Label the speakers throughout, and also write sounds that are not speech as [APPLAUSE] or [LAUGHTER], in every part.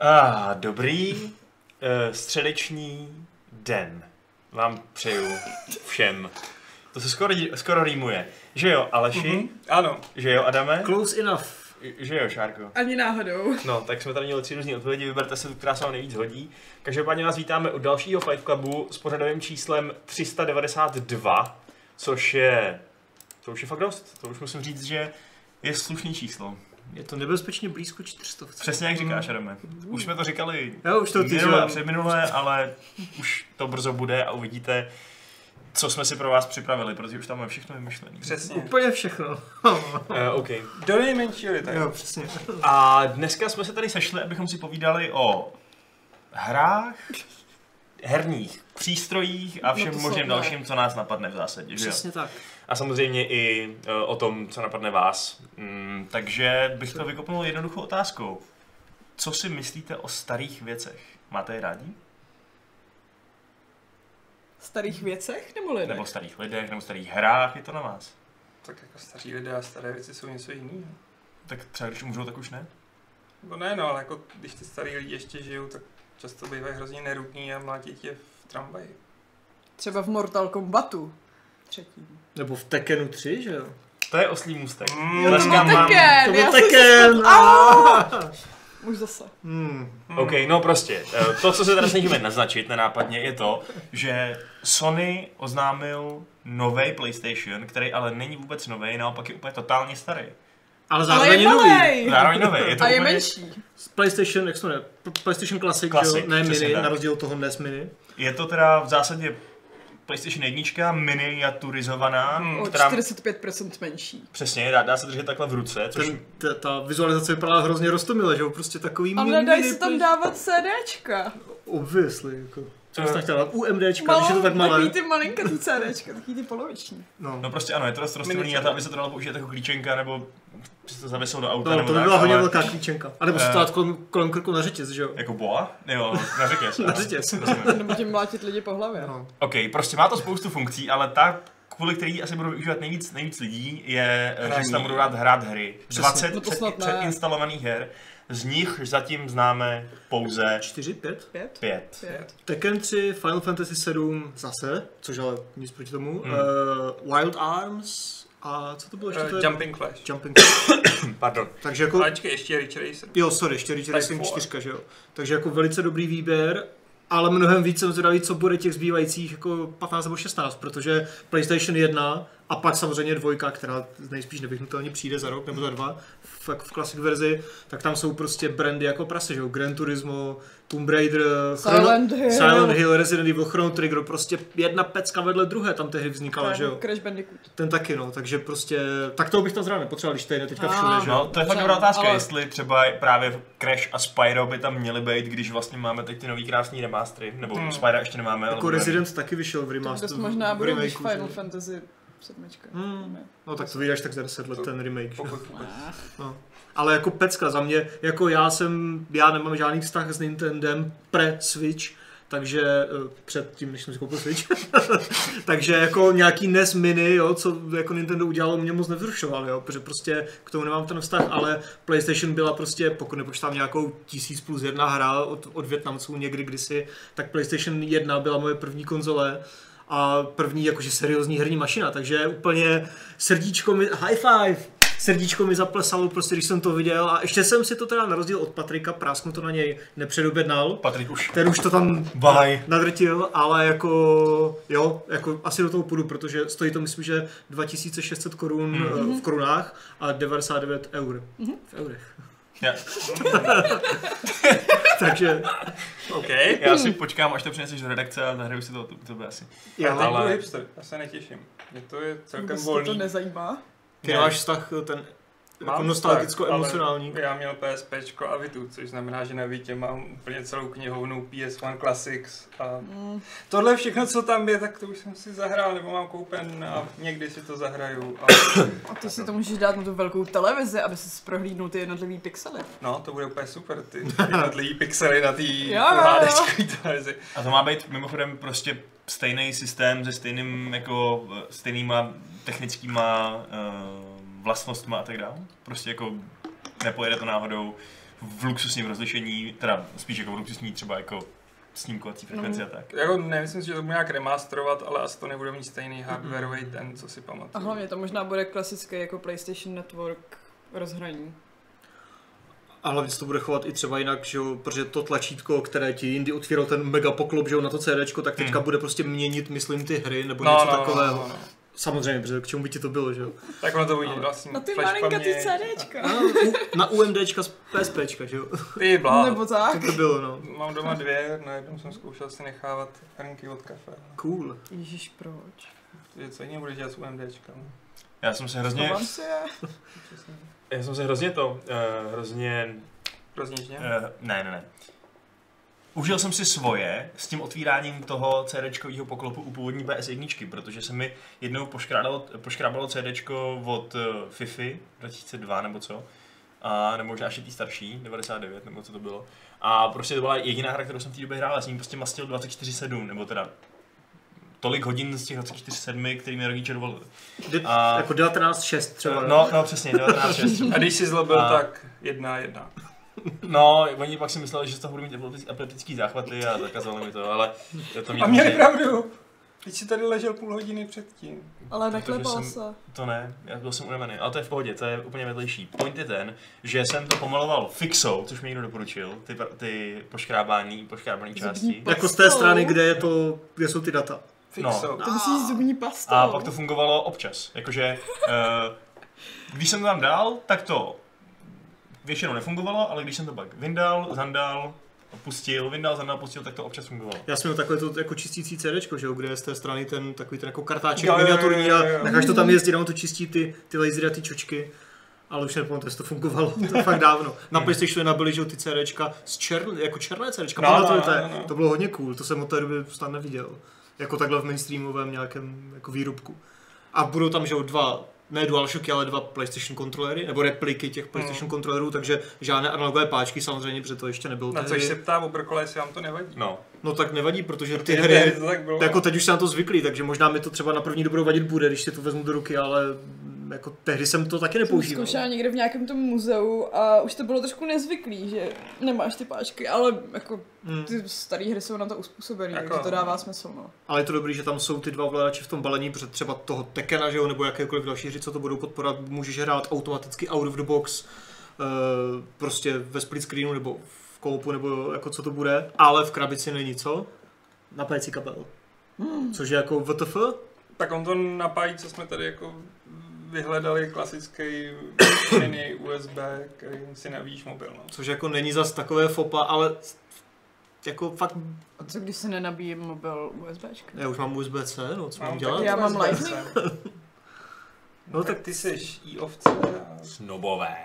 Speaker 1: Ah, dobrý eh, středeční den vám přeju všem. To se skoro, dí- skoro rýmuje. Že jo, Aleši?
Speaker 2: Ano.
Speaker 1: Že jo, Adame?
Speaker 3: Close enough.
Speaker 1: Že jo, Šárko?
Speaker 4: Ani náhodou.
Speaker 1: No, tak jsme tady měli tři různé odpovědi, vyberte se, tu, která se vám nejvíc hodí. Každopádně vás vítáme u dalšího Fight Clubu s pořadovým číslem 392, což je... To už je fakt dost, to už musím říct, že je slušný číslo.
Speaker 3: Je to nebezpečně blízko 400.
Speaker 1: Přesně jak říkáš, Adame. Už jsme to říkali
Speaker 3: Jo, už to ty, že
Speaker 1: minulé,
Speaker 3: jo.
Speaker 1: předminulé, ale už to brzo bude a uvidíte, co jsme si pro vás připravili, protože už tam máme všechno vymyšlené.
Speaker 2: Přesně.
Speaker 3: Úplně všechno.
Speaker 1: Uh, OK.
Speaker 2: Do nejmenšího detailu.
Speaker 3: jo, přesně.
Speaker 1: A dneska jsme se tady sešli, abychom si povídali o hrách, herních přístrojích a všem
Speaker 4: No
Speaker 1: no
Speaker 4: to
Speaker 1: možným
Speaker 4: jsou, ne.
Speaker 1: dalším, co nás napadne v zásadě. Že? jo?
Speaker 3: Přesně tak.
Speaker 1: A samozřejmě i eh, o tom, co napadne vás. Mm, takže bych to vykopnul jednoduchou otázkou. Co si myslíte o starých věcech? Máte je rádi?
Speaker 4: Starých věcech nebo lidech?
Speaker 1: Nebo starých lidech, nebo starých hrách, je to na vás.
Speaker 2: Tak jako staří lidé a staré věci jsou něco jiného.
Speaker 1: Tak třeba když umřou, tak už ne?
Speaker 2: No ne, no, ale jako když ty starý lidi ještě žijou, tak často bývají hrozně nerudní a mlátí tě v tramvaji.
Speaker 4: Třeba v Mortal Kombatu. Třetím.
Speaker 3: Nebo v Tekenu 3, že jo?
Speaker 1: To je oslý můstek.
Speaker 2: Mm,
Speaker 1: Dneska
Speaker 2: to byl
Speaker 1: mám-
Speaker 4: Tekken,
Speaker 3: To
Speaker 4: No, já
Speaker 3: byl
Speaker 4: jsem
Speaker 3: Tekken.
Speaker 4: se- Au! Už zase.
Speaker 3: Hmm.
Speaker 2: Mm.
Speaker 1: OK, no prostě, eh, to, co se teda snažíme naznačit nenápadně, je to, že Sony oznámil nový PlayStation, který ale není vůbec nový, naopak je úplně totálně starý.
Speaker 3: Ale
Speaker 4: Ale
Speaker 3: zároveň
Speaker 4: je
Speaker 3: je nový.
Speaker 4: malej.
Speaker 1: Zároveň nový, je to
Speaker 4: A je
Speaker 1: úplně,
Speaker 4: menší.
Speaker 3: Z PlayStation, jak se jmenuje? P- PlayStation Classic,
Speaker 1: Classic,
Speaker 3: jo? ne
Speaker 1: přesně
Speaker 3: mini,
Speaker 1: tak.
Speaker 3: na rozdíl od toho NES mini.
Speaker 1: Je to teda v zásadě PlayStation 1 miniaturizovaná,
Speaker 2: Hmm.
Speaker 4: O
Speaker 1: která
Speaker 4: 45% menší.
Speaker 1: přesně dá, dá se držet takhle v ruce, což
Speaker 3: Ten, ta, ta vizualizace vypadala hrozně roztomile, že jo? Prostě takový
Speaker 4: A
Speaker 3: mini-
Speaker 4: nedají
Speaker 3: mini
Speaker 4: se tam
Speaker 3: play-
Speaker 4: dávat CDčka.
Speaker 3: Obviously, jako. Co bys
Speaker 1: Eh.
Speaker 3: tam chtěla? UMDčka, když je to
Speaker 4: Malou,
Speaker 3: tak malé.
Speaker 4: takový ty malinkatý CDčka, takový ty poloviční.
Speaker 3: No.
Speaker 1: No prostě ano, je to dost rozstřílený a to, aby se to dalo použít jako klíčenka, nebo si to zavěsil do auta,
Speaker 3: No,
Speaker 1: nebo
Speaker 3: to by
Speaker 1: tak,
Speaker 3: byla hodně
Speaker 1: ale-
Speaker 3: velká klíčenka. A nebo
Speaker 1: Eh.
Speaker 3: stát kolem, kolem krku na řetěz, že jo?
Speaker 1: Jako boa? Jo, na řetěz.
Speaker 3: Na
Speaker 1: ano.
Speaker 3: řetěz.
Speaker 1: Rozumím.
Speaker 4: Nebo tím mlátit lidi po hlavě.
Speaker 3: No.
Speaker 1: OK, prostě má to spoustu funkcí, ale ta, kvůli který asi budou využívat nejvíc, nejvíc lidí, je, eh, že
Speaker 2: Hraní.
Speaker 1: si tam budou rád hrát hry.
Speaker 3: Přesně.
Speaker 1: 20
Speaker 4: No to
Speaker 1: před,
Speaker 4: snad ne.
Speaker 1: předinstalovaných her, z nich zatím známe pouze
Speaker 3: 4, 5?
Speaker 4: Pět?
Speaker 1: pět.
Speaker 4: Pět.
Speaker 3: Tekken 3, Final Fantasy 7 zase, což ale nic proti tomu,
Speaker 1: Hmm.
Speaker 3: hmm. uh, Wild Arms a co to bylo ještě? to
Speaker 2: Uh,
Speaker 3: je-
Speaker 2: jumping Clash.
Speaker 3: Jumping.
Speaker 1: Pardon.
Speaker 3: Takže jako,
Speaker 2: Ale čekej, ještě Rich Racer.
Speaker 3: jo sorry, ještě Ridge Racing
Speaker 2: four.
Speaker 3: 4, že jo. Takže jako velice dobrý výběr, ale mnohem víc jsem zvědavý, co bude těch zbývajících jako 15 nebo 16, protože PlayStation 1 a pak samozřejmě dvojka, která nejspíš nevyhnutelně přijde za rok nebo za dva, fakt v klasik verzi, tak tam jsou prostě brandy jako prase, že jo, Gran Turismo, Tomb Raider, Chrono-
Speaker 4: Silent Hill.
Speaker 3: Silent Hill, Resident Evil, Chrono Trigger, prostě jedna pecka vedle druhé tam tehdy vznikala,
Speaker 4: Ten
Speaker 3: No, že jo?
Speaker 4: Crash Bandicoot.
Speaker 3: Ten taky, no, takže prostě, tak toho bych tam zrovna nepotřeboval, když tady je teďka všude, že
Speaker 1: No,
Speaker 3: jo?
Speaker 1: to je fakt
Speaker 4: Dobře,
Speaker 1: dobrá otázka,
Speaker 4: ale-
Speaker 1: jestli třeba právě Crash a Spyro by tam měly být, když vlastně máme teď ty nový krásný remastery, nebo
Speaker 2: Hmm.
Speaker 1: Spyro ještě nemáme, ale
Speaker 3: Jako
Speaker 1: budeme-
Speaker 3: Resident taky vyšel v
Speaker 4: To dost
Speaker 3: remasteru.
Speaker 4: možná
Speaker 3: v
Speaker 4: budou když
Speaker 3: remakeu, že jo?
Speaker 4: Final Fantasy sedmička.
Speaker 3: Hmm. No tak to vydáš tak za 10 let ten remake, že? jo?
Speaker 2: Pokud vůbec.
Speaker 3: Ale jako pecka za mě, jako já jsem, já nemám žádný vztah s Nintendem pre-Switch, takže eh, před tím, než jsem si koupil Switch, [LAUGHS] takže jako nějaký NES Mini, jo, co jako Nintendo udělalo, mě moc nevzrušoval, jo, protože prostě k tomu nemám ten vztah, ale PlayStation byla prostě, pokud nepočítám nějakou 1000 plus jedna hra od, od Větnamců někdy kdysi, tak PlayStation 1 byla moje první konzole a první jakože seriózní herní mašina, takže úplně srdíčko mi, high five! srdíčko mi zaplesalo, prostě když jsem to viděl a ještě jsem si to teda na rozdíl od Patrika, prásknu to na něj, nepředobjednal.
Speaker 1: Patrik už.
Speaker 3: Ten už to tam Hmm.
Speaker 1: Bye.
Speaker 3: nadrtil, ale jako jo, jako asi do toho půjdu, protože stojí to myslím, že 2600 korun eh, v korunách a 99 eur v eurech.
Speaker 1: Já,
Speaker 3: Takže
Speaker 2: OK.
Speaker 1: já si počkám, až to přineseš do redakce a zahraju si to od tebe asi.
Speaker 2: Já teď
Speaker 3: já,
Speaker 1: Ale-
Speaker 2: budu hipster, já se netěším. Mě to je celkem
Speaker 4: Vůbec
Speaker 2: volný.
Speaker 4: to nezajímá.
Speaker 3: ty
Speaker 1: Ne.
Speaker 3: máš vztah eh, ten jako
Speaker 2: Mám
Speaker 3: nostalgicko-emocionální.
Speaker 2: vztah, ale Já měl PSP a Vitu, což znamená, že na Vitě mám úplně celou knihovnu PS1 Classics a
Speaker 4: Mm.
Speaker 2: tohle všechno, co tam je, tak to už jsem si zahrál, nebo mám koupen a někdy si to zahraju. A...
Speaker 4: A ty si to můžeš dát na tu velkou televizi, aby si prohlídnul ty jednotlivý pixely.
Speaker 2: No, to bude úplně
Speaker 3: [LAUGHS]
Speaker 2: super, ty jednotlivý pixely na té
Speaker 4: jo.
Speaker 2: pohádečkový televizi.
Speaker 1: A to má být mimochodem prostě stejný systém se stejným jako eh, stejnýma eh, technickýma uh, vlastnostma a tak dále. Prostě jako nepojede to náhodou v luxusním rozlišení, teda spíš jako v luxusní třeba jako snímkovací frekvenci a tak.
Speaker 2: Jako nemyslím si, že to bude nějak remasterovat, ale asi to nebude mít stejný hardwareový ten, co si
Speaker 4: A
Speaker 2: pamatuju.
Speaker 4: hlavně to možná bude klasické jako PlayStation Network rozhraní.
Speaker 3: A hlavně se to bude chovat i třeba jinak, že jo, protože to tlačítko, které ti jindy otvíralo ten mega poklop, že jo, na to CDčko, tak teďka
Speaker 1: Hmm.
Speaker 3: bude prostě měnit, myslím, ty hry nebo něco takového.
Speaker 2: no.
Speaker 3: Samozřejmě, protože k čemu by ti to bylo, že jo?
Speaker 2: Tak ono to bude
Speaker 3: Ale-
Speaker 2: vlastně
Speaker 4: No ty
Speaker 2: flash
Speaker 4: malinka ty
Speaker 2: paměť.
Speaker 4: CDčka.
Speaker 3: A u- Na UMDčka z PSPčka, že jo? [LAUGHS]
Speaker 2: Ty blá.
Speaker 4: Nebo tak.
Speaker 3: Tak to bylo, no.
Speaker 2: Mám doma dvě, na jednom jsem zkoušel si nechávat hrnky od kafe.
Speaker 3: Cool.
Speaker 4: Ježíš, proč?
Speaker 2: Protože co jiného budeš dělat s UMDčkem?
Speaker 1: Já jsem se hrozně,
Speaker 4: Chovám si je.
Speaker 2: Přesně.
Speaker 1: já jsem se hrozně to, eh, hrozně
Speaker 2: Roznižně?
Speaker 1: Eh, ne, ne, ne. Užil jsem si svoje s tím otvíráním toho CDčkového poklopu u původní PS1, protože se mi jednou poškrádalo, poškrábalo CDčko od eh, Fifi 2002 nebo co. A, nebo možná ještě tý starší, 99 nebo co to bylo. A prostě to byla jediná hra, kterou jsem v té době hrál, já jsem ji prostě mastil 24-7, nebo teda tolik hodin z těch 24-7, který mi rodiče dovolili.
Speaker 3: De-
Speaker 1: A-
Speaker 3: Jako 19.6 třeba.
Speaker 1: No, no přesně, 19 třeba.
Speaker 3: Eh.
Speaker 2: A když jsi zlobil,
Speaker 1: A-
Speaker 2: tak jedna jedna.
Speaker 1: No, oni pak si mysleli, že z toho budu mít epileptický- epileptický záchvaty a zakazovali mi to, ale to mě
Speaker 2: A měli pravdu! Teď jsi tady ležel půl hodiny předtím.
Speaker 3: No.
Speaker 4: Ale
Speaker 1: Protože
Speaker 4: neklepal
Speaker 1: jsem-
Speaker 4: se.
Speaker 1: To ne, já byl jsem unavený, ale to je v pohodě, to je úplně vedlejší. Point je ten, že jsem to pomaloval fixou, což mi někdo doporučil, ty, pr- ty poškrábání, poškrábané
Speaker 4: Zubní
Speaker 1: části.
Speaker 3: Jako z té strany, kde je to, kde jsou ty data.
Speaker 2: Fixo.
Speaker 3: No,
Speaker 4: To musí jít zubní pastou.
Speaker 1: A pak to fungovalo občas, jakože eh, když jsem to tam dal, tak to většinou nefungovalo, ale když jsem to pak vyndal, zandal, pustil, vyndal, zandal, pustil, tak to občas fungovalo.
Speaker 3: Já jsem měl takové to jako čistící CDčko, že jo, kde je z té strany ten takový ten jako kartáček
Speaker 2: Jo, jo, jo,
Speaker 3: miniaturní
Speaker 2: jo, jo.
Speaker 3: a necháš to tam jezdit, ono to čistí ty, ty lasery a ty čočky. Ale už nepamatuji, jestli to fungovalo, [LAUGHS] to je fakt dávno. Na PlayStationu byly, že jo, ty CDčka z čern, jako černé CDčka,
Speaker 2: No,
Speaker 3: no,
Speaker 2: no, no, no.
Speaker 3: to bylo hodně cool, to jsem od té doby snad neviděl. Jako takhle v mainstreamovém nějakém jako výrobku. A budou tam, že jo, dva ne DualShocky, ale dva PlayStation kontrolery, nebo repliky těch PlayStation
Speaker 2: No.
Speaker 3: kontrolerů, takže žádné analogové páčky samozřejmě, protože to ještě nebylo.
Speaker 2: Na což
Speaker 3: tehdy.
Speaker 2: se ptá Obrkole, jestli vám to nevadí.
Speaker 1: No,
Speaker 3: No tak nevadí, protože ty
Speaker 2: Tehdy
Speaker 3: hry,
Speaker 2: to tak bylo.
Speaker 3: jako teď už jsem na to zvyklý, takže možná mi to třeba na první dobrou vadit bude, když si to vezmu do ruky, ale mm, jako tehdy jsem to taky
Speaker 4: Jsem
Speaker 3: nepoužíval.
Speaker 4: zkoušela někde v nějakém tom muzeu a už to bylo trošku nezvyklý, že nemáš ty páčky, ale jako
Speaker 3: Mm.
Speaker 4: ty staré hry jsou na to uspůsobené,
Speaker 2: Jako-
Speaker 4: jako... takže to dává smysl, no.
Speaker 3: Ale je to dobrý, že tam jsou ty dva ovladače v tom balení, protože třeba toho Tekena, že jo, nebo jakékoliv další hry, co to budou podporovat, můžeš hrát automaticky out of the box, eh, prostě ve split screenu nebo v koupu, nebo jako co to bude, ale v krabici není co? Napájecí kabel. Což je jako WTF?
Speaker 2: Tak on to napájí, co jsme tady jako vyhledali klasický mini USB, kterým si navíjíš mobil. No.
Speaker 3: Což jako není zas takové fopa, ale jako fakt,
Speaker 4: A co když se nenabíjí mobil USBčka?
Speaker 3: já už mám USB-C, no co mám
Speaker 2: taky
Speaker 3: dělat?
Speaker 4: Já mám
Speaker 2: USB-C.
Speaker 4: Lightning.
Speaker 3: [LAUGHS]
Speaker 2: No tak ty seš i ovce a...
Speaker 1: snobové.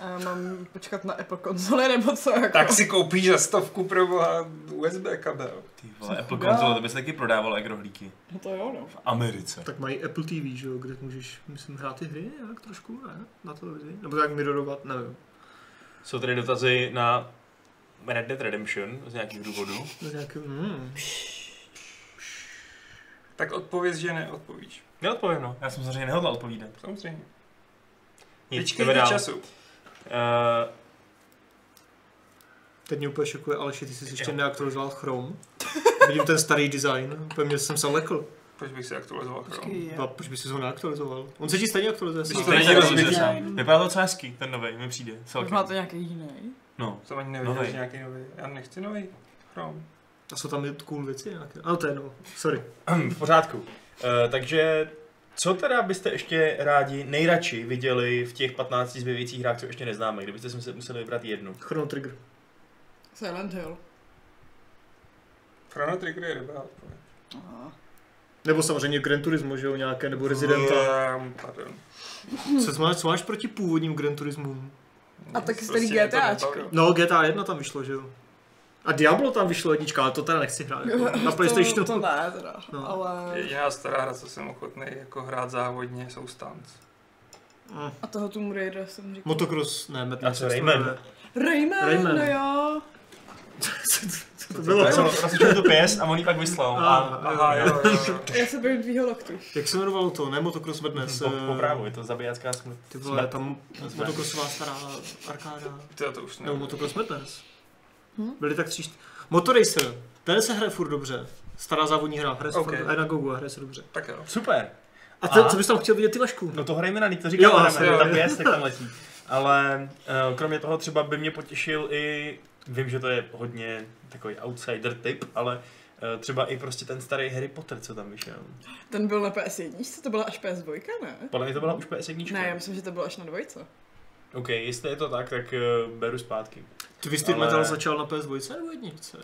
Speaker 4: A mám počkat na Apple konzole nebo co? Jako?
Speaker 2: Tak si koupíš za stovku pro boha USB kabel.
Speaker 1: Ty vole, Apple
Speaker 4: chudá.
Speaker 1: konzole, to by se taky prodávalo jak rohlíky.
Speaker 4: No to jo, no.
Speaker 1: V Americe.
Speaker 3: Tak mají Apple TV, že jo, kde můžeš, myslím, hrát ty hry nějak trošku, ne? Na televizi? Nebo tak mirorovat, nevím.
Speaker 1: Jsou tady dotazy na Red Dead Redemption z nějakých důvodů.
Speaker 3: No nějak, hmm.
Speaker 2: Tak odpověz, že neodpovíš.
Speaker 1: Neodpovím, no. Já jsem samozřejmě nehodlal odpovídat.
Speaker 2: Samozřejmě.
Speaker 1: Nic,
Speaker 2: Vyčkej
Speaker 1: jdeme
Speaker 2: do
Speaker 1: dál.
Speaker 2: času.
Speaker 1: Eh,
Speaker 3: Teď mě úplně šokuje, ale ty jsi si ještě
Speaker 1: Jo.
Speaker 3: neaktualizoval Chrome. Vidím ten starý design, úplně mě jsem se lekl.
Speaker 2: Proč bych si aktualizoval Chrome?
Speaker 4: Počkej,
Speaker 1: No,
Speaker 3: A
Speaker 4: je.
Speaker 3: proč bys si ho neaktualizoval? On se ti stejně aktualizuje.
Speaker 2: Když
Speaker 3: sám.
Speaker 2: to není jako rozbitý.
Speaker 4: Design.
Speaker 1: Vypadá to docela hezky, ten nový, mi přijde.
Speaker 4: Už
Speaker 1: Celkem.
Speaker 4: má to nějaký jiný.
Speaker 1: No.
Speaker 2: Jsem ani nevěděl,
Speaker 1: Novej.
Speaker 2: že nějaký nový. Já nechci nový Chrome.
Speaker 3: A jsou tam i cool věci nějaké. Ale to je no, sorry.
Speaker 1: [CLEARS THROAT] V pořádku. Eh, takže co teda byste ještě rádi nejradši viděli v těch 15 zbývajících hrách, co ještě neznáme, kdybyste si se museli vybrat jednu?
Speaker 3: Chrono Trigger.
Speaker 4: Silent Hill.
Speaker 2: Chrono Trigger je dobrá odpověď.
Speaker 4: A.
Speaker 3: Nebo samozřejmě Gran Turismo, že jo, nějaké, nebo Residenta.
Speaker 2: Ehm, Pardon.
Speaker 3: Co máš, co máš proti původním Gran Turismům?
Speaker 4: A tak
Speaker 2: Prostě
Speaker 4: starý
Speaker 2: mě to
Speaker 4: GTAčko.
Speaker 2: nebaví.
Speaker 3: No, GTA 1 tam vyšlo, že jo. A Diablo tam vyšlo jednička, ale to teda nechci
Speaker 4: [LAUGHS]
Speaker 3: hrát. Jako. Na PlayStationu
Speaker 4: To, to ne teda,
Speaker 3: No.
Speaker 4: ale...
Speaker 2: Jediná stará hra, co jsem ochotný jako hrát závodně, jsou stunts.
Speaker 3: Mm.
Speaker 4: A toho Tomb Raidera jsem říkal. no
Speaker 3: Motocross, ne, Mad
Speaker 1: A co
Speaker 3: Max,
Speaker 1: Rayman?
Speaker 3: to je-
Speaker 4: Rayman,
Speaker 3: Rayman.
Speaker 4: no jo.
Speaker 3: [LAUGHS] to bylo?
Speaker 1: Já jsem rozsečil tu pěst a on ji pak vyslal.
Speaker 3: Aha,
Speaker 1: A,
Speaker 2: Aha, jo, jo,
Speaker 3: [LAUGHS]
Speaker 2: jo.
Speaker 4: Já se bojím tvýho loktu.
Speaker 3: Jak se jmenovalo to? Ne motocross Madness.
Speaker 1: po,
Speaker 3: eh,
Speaker 1: po právu, je to zabijácká smrt.
Speaker 3: Ty vole,
Speaker 1: smrt.
Speaker 3: tam
Speaker 1: Smrt.
Speaker 3: motocrossová stará arkáda.
Speaker 2: Tyjo, to už ne.
Speaker 3: Nebo motocross Madness.
Speaker 4: Hm?
Speaker 3: Byly tak tří... Motoracer. Ten se hraje furt dobře. Stará závodní hra, hraje se
Speaker 2: Ok.
Speaker 3: furt, a je na Gogu a hraje se dobře.
Speaker 2: Tak jo.
Speaker 1: Super.
Speaker 3: A, te,
Speaker 1: A?
Speaker 3: co bys tam chtěl vidět ty Vašku?
Speaker 1: No to hrajme na ní, to
Speaker 3: Jo,
Speaker 1: říkám,
Speaker 3: asi,
Speaker 1: hrajme,
Speaker 2: jo.
Speaker 1: ta pěst tak tam letí. Ale eh, kromě toho třeba by mě potěšil i, vím, že to je hodně takový outsider typ, ale eh, třeba i prostě ten starý Harry Potter, co tam vyšel.
Speaker 4: Ten byl na PS1, to byla až PS2, ne?
Speaker 1: Podle mě to byla už PS1.
Speaker 4: Ne, já myslím, že to bylo až na dvojce.
Speaker 1: OK, jestli je to tak, tak eh, beru zpátky.
Speaker 3: Twisted
Speaker 1: Ale-
Speaker 3: Metal začal na PS2 nebo jedničce?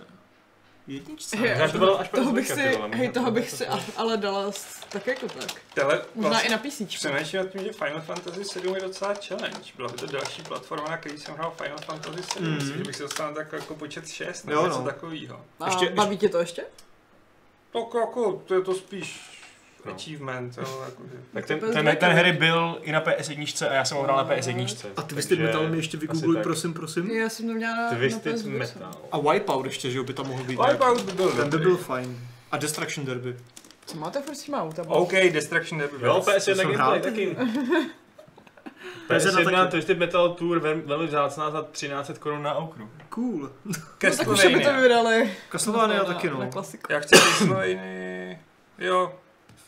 Speaker 3: Jedničce?
Speaker 4: Hej,
Speaker 1: Já to bylo až
Speaker 4: Toho
Speaker 1: PS2,
Speaker 4: bych
Speaker 1: ty
Speaker 4: si,
Speaker 1: vole,
Speaker 4: hej,
Speaker 1: možná
Speaker 4: toho
Speaker 1: to-
Speaker 4: bych si a- ale dala s- tak jako tak.
Speaker 2: Tele,
Speaker 4: Možná i
Speaker 2: vlastně
Speaker 4: na PC.
Speaker 2: přemýšlím nad tím, že Final Fantasy 7 je docela challenge. Byla by to další platforma, na který jsem hrál Final Fantasy 7.
Speaker 3: Mhm.
Speaker 2: Myslím, že bych se dostal na tak jako počet 6 nebo
Speaker 3: Jo,
Speaker 2: něco
Speaker 3: no.
Speaker 2: takového.
Speaker 4: A
Speaker 3: Ještě-
Speaker 4: baví tě to ještě?
Speaker 2: Tak jako, to je to spíš
Speaker 1: No.
Speaker 2: achievement,
Speaker 3: [LAUGHS]
Speaker 2: jo, jakože.
Speaker 1: Tak ten,
Speaker 4: To je
Speaker 1: ten,
Speaker 4: zvyk.
Speaker 1: ten Harry byl i na PS1 a já jsem ho hrál na PS1.
Speaker 3: A Twisted
Speaker 1: takže
Speaker 3: Metal mi ještě
Speaker 1: asi
Speaker 3: vygoogluj,
Speaker 1: tak.
Speaker 3: prosím, prosím.
Speaker 4: Já jsem No, to měla na- na
Speaker 1: Hm? Twisted
Speaker 4: PS2.
Speaker 1: Metal.
Speaker 3: A Wipeout ještě, že jo, by tam mohl být.
Speaker 2: Wipeout by byl
Speaker 3: Ten by
Speaker 2: dobrý.
Speaker 3: byl fajn. A Destruction Derby.
Speaker 4: Co máte furt s těma auta?
Speaker 2: OK, Destruction Derby.
Speaker 1: Jo, PS1
Speaker 3: jsem
Speaker 1: gameplay
Speaker 3: hrál.
Speaker 1: taky.
Speaker 3: PS1
Speaker 1: PS1
Speaker 3: taky.
Speaker 1: Twisted Metal Tour vel- velmi vzácná za 1300 korun na okru.
Speaker 3: Cool.
Speaker 4: No tak už by to
Speaker 2: Castlevania.
Speaker 4: vydali.
Speaker 3: Castlevania
Speaker 4: Na-
Speaker 3: taky
Speaker 4: Na
Speaker 3: no.
Speaker 4: klasiku.
Speaker 2: Já chci Castlevania. Jo.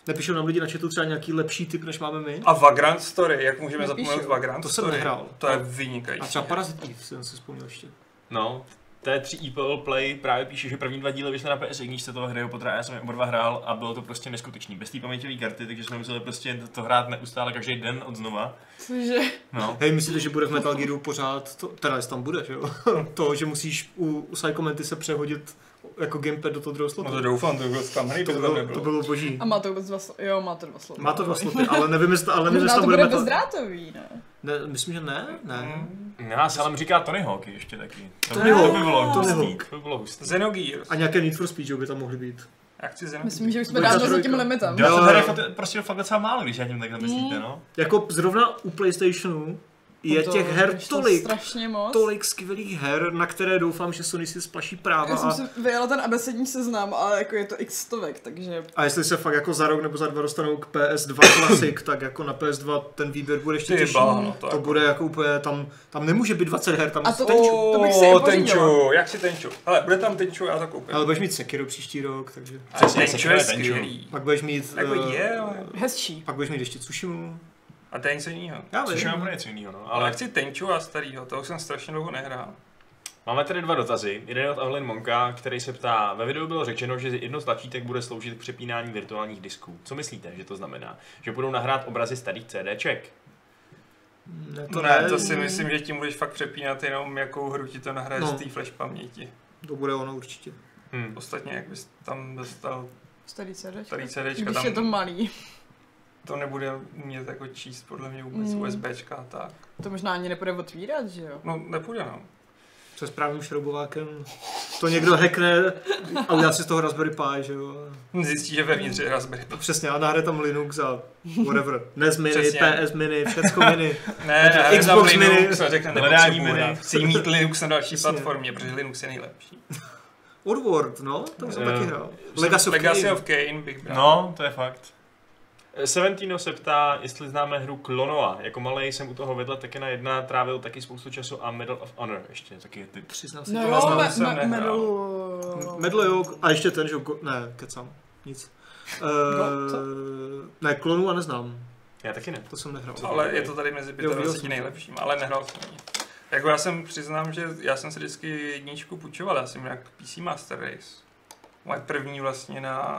Speaker 3: Nepíšou nám lidi na chatu třeba nějaký lepší typ, než máme my?
Speaker 2: A Vagrant Story, jak můžeme
Speaker 4: Nepíšu.
Speaker 2: zapomenout Vagrant
Speaker 3: To jsem
Speaker 2: Story?
Speaker 3: nehrál.
Speaker 2: To je vynikající.
Speaker 3: A třeba Parasite Eve jsem si vzpomněl ještě.
Speaker 1: No, T3 EPL Play právě píše, že první dva díly vyšly na PS1, se toho hry Pottera, já jsem je oba dva hrál a bylo to prostě neskutečný. Bez té paměťové karty, takže jsme museli prostě to hrát neustále každý den od znova.
Speaker 4: Cože?
Speaker 1: No.
Speaker 3: Hej, myslíte, že bude v Metal Gearu pořád, to, teda jestli tam bude, že jo? [LAUGHS] to, že musíš u, u Psycho Mantis se přehodit jako gamepad do toho druhého
Speaker 2: No
Speaker 3: slotu.
Speaker 2: to doufám, to bylo tam hry,
Speaker 3: to,
Speaker 2: to tam
Speaker 3: bylo, to
Speaker 2: nebylo.
Speaker 3: bylo boží.
Speaker 4: A má to vůbec dva slova? Jo, má to dva slova.
Speaker 3: Má to dva sloty, ale nevím, jestli, ale nevím, jestli
Speaker 4: Možná to
Speaker 3: tam
Speaker 4: bude
Speaker 3: bude Metal...
Speaker 4: bezdrátový, ne?
Speaker 3: Ne, myslím, že ne, ne.
Speaker 2: Mm.
Speaker 1: Já se ale říká Tony Hawk ještě taky.
Speaker 3: Tony
Speaker 1: by-
Speaker 3: Hawk,
Speaker 1: by bylo
Speaker 3: Tony
Speaker 1: hustý.
Speaker 3: Hawk.
Speaker 1: To by bylo hustý.
Speaker 2: Xenogears.
Speaker 3: A nějaké Need for Speed, že jo, by tam mohly být.
Speaker 2: Já chci Xenogears.
Speaker 4: Myslím, že už jsme
Speaker 3: Bude
Speaker 4: dávno za
Speaker 3: trojka.
Speaker 4: tím limitem.
Speaker 3: Jo,
Speaker 1: Já
Speaker 3: jo.
Speaker 1: jsem tady fakt, prostě fakt docela málo, když já tím takhle myslíte, no.
Speaker 3: Jako zrovna u Playstationu je
Speaker 4: To-
Speaker 3: těch her
Speaker 4: to
Speaker 3: tolik,
Speaker 4: strašně moc.
Speaker 3: tolik skvělých her, na které doufám, že Sony si splaší práva.
Speaker 4: Já jsem
Speaker 3: A,
Speaker 4: si vyjela ten abecední seznam, ale jako je to x stovek, takže
Speaker 3: a jestli se fakt jako za rok nebo za dva dostanou k PS2
Speaker 4: [COUGHS]
Speaker 3: Classic, tak jako na PS2 ten výběr bude ještě
Speaker 2: Ty
Speaker 3: těžší.
Speaker 2: bláho, to,
Speaker 3: To
Speaker 2: jako-
Speaker 3: bude jako úplně, tam, tam nemůže být 20 her, tam
Speaker 4: A to- Oh.
Speaker 3: ten čup.
Speaker 4: to bych si i
Speaker 2: O,
Speaker 4: pořídila.
Speaker 2: tenču, jak si tenču? Ale bude tam tenču, já to koupím.
Speaker 3: Ale budeš mít Sekiro příští rok, takže...
Speaker 2: A
Speaker 1: Přesně,
Speaker 2: tenču
Speaker 1: Sekiro
Speaker 2: je
Speaker 1: je Tenchu.
Speaker 2: skvělý.
Speaker 3: Pak budeš mít...
Speaker 2: Jako
Speaker 3: eh,
Speaker 2: je, ale...
Speaker 4: hezčí.
Speaker 3: Pak budeš mít ještě Tsushima.
Speaker 2: A to je něco jiného.
Speaker 3: Já
Speaker 1: Což
Speaker 3: vím.
Speaker 1: je úplně něco jiného, no.
Speaker 2: Ale já
Speaker 1: Ale
Speaker 2: chci tenču a starýho, to už jsem strašně dlouho nehrál.
Speaker 1: Máme tady dva dotazy. Jeden je od Evelyn Monka, který se ptá, ve videu bylo řečeno, že jedno z tlačítek bude sloužit k přepínání virtuálních disků. Co myslíte, že to znamená? Že budou nahrát obrazy starých CDček?
Speaker 3: Ne,
Speaker 2: To No ne, to si myslím, že tím budeš fakt přepínat jenom, jakou hru ti to nahraje
Speaker 3: No.
Speaker 2: z té flash paměti.
Speaker 3: To bude ono určitě.
Speaker 1: Hm.
Speaker 2: Ostatně, jak bys tam dostal
Speaker 4: Starý CD.
Speaker 2: starý CDčka,
Speaker 4: Když je
Speaker 2: tam
Speaker 4: to
Speaker 2: to...
Speaker 4: malý,
Speaker 2: nebude umět jako číst podle mě vůbec
Speaker 4: Mm.
Speaker 2: USBčka a tak.
Speaker 4: to možná ani nepůjde otvírat, že jo?
Speaker 2: No, nepůjde no.
Speaker 3: Se správným šroubovákem. To někdo hackne a udělá si z toho Raspberry Pi, že jo.
Speaker 2: Zjistí, že vevnitř je Raspberry Pi.
Speaker 3: Přesně, a nahraje tam Linux a
Speaker 2: [LAUGHS]
Speaker 3: whatever. NES mini,
Speaker 2: Přesně.
Speaker 3: PS mini, všecko mini.
Speaker 2: [LAUGHS] Ne,
Speaker 3: Takže
Speaker 2: ne,
Speaker 3: Xbox
Speaker 2: ne, Xbox
Speaker 3: mini,
Speaker 2: Linux, a řekne,
Speaker 1: hledání
Speaker 2: nepotřebuju,
Speaker 1: mini.
Speaker 2: Chci mít Linux na další
Speaker 3: Přesně.
Speaker 2: platformě, protože Linux je nejlepší.
Speaker 3: Oddworld, no, to jsem
Speaker 1: Eh,
Speaker 3: taky hrál. Legacy of
Speaker 2: Legacy
Speaker 3: Kane.
Speaker 2: of Kane bych bral.
Speaker 1: No, to je fakt. Seventino se ptá, jestli známe hru Klonoa. Jako malý jsem u toho vedle Tekena 1 trávil taky spoustu času a Medal of Honor. Ještě taky je typ.
Speaker 3: Přiznám se,
Speaker 4: No
Speaker 3: to
Speaker 4: jo,
Speaker 2: neznám,
Speaker 3: neznám.
Speaker 4: me-
Speaker 2: vlastně jsem
Speaker 4: me-
Speaker 2: nehrál.
Speaker 4: medal...
Speaker 3: Medlo jo, a ještě ten, že jo, ko- ne, kecám, nic.
Speaker 4: No, co?
Speaker 3: Uh, ne, klonu a neznám,
Speaker 1: Já taky ne.
Speaker 3: to jsem nehrál.
Speaker 2: Ale je to tady mezi
Speaker 3: Jo, viděl
Speaker 2: 25
Speaker 3: jsem.
Speaker 2: nejlepším, ale nehrál jsem ji. Jako já jsem přiznám, že jak jsem si vždycky jedničku půjčoval, já jsem jak PC Master Race. Moje první vlastně na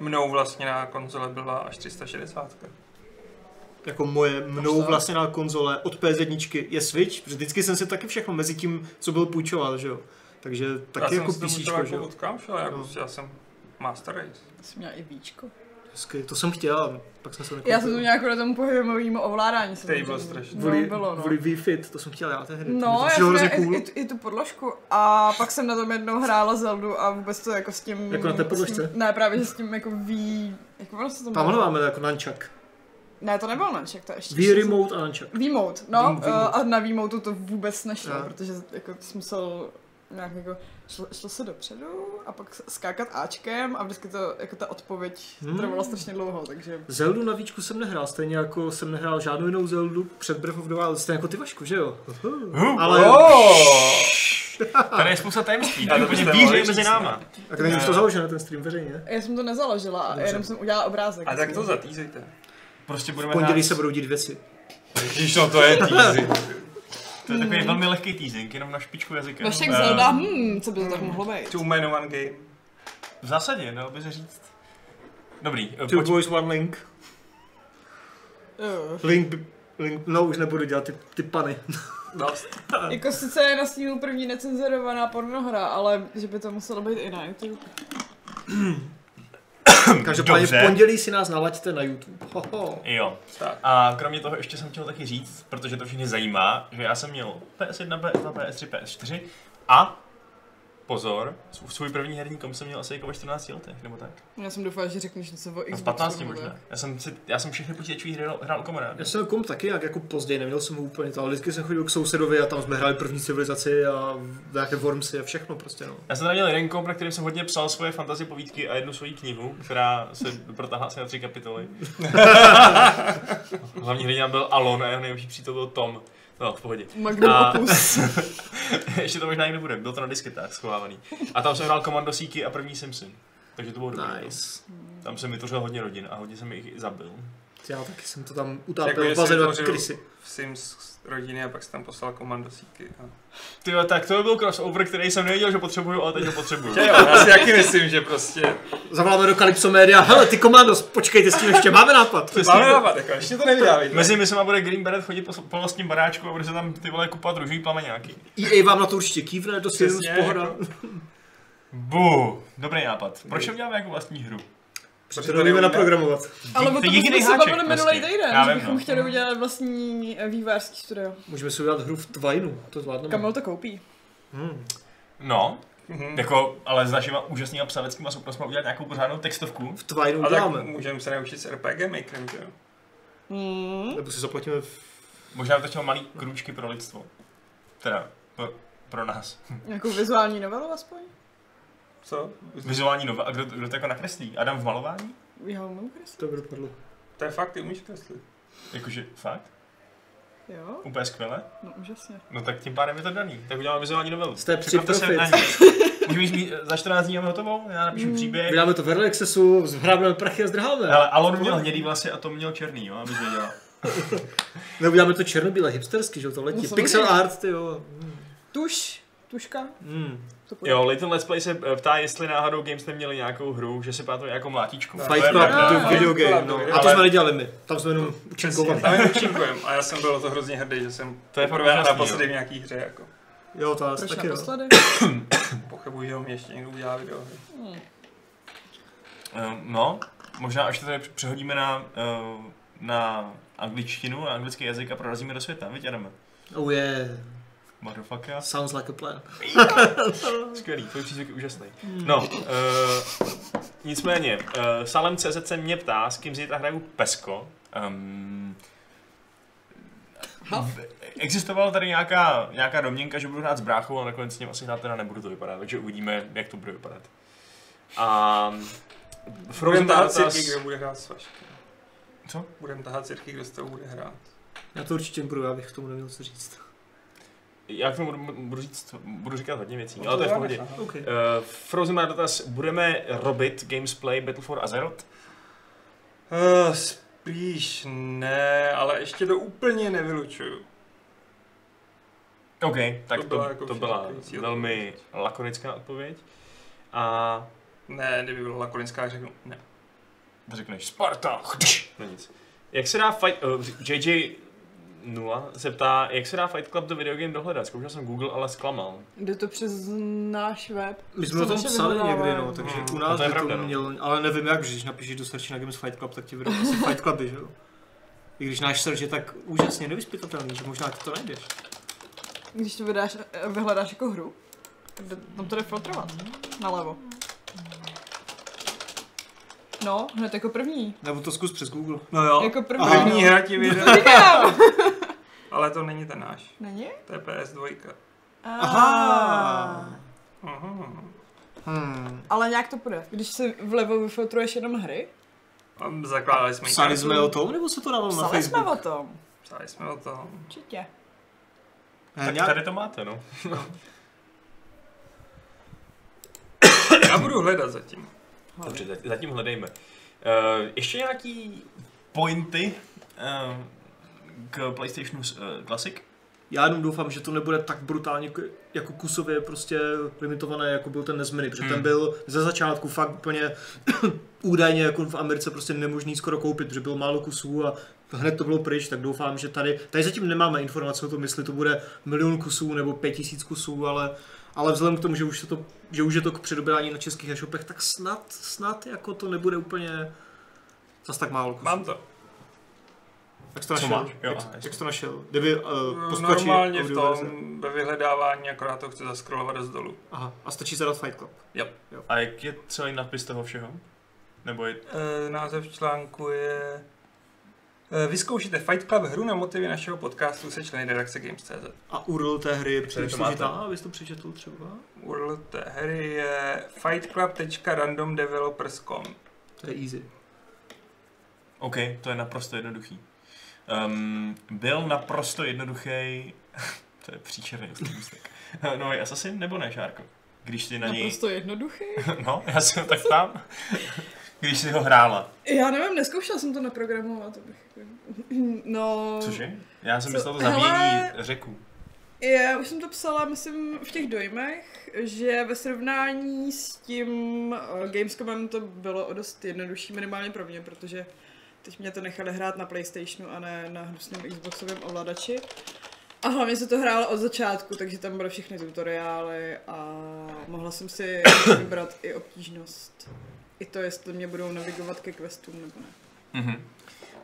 Speaker 2: mnou vlastně na konzole byla až 360.
Speaker 3: Jako moje mnou vlastně na konzole od PS1 je Switch, protože vždycky jsem si taky všechno mezi tím, co byl půjčoval, že jo. Takže
Speaker 2: já
Speaker 3: taky jako
Speaker 2: jsem
Speaker 3: PC,
Speaker 2: si to půjčoval
Speaker 3: že
Speaker 2: jako
Speaker 3: jo.
Speaker 2: od kamš, ale jako
Speaker 3: No.
Speaker 2: já jsem Master Race.
Speaker 4: Jsi měla i víčko.
Speaker 3: Hezky, to jsem chtěl, ale pak jsem se nekoupil.
Speaker 4: Já jsem to měla kvůli tomu pohybovému ovládání. jsem
Speaker 2: Který
Speaker 4: to
Speaker 2: byl
Speaker 4: měla.
Speaker 2: strašný.
Speaker 3: Kvůli,
Speaker 4: No, bylo, no.
Speaker 3: kvůli Wii Fit, to jsem chtěl já tehdy.
Speaker 4: No,
Speaker 3: to jsem
Speaker 4: já jsem
Speaker 3: hrozně
Speaker 4: měla i,
Speaker 3: cool.
Speaker 4: i, tu- i tu podložku a pak jsem na tom jednou hrála Zeldu a vůbec to jako s tím...
Speaker 3: Jako na té podložce?
Speaker 4: s tím- Ne, právě že s tím jako ví... Jako ono se to
Speaker 3: Tamhle
Speaker 4: jmenuje?
Speaker 3: máme jako nunchuck.
Speaker 4: Ne, to nebyl nunchuck, to ještě...
Speaker 3: Wii Remote a nunchuck.
Speaker 4: Výmout, no,
Speaker 3: Vím-
Speaker 4: eh, a na výmoutu to vůbec nešlo,
Speaker 3: Já.
Speaker 4: protože jako jsi musel nějak jako šlo, šlo se dopředu a pak s- skákat Ačkem a vždycky to, jako ta odpověď
Speaker 3: Hmm.
Speaker 4: hmm. trvala strašně dlouho, takže
Speaker 3: Zeldu na výčku jsem nehrál, stejně jako jsem nehrál žádnou jinou Zeldu před Breath of the Wild, stejně jako ty Vašku, že jo? Ale-
Speaker 1: Oh! Tady je spousta tajemství,
Speaker 2: Já
Speaker 1: to prostě
Speaker 2: to
Speaker 1: úplně
Speaker 2: byste
Speaker 1: víře
Speaker 2: mohli
Speaker 1: je mezi
Speaker 2: říct,
Speaker 1: náma.
Speaker 3: A kde už to založené, ten stream veřejně?
Speaker 4: já jsem to nezaložila,
Speaker 3: Dobře.
Speaker 4: jenom jsem udělala obrázek.
Speaker 2: A tak to
Speaker 4: Myslím.
Speaker 2: zatýzejte.
Speaker 1: Prostě
Speaker 3: V
Speaker 1: budeme
Speaker 3: pondělí
Speaker 1: hrát-
Speaker 3: se budou dít věci.
Speaker 2: Ježíš, no to je
Speaker 3: [LAUGHS]
Speaker 2: teasing.
Speaker 1: To je takový velmi lehký teasing, jenom na špičku jazyka.
Speaker 4: Vašek
Speaker 1: Eh,
Speaker 4: Zelda, hmm, co by to tak mohlo být?
Speaker 2: Two man one game.
Speaker 1: Eh, V zásadě, dalo by se říct. Dobrý, eh,
Speaker 3: Two
Speaker 1: pojď,
Speaker 3: boys, one link.
Speaker 4: Jo.
Speaker 3: Link, by- link, no už nebudu dělat ty, ty [LAUGHS] pany.
Speaker 2: Dost.
Speaker 4: Jako sice je na Steamu první necenzurovaná pornohra, ale že by to muselo být i na YouTube.
Speaker 3: Každopádně
Speaker 1: Dobře.
Speaker 3: v pondělí si nás nalaďte na YouTube. Ho, ho.
Speaker 1: Jo.
Speaker 2: Tak.
Speaker 1: A kromě toho ještě jsem chtěl taky říct, protože to všechny zajímá, že já jsem měl PS1, PS2, PS3, PS4 a pozor, svůj- svůj první herní kom jsem měl asi jako ve 14 letech, nebo tak.
Speaker 4: Já jsem doufala, že řekneš něco o
Speaker 1: No, v
Speaker 4: Xboxu.
Speaker 1: 15
Speaker 4: nebo
Speaker 1: možná.
Speaker 4: tak.
Speaker 1: Já jsem, si, já jsem všechny počítačové hry hrál- hrál u kamarádů.
Speaker 3: Já jsem měl kom taky nějak jako později, neměl jsem ho úplně to, ale vždycky jsem chodil k sousedovi a tam jsme hráli první civilizaci a nějaké Wormsy a všechno prostě no.
Speaker 1: Já jsem tam měl jeden komp, na který jsem hodně psal svoje fantasy povídky a jednu svoji knihu, která se protáhla asi na tři kapitoly. Hlavní hrdina byl Alon a jeho nejlepší přítel byl Tom. No, v pohodě.
Speaker 4: Magnum
Speaker 1: A-
Speaker 4: opus.
Speaker 1: [LAUGHS] Ještě to možná někde bude, bylo to na disketách schovávaný. A tam jsem hrál Commando Seeky a první Simpson. Takže to bylo dobré.
Speaker 3: Nice.
Speaker 1: Tam jsem vytvořil hodně rodin a hodně jsem jich i zabil.
Speaker 3: Já taky jsem to tam
Speaker 2: Jako,
Speaker 3: utápěl
Speaker 2: že
Speaker 3: v
Speaker 2: jsi
Speaker 3: bazénu
Speaker 2: vytvořil-
Speaker 3: krysy.
Speaker 2: V Sims rodiny a pak jsem tam poslal komandosíky. A...
Speaker 1: Ty jo, tak to by byl crossover, který jsem nevěděl, že potřebuju, ale teď ho potřebuju.
Speaker 2: Jo, já si taky myslím, že prostě...
Speaker 3: Zavoláme do Kalypso Media, hele ty komandos, počkejte s tím ještě, máme
Speaker 2: [LAUGHS]
Speaker 3: nápad.
Speaker 1: Přesně.
Speaker 2: Máme nápad, jako ještě to nevydávět.
Speaker 1: Mezi my se bude Green Beret chodit po, po vlastním baráčku a bude se tam ty vole kupat růžový plameňáky.
Speaker 3: EA E vám na to určitě kývne, do Sims,
Speaker 2: Přesně,
Speaker 3: pohoda.
Speaker 2: jako.
Speaker 1: Bu, dobrý nápad. Proč neuděláme jako vlastní hru?
Speaker 3: To nevíme naprogramovat.
Speaker 4: Ale o tom
Speaker 1: jediný
Speaker 4: jsme se
Speaker 1: háček
Speaker 4: bavili
Speaker 1: prostě.
Speaker 4: minulý
Speaker 1: Já
Speaker 4: týden, že
Speaker 1: vím,
Speaker 4: bychom
Speaker 1: no.
Speaker 4: chtěli udělat vlastní eh, vývářský studio.
Speaker 3: Můžeme si udělat hru v Twineu, to zvládneme.
Speaker 4: Kamil to koupí.
Speaker 3: Hmm.
Speaker 1: No,
Speaker 2: Mhm.
Speaker 1: jako, ale s našima úžasnýma psaveckýma schopnostmi udělat nějakou pořádnou textovku.
Speaker 3: V Twineu
Speaker 2: A tak
Speaker 3: uděláme.
Speaker 2: můžeme se naučit s RPG makerem, že jo?
Speaker 4: Hmm.
Speaker 3: Nebo si zaplatíme
Speaker 1: Možná by to chtělo malý krůčky pro lidstvo. Teda, pro, pro nás.
Speaker 4: Nějakou Jako vizuální novelu aspoň?
Speaker 2: Co?
Speaker 1: Vizuální nové, a kdo, kdo to jako nakreslí? Adam v malování?
Speaker 4: Jeho Minecraft?
Speaker 3: To by dopadlo.
Speaker 2: To je fakt, ty umíš kreslit.
Speaker 1: Jakože fakt?
Speaker 4: Jo,
Speaker 1: Úplně skvěle?
Speaker 4: no úžasně.
Speaker 1: No tak tím pádem je to daný. Tak uděláme vizuální novelu.
Speaker 3: Jste při
Speaker 1: Připravte se
Speaker 3: profit.
Speaker 1: na ní. Můžeme jít mít eh, za 14 dní máme hotovou, já napíšu příběh.
Speaker 3: Vydáme to v Early Accessu, zhrábneme prachy a zdrháme.
Speaker 1: Ale Alon měl hnědý vlasy a to měl černý, jo, abys věděla.
Speaker 3: Nebo uděláme to černobíle, hipstersky, že jo, to
Speaker 4: No,
Speaker 3: letí.
Speaker 4: samozřejmě.
Speaker 3: Pixel art, ty jo.
Speaker 4: Tuš, tuška,
Speaker 3: Mm.
Speaker 4: to pojď.
Speaker 1: Jo, Leighton Let's Play se eh, ptá, jestli náhodou Games neměli nějakou hru, že se pátuje jako mlátičku.
Speaker 2: Fight
Speaker 1: To je
Speaker 3: Fight Club
Speaker 1: pravda.
Speaker 4: to-
Speaker 3: to
Speaker 4: no,
Speaker 3: video
Speaker 2: Fight Club,
Speaker 3: game,
Speaker 2: to
Speaker 3: no.
Speaker 2: video
Speaker 3: A to
Speaker 1: game.
Speaker 3: jsme nedělali my, tam jsme jenom
Speaker 2: Přesně,
Speaker 3: učinkovali.
Speaker 2: tam je účinkujem. A já jsem byl za to hrozně hrdý, že jsem
Speaker 1: To je
Speaker 2: poprvé
Speaker 1: fakt
Speaker 2: hrál
Speaker 1: úžasný,
Speaker 2: naposledy
Speaker 1: jo.
Speaker 2: v nějaký hře, jako.
Speaker 3: Jo, to asi
Speaker 4: Proč
Speaker 3: taky jo.
Speaker 4: naposledy?
Speaker 2: Pochybuji, že ho mě ještě někdo udělá video.
Speaker 4: Hmm.
Speaker 1: Eh, No, možná až to tady přehodíme na, eh, na angličtinu, na anglický jazyk a prorazíme do světa, vytěneme.
Speaker 3: Oh yeah,
Speaker 1: Motherfucker.
Speaker 3: sounds like a plan.
Speaker 4: Hmm.
Speaker 1: Skvělý, tvůj přízvuk je úžasný. No, uh, nicméně, uh, Salem CZ se mě ptá, s kým zítra hraju Pesko. Um, v- existovala tady nějaká, nějaká domněnka, že budu hrát s bráchou, ale nakonec s ním asi hrát teda nebudu to vypadat, takže uvidíme, jak to bude vypadat. A
Speaker 2: Budeme
Speaker 1: Frozen
Speaker 2: tahat
Speaker 1: Data
Speaker 2: cirky,
Speaker 1: s...
Speaker 2: kdo bude hrát s Vaškem.
Speaker 1: Co?
Speaker 2: Budeme tahat cirky, kdo s tou bude hrát.
Speaker 3: Já to určitě budu, já bych k tomu neměl co říct.
Speaker 1: Já k tomu budu, budu, říct, budu říkat hodně věcí,
Speaker 2: No
Speaker 1: ale to je v
Speaker 2: já
Speaker 1: pohodě.
Speaker 2: nechám.
Speaker 3: OK.
Speaker 1: Uh, Frozen má dotaz, budeme robit Gamesplay Battle for Azeroth?
Speaker 2: Eh, Spíš ne, ale ještě to úplně nevylučuju.
Speaker 1: OK, tak to, to
Speaker 2: To byla
Speaker 1: byla,
Speaker 2: jako
Speaker 1: to byla
Speaker 2: všichni
Speaker 1: velmi lakonická odpověď. A
Speaker 2: Ne, kdyby byla lakonická, řeknu ne.
Speaker 1: řekneš Sparta, no nic. Jak se dá fight, uh, JJ Nula se ptá, jak se dá Fight Club do videogame dohledat? Zkoušel jsem Google, ale zklamal.
Speaker 4: Jde to přes náš web.
Speaker 3: My jsme o tom
Speaker 4: Co
Speaker 3: psali
Speaker 4: vyhledává?
Speaker 3: někdy, no, takže
Speaker 2: Hmm,
Speaker 3: u
Speaker 1: no
Speaker 3: nás
Speaker 1: to je
Speaker 3: by
Speaker 1: pravda,
Speaker 3: to
Speaker 1: no.
Speaker 3: měl, ale nevím jak, že když napíšeš do search na Games Fight Club, tak ti vydá asi Fight Cluby, že jo? I když náš search je tak úžasně nevyspytatelný, že možná ty to najdeš.
Speaker 4: Když to vydáš, eh, vyhledáš jako hru, tak jde- tam to jde filtrovat. Nalevo. No, hned jako první.
Speaker 3: Nebo to zkus přes Google. No jo.
Speaker 4: Jako první.
Speaker 3: Aha.
Speaker 2: První
Speaker 4: no.
Speaker 2: hra ti
Speaker 3: [LAUGHS]
Speaker 2: vyjde,
Speaker 4: Říkám!
Speaker 2: ale to není ten náš.
Speaker 4: Není?
Speaker 2: To je PS2.
Speaker 4: A-
Speaker 3: Aha.
Speaker 2: Mhm.
Speaker 3: Hmm.
Speaker 4: Ale nějak to půjde. Když se vlevo vyfiltruješ jenom hry,
Speaker 2: A Zakládali jsme ji
Speaker 3: Psali
Speaker 2: kartu.
Speaker 3: jsme o tom, nebo se to dávalo na
Speaker 4: psali jsme
Speaker 3: Facebook?
Speaker 4: o tom.
Speaker 2: Psali jsme o tom.
Speaker 4: Určitě.
Speaker 3: Eh,
Speaker 1: Tak
Speaker 3: nějak-
Speaker 1: tady to máte, no.
Speaker 2: Já budu hledat zatím.
Speaker 1: Dobře, za- zatím hledejme. Uh, ještě nějaký pointy uh, k PlayStationu uh, Classic?
Speaker 3: Já jenom doufám, že to nebude tak brutálně k- jako kusově prostě limitované, jako byl ten nezmeny, protože
Speaker 1: Hmm.
Speaker 3: ten byl ze začátku fakt úplně [CLEARS THROAT] údajně jako v Americe prostě nemožný skoro koupit, protože bylo málo kusů a hned to bylo pryč, tak doufám, že tady, tady zatím nemáme informace o tom, jestli to bude milion kusů nebo pět tisíc kusů, ale, ale vzhledem k tomu, že už, se to, že už je to k předobírání na českých e-shopech, tak snad, snad jako to nebude úplně zas tak málo kusů.
Speaker 2: Mám to.
Speaker 3: jak jsi to
Speaker 1: Co
Speaker 3: našel?
Speaker 1: máš? Jo,
Speaker 3: jak,
Speaker 1: aha,
Speaker 3: jak jsi to našel? Kdyby uh, posluchači
Speaker 2: No, Eh, Normálně v
Speaker 3: audioverze-
Speaker 2: tom, ve vyhledávání, akorát to chci zaskrolovat dost dolů.
Speaker 3: Aha, a stačí zadat Fight Club.
Speaker 1: A jak je celý nadpis toho všeho? Nebo je...
Speaker 2: Eh, název článku je... eh, Vyzkoušíte Fight Club hru na motivy našeho podcastu se členy redakce Games.cz.
Speaker 3: A URL té hry je příliš
Speaker 1: to máte?
Speaker 3: složitá, abys to přečetl třeba.
Speaker 2: URL té hry je fightclub.randomdevelopers.com
Speaker 3: To je easy.
Speaker 1: OK, to je naprosto jednoduchý. Um, byl naprosto jednoduchý... [LAUGHS] to je příčerný ústek. Nový Assassin nebo ne, Šárko? Když ty na něj...
Speaker 4: Naprosto jednoduchý.
Speaker 1: [LAUGHS] no, já se ho tak ptám. Když jsi ho hrála.
Speaker 4: Já nevím, neskoušela jsem to naprogramovat, abych... No...
Speaker 1: Cože? Já jsem
Speaker 4: Co-
Speaker 1: myslel to
Speaker 4: Hele!
Speaker 1: zabíjení řeku.
Speaker 4: Já už jsem to psala, myslím, v těch dojmech, že ve srovnání s tím eh, Gamescomem to bylo o dost jednodušší, minimálně pro mě, protože teď mě to nechali hrát na Playstationu a ne na hnusném Xboxovém ovladači. A hlavně se to hrálo od začátku, takže tam byly všechny tutoriály a mohla jsem si vybrat i obtížnost. I to, jestli mě budou navigovat ke questům nebo ne.
Speaker 1: Mhm.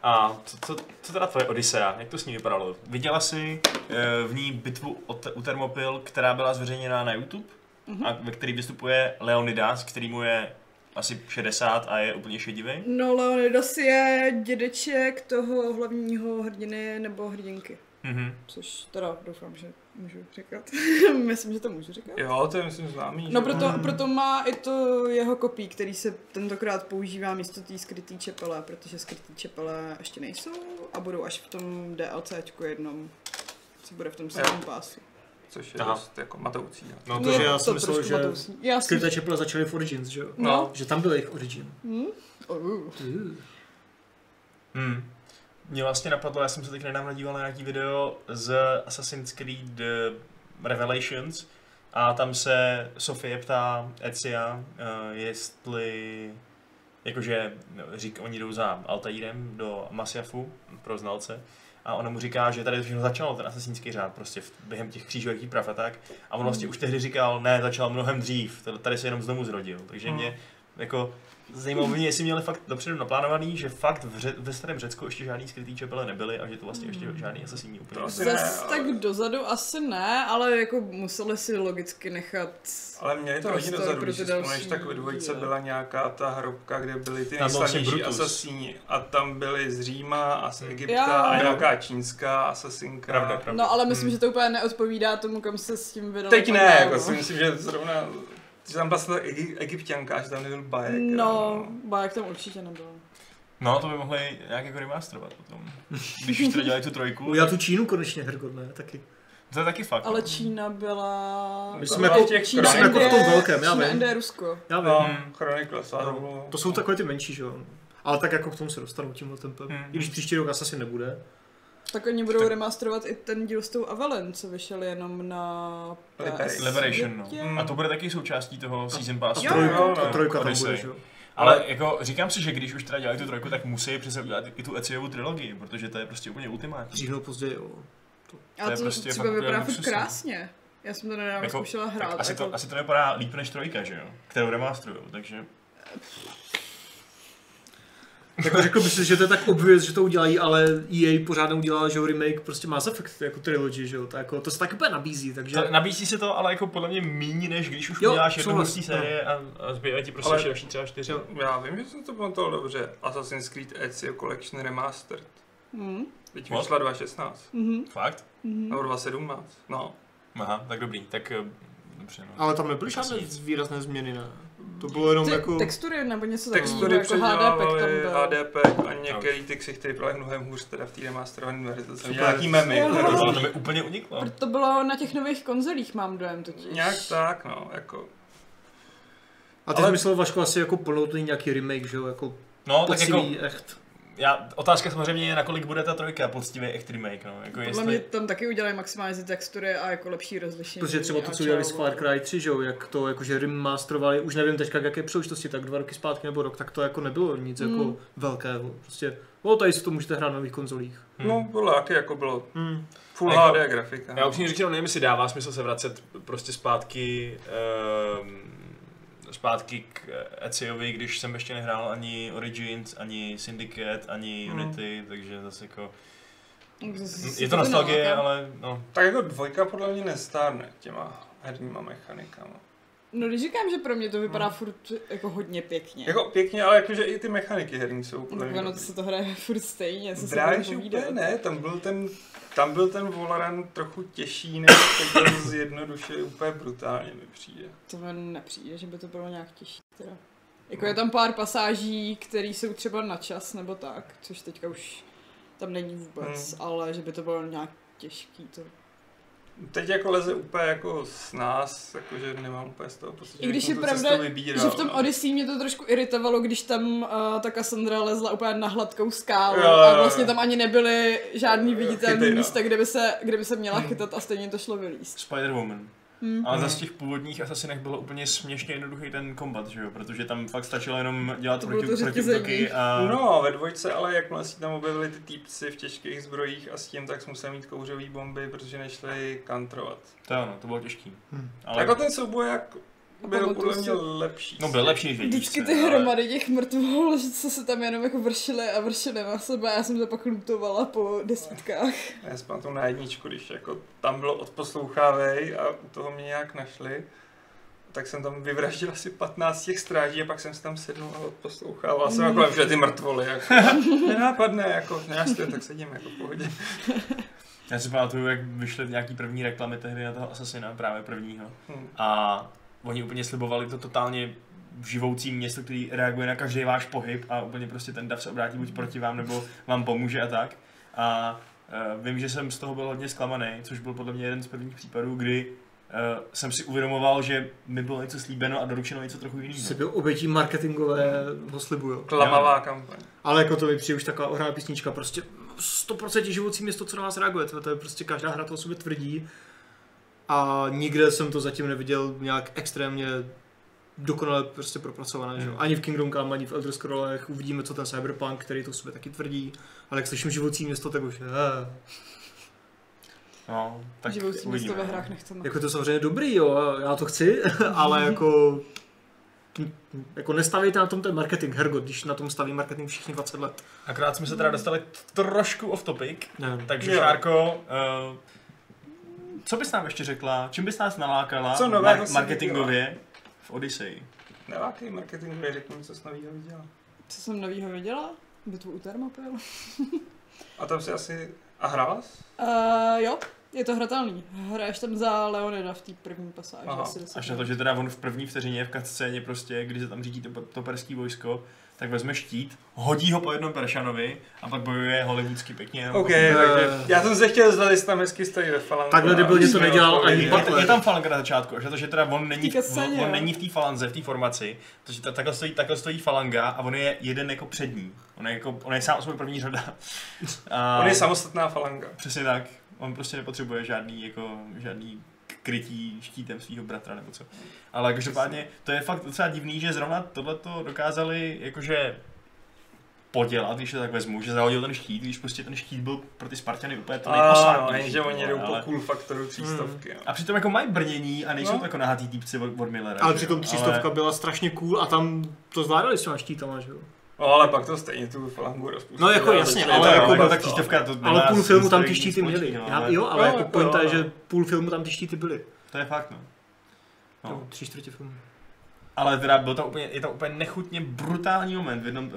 Speaker 1: A co, co, co teda tvoje Odisea? Jak to s ní vypadalo? Viděla jsi eh, v ní bitvu o te, u Thermopyl, která byla zveřejněná na YouTube
Speaker 4: Mhm.
Speaker 1: a ve který vystupuje Leonidas, který mu je asi 60 a je úplně šedivý.
Speaker 4: No, Leonidas je dědeček toho hlavního hrdiny nebo hrdinky.
Speaker 1: Mhm.
Speaker 4: Což teda doufám, že můžu říkat. [LAUGHS] Myslím, že to můžu říkat.
Speaker 2: Jo, to je myslím známý. že
Speaker 4: No
Speaker 2: jo?
Speaker 4: proto, proto má i to jeho kopí, který se tentokrát používá místo té skrytý čepele, protože skrytý čepele ještě nejsou a budou až v tom DLCčku jednom, co bude v tom samém pásu.
Speaker 2: Což je
Speaker 1: Aha.
Speaker 2: dost jako matoucí. ale-
Speaker 1: No
Speaker 3: to, že já si
Speaker 4: to
Speaker 3: myslel,
Speaker 4: trošku
Speaker 3: že
Speaker 4: matousí. Já si...
Speaker 3: Skryté čeple začaly v Origins, že jo?
Speaker 4: No.
Speaker 3: Že tam byl jejich Origin.
Speaker 4: Hm? Oh.
Speaker 1: Hmm. Mě vlastně napadlo, já jsem se teď nedávno díval na nějaký video z Assassin's Creed eh, Revelations a tam se Sofie ptá Ezia, eh, jestli jakože no, řík, oni jdou za Altairem do Masiafu pro znalce a ona mu říká, že tady to všechno začalo, ten asasínský řád, prostě v, během těch křížových výprav a tak. A on vlastně už tehdy říkal, ne, začal mnohem dřív, to- tady se jenom znovu zrodil. Takže
Speaker 2: Hmm.
Speaker 1: mě jako zajímalo mě, jestli měli fakt dopředu naplánovaný, že fakt v ře- ve starém Řecku ještě žádný skrytý čepele nebyly a že to vlastně
Speaker 4: Hmm.
Speaker 1: ještě žádný asasíní úplně
Speaker 2: To asi
Speaker 1: nebyly.
Speaker 4: Zas
Speaker 2: ale-
Speaker 4: tak dozadu asi ne, ale jako museli si logicky nechat...
Speaker 2: Ale měli to
Speaker 4: To
Speaker 2: lidi
Speaker 4: stojí
Speaker 2: dozadu,
Speaker 4: pro
Speaker 2: když
Speaker 4: ty
Speaker 2: si vzpomeneš,
Speaker 4: další
Speaker 2: tak ve dvojce
Speaker 4: díly.
Speaker 2: byla nějaká ta hrobka, kde byly ty
Speaker 1: Tam byl
Speaker 2: nejslavnější
Speaker 1: vlastně Brutus.
Speaker 2: asasíni. A tam byly z Říma a z Egypta
Speaker 4: Jo.
Speaker 2: a nějaká čínská asasinka.
Speaker 1: Pravda, pravda.
Speaker 4: No ale myslím,
Speaker 1: Hmm.
Speaker 4: že to úplně neodpovídá tomu, kam se s tím vydal.
Speaker 2: Teď ne,
Speaker 4: no.
Speaker 2: jako si myslím, že zrovna... Že tam byla snad egy, egyptianka, že tam nebyl bajek.
Speaker 4: No, bajek tam určitě nebyl.
Speaker 1: No, to by mohli nějak jako remasterovat [LAUGHS] potom. Když už teda dělají tu trojku,
Speaker 3: Já tu Čínu konečně Hergot, ne? Taky.
Speaker 1: to je taky fakt.
Speaker 4: Ale Čína byla...
Speaker 3: My jsme jako-
Speaker 4: Čína,
Speaker 3: my jsme jako v tom
Speaker 4: Indie-
Speaker 3: velkém, já
Speaker 4: Čína,
Speaker 3: vím.
Speaker 4: Indie, Rusko.
Speaker 3: Já vím.
Speaker 2: No,
Speaker 1: Hmm.
Speaker 2: chronikla,
Speaker 3: No. To jsou takové ty menší, že jo? Ale tak jako k tomu se dostanu tímhle tempem.
Speaker 1: Hmm.
Speaker 3: I když příští rok asi nebude.
Speaker 4: Tak oni budou
Speaker 1: Tak-
Speaker 4: remasterovat i ten díl s tou Avalon, co vyšel jenom na PS.
Speaker 2: Liberation.
Speaker 1: Liberation, no.
Speaker 4: Světě.
Speaker 1: A to bude taky součástí toho Season
Speaker 3: A,
Speaker 1: Passu.
Speaker 4: Jo,
Speaker 3: trojka,
Speaker 2: jo,
Speaker 3: a trojka tam
Speaker 1: Odyssey.
Speaker 3: bude, že jo?
Speaker 1: Ale jako říkám si, že když už teda dělají tu trojku, tak musí přece udělat i tu Eziovu trilogii, protože to je prostě úplně ultimátní.
Speaker 3: Dřív nebo později, jo.
Speaker 1: to
Speaker 4: A
Speaker 1: je
Speaker 4: to
Speaker 1: prostě
Speaker 4: třeba
Speaker 1: fakt
Speaker 4: vypadá
Speaker 1: luxusní.
Speaker 4: fakt krásně. Já jsem to nedávno
Speaker 1: Jako-
Speaker 4: zkoušela hrát.
Speaker 1: Tak asi,
Speaker 4: jako,
Speaker 1: to, asi to nevypadá líp než trojka, že jo? Kterou remasterujou, takže...
Speaker 3: Jako řekl bych si, že to je tak obvěz, že to udělají, ale E EA pořád neudělal, že jo, remake prostě Mass Effect jako trilogy, že jo, tak jako, to se taky úplně nabízí, takže...
Speaker 1: Ta, nabízí se to, ale jako podle mě míň, než když už
Speaker 3: Jo,
Speaker 1: uděláš jednu
Speaker 3: souhlas, No.
Speaker 1: hustý série a, a zbývají ti prostě
Speaker 2: Ale-
Speaker 1: ještě další třeba čtyři.
Speaker 3: Jo.
Speaker 2: Já vím, že jsem to pamatoval dobře. Assassin's Creed Ezio Collection Remastered.
Speaker 4: Mhm,
Speaker 2: Teď
Speaker 1: What?
Speaker 2: vyšla 2.16.
Speaker 4: mhm,
Speaker 1: Fakt?
Speaker 4: mhm.
Speaker 2: Nebo 2.17. No.
Speaker 1: Aha, tak dobrý. Tak eh, Dobře, no.
Speaker 3: Ale tam nebyly žádné výrazné změny, ne? To bylo jenom
Speaker 4: Ty,
Speaker 3: jako...
Speaker 4: Textury nebo něco
Speaker 2: Textury
Speaker 4: takového, jako HDP tam
Speaker 2: předělávali
Speaker 4: byl.
Speaker 2: HDP a některý ty ksichty byly mnohem hůř teda v té remasterované verzi. To jsem
Speaker 1: Super.
Speaker 2: nějaký memy.
Speaker 4: Jo.
Speaker 2: které
Speaker 1: To
Speaker 2: byly-
Speaker 1: bylo- to mi úplně uniklo.
Speaker 4: Proto to bylo na těch nových konzolích, mám dojem totiž.
Speaker 2: Nějak tak, no, jako.
Speaker 3: A ty
Speaker 1: Ale-
Speaker 3: ale... myslel Vašku asi jako plnoutný nějaký remake, že jo? Jako
Speaker 1: No, tak jako,
Speaker 3: poctivý, echt.
Speaker 1: já, otázka samozřejmě je, nakolik bude ta trojka poctivý echt remake, no. Jako
Speaker 4: Podle mě
Speaker 1: jestli,
Speaker 4: tam taky udělají maximálně ty textury a jako lepší rozlišení.
Speaker 3: Protože třeba
Speaker 4: a
Speaker 3: to, co udělali s
Speaker 4: čau.
Speaker 3: Far Cry 3, že jo, jak to jakože remasterovali, už nevím teďka k jaké příležitosti, tak dva roky zpátky nebo rok, tak to jako nebylo nic
Speaker 4: Hmm.
Speaker 3: jako velkého. Prostě, no tady si to můžete hrát na nových konzolích.
Speaker 1: Hmm.
Speaker 2: No, bylo taky, jako bylo
Speaker 3: Hmm.
Speaker 2: full
Speaker 5: Jako-
Speaker 2: HD grafika. no.
Speaker 5: Já upřímně řečeno nevím, jestli dává smysl se vracet prostě zpátky ehm, zpátky k Eziovi, když jsem ještě nehrál ani Origins, ani Syndicate, ani
Speaker 3: Hmm.
Speaker 2: Mhm.
Speaker 1: Unity, takže zase jako...
Speaker 4: Zase si
Speaker 1: Je to nostalgie, ale no.
Speaker 2: Tak jako dvojka podle mě nestárne těma herníma mechanikama.
Speaker 4: No když říkám, že pro mě to
Speaker 1: No.
Speaker 4: vypadá furt jako hodně pěkně.
Speaker 2: Jako pěkně, ale jakože i ty mechaniky herní jsou podle
Speaker 4: Tak
Speaker 1: No,
Speaker 2: mě.
Speaker 4: ono to se to hraje [LAUGHS] furt stejně, co se
Speaker 2: Právě
Speaker 4: budeme
Speaker 2: že
Speaker 4: povídat.
Speaker 2: úplně ne, tam byl ten, tam byl ten Volaran trochu těžší, než to byl zjednoduše úplně brutálně mi přijde.
Speaker 4: To mi nepřijde, že by to bylo nějak těžší teda. Jako je tam pár pasáží, které jsou třeba na čas nebo tak, což teďka už tam není vůbec,
Speaker 2: Hmm.
Speaker 4: ale že by to bylo nějak těžký to.
Speaker 2: Teď jako leze úplně jako s nás, jakože nemám úplně z toho pocit,
Speaker 4: I když
Speaker 2: bych
Speaker 4: je
Speaker 2: mu tu cestu
Speaker 4: pravda,
Speaker 2: vybíral,
Speaker 4: Že v tom
Speaker 2: no.
Speaker 4: Odyssey mě to trošku iritovalo, když tam uh, ta Cassandra lezla úplně na hladkou skálu
Speaker 2: Jo, jo, jo.
Speaker 4: a vlastně tam ani nebyly žádný
Speaker 2: Jo, jo,
Speaker 4: viditelný
Speaker 2: chytej, no.
Speaker 4: místa, kde by, se, kde by se
Speaker 2: Hmm.
Speaker 4: měla chytat a stejně to šlo vylíst.
Speaker 1: Spider-Woman.
Speaker 4: Hm.
Speaker 1: Ale zase v těch původních Assassinech bylo úplně směšně jednoduchý ten kombat, že jo? Protože tam fakt stačilo jenom dělat
Speaker 4: To bylo
Speaker 1: proti,
Speaker 4: to
Speaker 1: proti
Speaker 4: řetězení.
Speaker 1: útoky a...
Speaker 2: No, ve dvojce, ale jakmile si tam objevili ty týpci v těžkých zbrojích a s tím, tak jsem musel mít kouřové bomby, protože nešli kantrovat.
Speaker 1: To jo, no, to bylo těžký.
Speaker 4: Mhm.
Speaker 3: Hmm.
Speaker 1: Ale...
Speaker 2: Ale... Jako ten souboj jak byl
Speaker 4: pamatuju
Speaker 2: podle mě
Speaker 4: si-
Speaker 2: lepší.
Speaker 1: No byl lepší než ve
Speaker 4: Vždycky
Speaker 1: jedničce,
Speaker 4: ty
Speaker 1: ale-
Speaker 4: hromady těch mrtvol, [LAUGHS] že co se tam jenom jako vršily a vršily na sebe a já jsem to pak lutovala po desítkách.
Speaker 2: Já jsem pamatuju na jedničku, když jako tam bylo odposlouchávej a u toho mě nějak našli. Tak jsem tam vyvraždil asi 15 těch stráží a pak jsem si tam sednul a odposlouchával. A jsem jako lepší ty mrtvoly. Jako. Nenápadné, jako já stojím, tak sedím jako v pohodě.
Speaker 1: Já si pamatuju, jak vyšly nějaký první reklamy tehdy na toho Assassina, právě prvního.
Speaker 2: Hm.
Speaker 1: A oni úplně slibovali to totálně živoucí město, který reaguje na každý váš pohyb a úplně prostě ten dav se obrátí buď proti vám, nebo vám pomůže a tak. A uh, vím, že jsem z toho byl hodně zklamaný, což byl podle mě jeden z prvních případů, kdy uh, jsem si uvědomoval, že mi bylo něco slíbeno a doručeno něco trochu jiného.
Speaker 3: Jsi byl Prostě obětí marketingového slibu, jo.
Speaker 2: Klamavá kampaň.
Speaker 3: Ale jako to mi přijde už taková ohrá písnička, prostě 100% živoucí město, co na vás reaguje, to to je prostě každá hra to o sobě tvrdí. A nikde jsem to zatím neviděl nějak extrémně dokonale prostě propracované, že? jo.
Speaker 1: Hmm.
Speaker 3: Ani v Kingdom Come, ani v Elder Scrollech, uvidíme, co ten Cyberpunk, který to o sobě taky tvrdí. Ale jak slyším živoucí město, tak už eh.
Speaker 1: No, tak
Speaker 4: Živoucí město
Speaker 1: uvidíme,
Speaker 4: ve
Speaker 1: no.
Speaker 4: hrách nechceme.
Speaker 3: Jako je to samozřejmě dobrý, jo, a já to chci, [LAUGHS] ale jako... Jako nestavejte na tom ten marketing, hergot, když na tom staví marketing všichni 20 let.
Speaker 1: Akorát jsme se teda dostali trošku off topic,
Speaker 3: Ne.
Speaker 1: Takže
Speaker 2: Jo.
Speaker 1: Šárko, uh, co bys nám ještě řekla? Čím bys nás nalákala
Speaker 2: Co nového
Speaker 1: mar-
Speaker 2: jsi
Speaker 1: marketingově v Odyssey?
Speaker 2: Nelákej marketingově, řekni mi, co jsi novýho viděla.
Speaker 4: Co jsem novýho viděla? Bitvu u Thermopyl.
Speaker 2: A tam si asi... A hrála jsi?
Speaker 4: Uh, jo, je to hratelný. Hraješ tam za Leonida v té první pasáži.
Speaker 2: Aha,
Speaker 4: asi deset
Speaker 1: Až na to,
Speaker 4: minut.
Speaker 1: že teda on v první vteřině v cutscéně prostě, kdy se tam řídí to, to perský vojsko, tak vezme štít, hodí ho po jednom Peršanovi a pak bojuje hollywoodsky pěkně. no.
Speaker 2: OK,
Speaker 3: Ne.
Speaker 2: takže já jsem se chtěl zdat, jestli tam hezky stojí ve falanku.
Speaker 3: Eh, Takhle
Speaker 2: a
Speaker 3: debilně to
Speaker 2: jsme
Speaker 3: nedělal
Speaker 2: odpověděli.
Speaker 3: ani
Speaker 1: Je, je, je tam falanka na začátku, až na to, že teda on není,
Speaker 4: V té scéně,
Speaker 1: on, on
Speaker 4: jo.
Speaker 1: není v té falanze, v té formaci, protože ta, takhle, stojí, takhle stojí falanga a on je jeden jako přední. On je, jako, on je sám o sobě první řada. A...
Speaker 2: On je samostatná falanga.
Speaker 1: Přesně tak. On prostě nepotřebuje žádný, jako, žádný k- krytí štítem svého bratra nebo co. Ale každopádně to je fakt docela divný, že zrovna tohleto dokázali jakože podělat, když to tak vezmu, že zahodil ten štít, když prostě ten štít byl pro ty Spartany úplně to
Speaker 2: Ano,
Speaker 1: nejposvátnější.
Speaker 2: jenže oni
Speaker 1: vole,
Speaker 2: jdou po
Speaker 1: ale- Hmm.
Speaker 2: cool faktoru třístovky. no.
Speaker 1: A přitom jako mají brnění a nejsou
Speaker 2: No.
Speaker 1: no. jako nahatý týpci od, od Millera.
Speaker 3: Ale
Speaker 1: že
Speaker 3: přitom
Speaker 1: jo,
Speaker 3: třístovka byla strašně cool a tam to zvládali s těma štítama, že jo?
Speaker 2: No ale pak to stejně tu falangu rozpustí.
Speaker 3: No, jako
Speaker 2: Já
Speaker 3: jasně,
Speaker 2: to-
Speaker 1: Ale,
Speaker 3: Ale
Speaker 1: ale jako
Speaker 3: jako-
Speaker 1: no, tak třístovka to
Speaker 3: Ale
Speaker 1: nemá
Speaker 3: půl
Speaker 1: nic-
Speaker 3: filmu
Speaker 1: nic
Speaker 3: tam ty
Speaker 1: nic
Speaker 3: štíty měli.
Speaker 1: společného,
Speaker 3: Já,
Speaker 1: ale
Speaker 3: jo, ale
Speaker 2: No,
Speaker 3: jako
Speaker 2: jako
Speaker 3: pointa je,
Speaker 2: jo, no.
Speaker 3: že půl filmu tam ty štíty byly.
Speaker 1: To je fakt, no. no.
Speaker 3: No. Tři čtvrtě filmu.
Speaker 1: Ale teda byl to úplně, je to úplně nechutně brutální moment v, jednom, uh,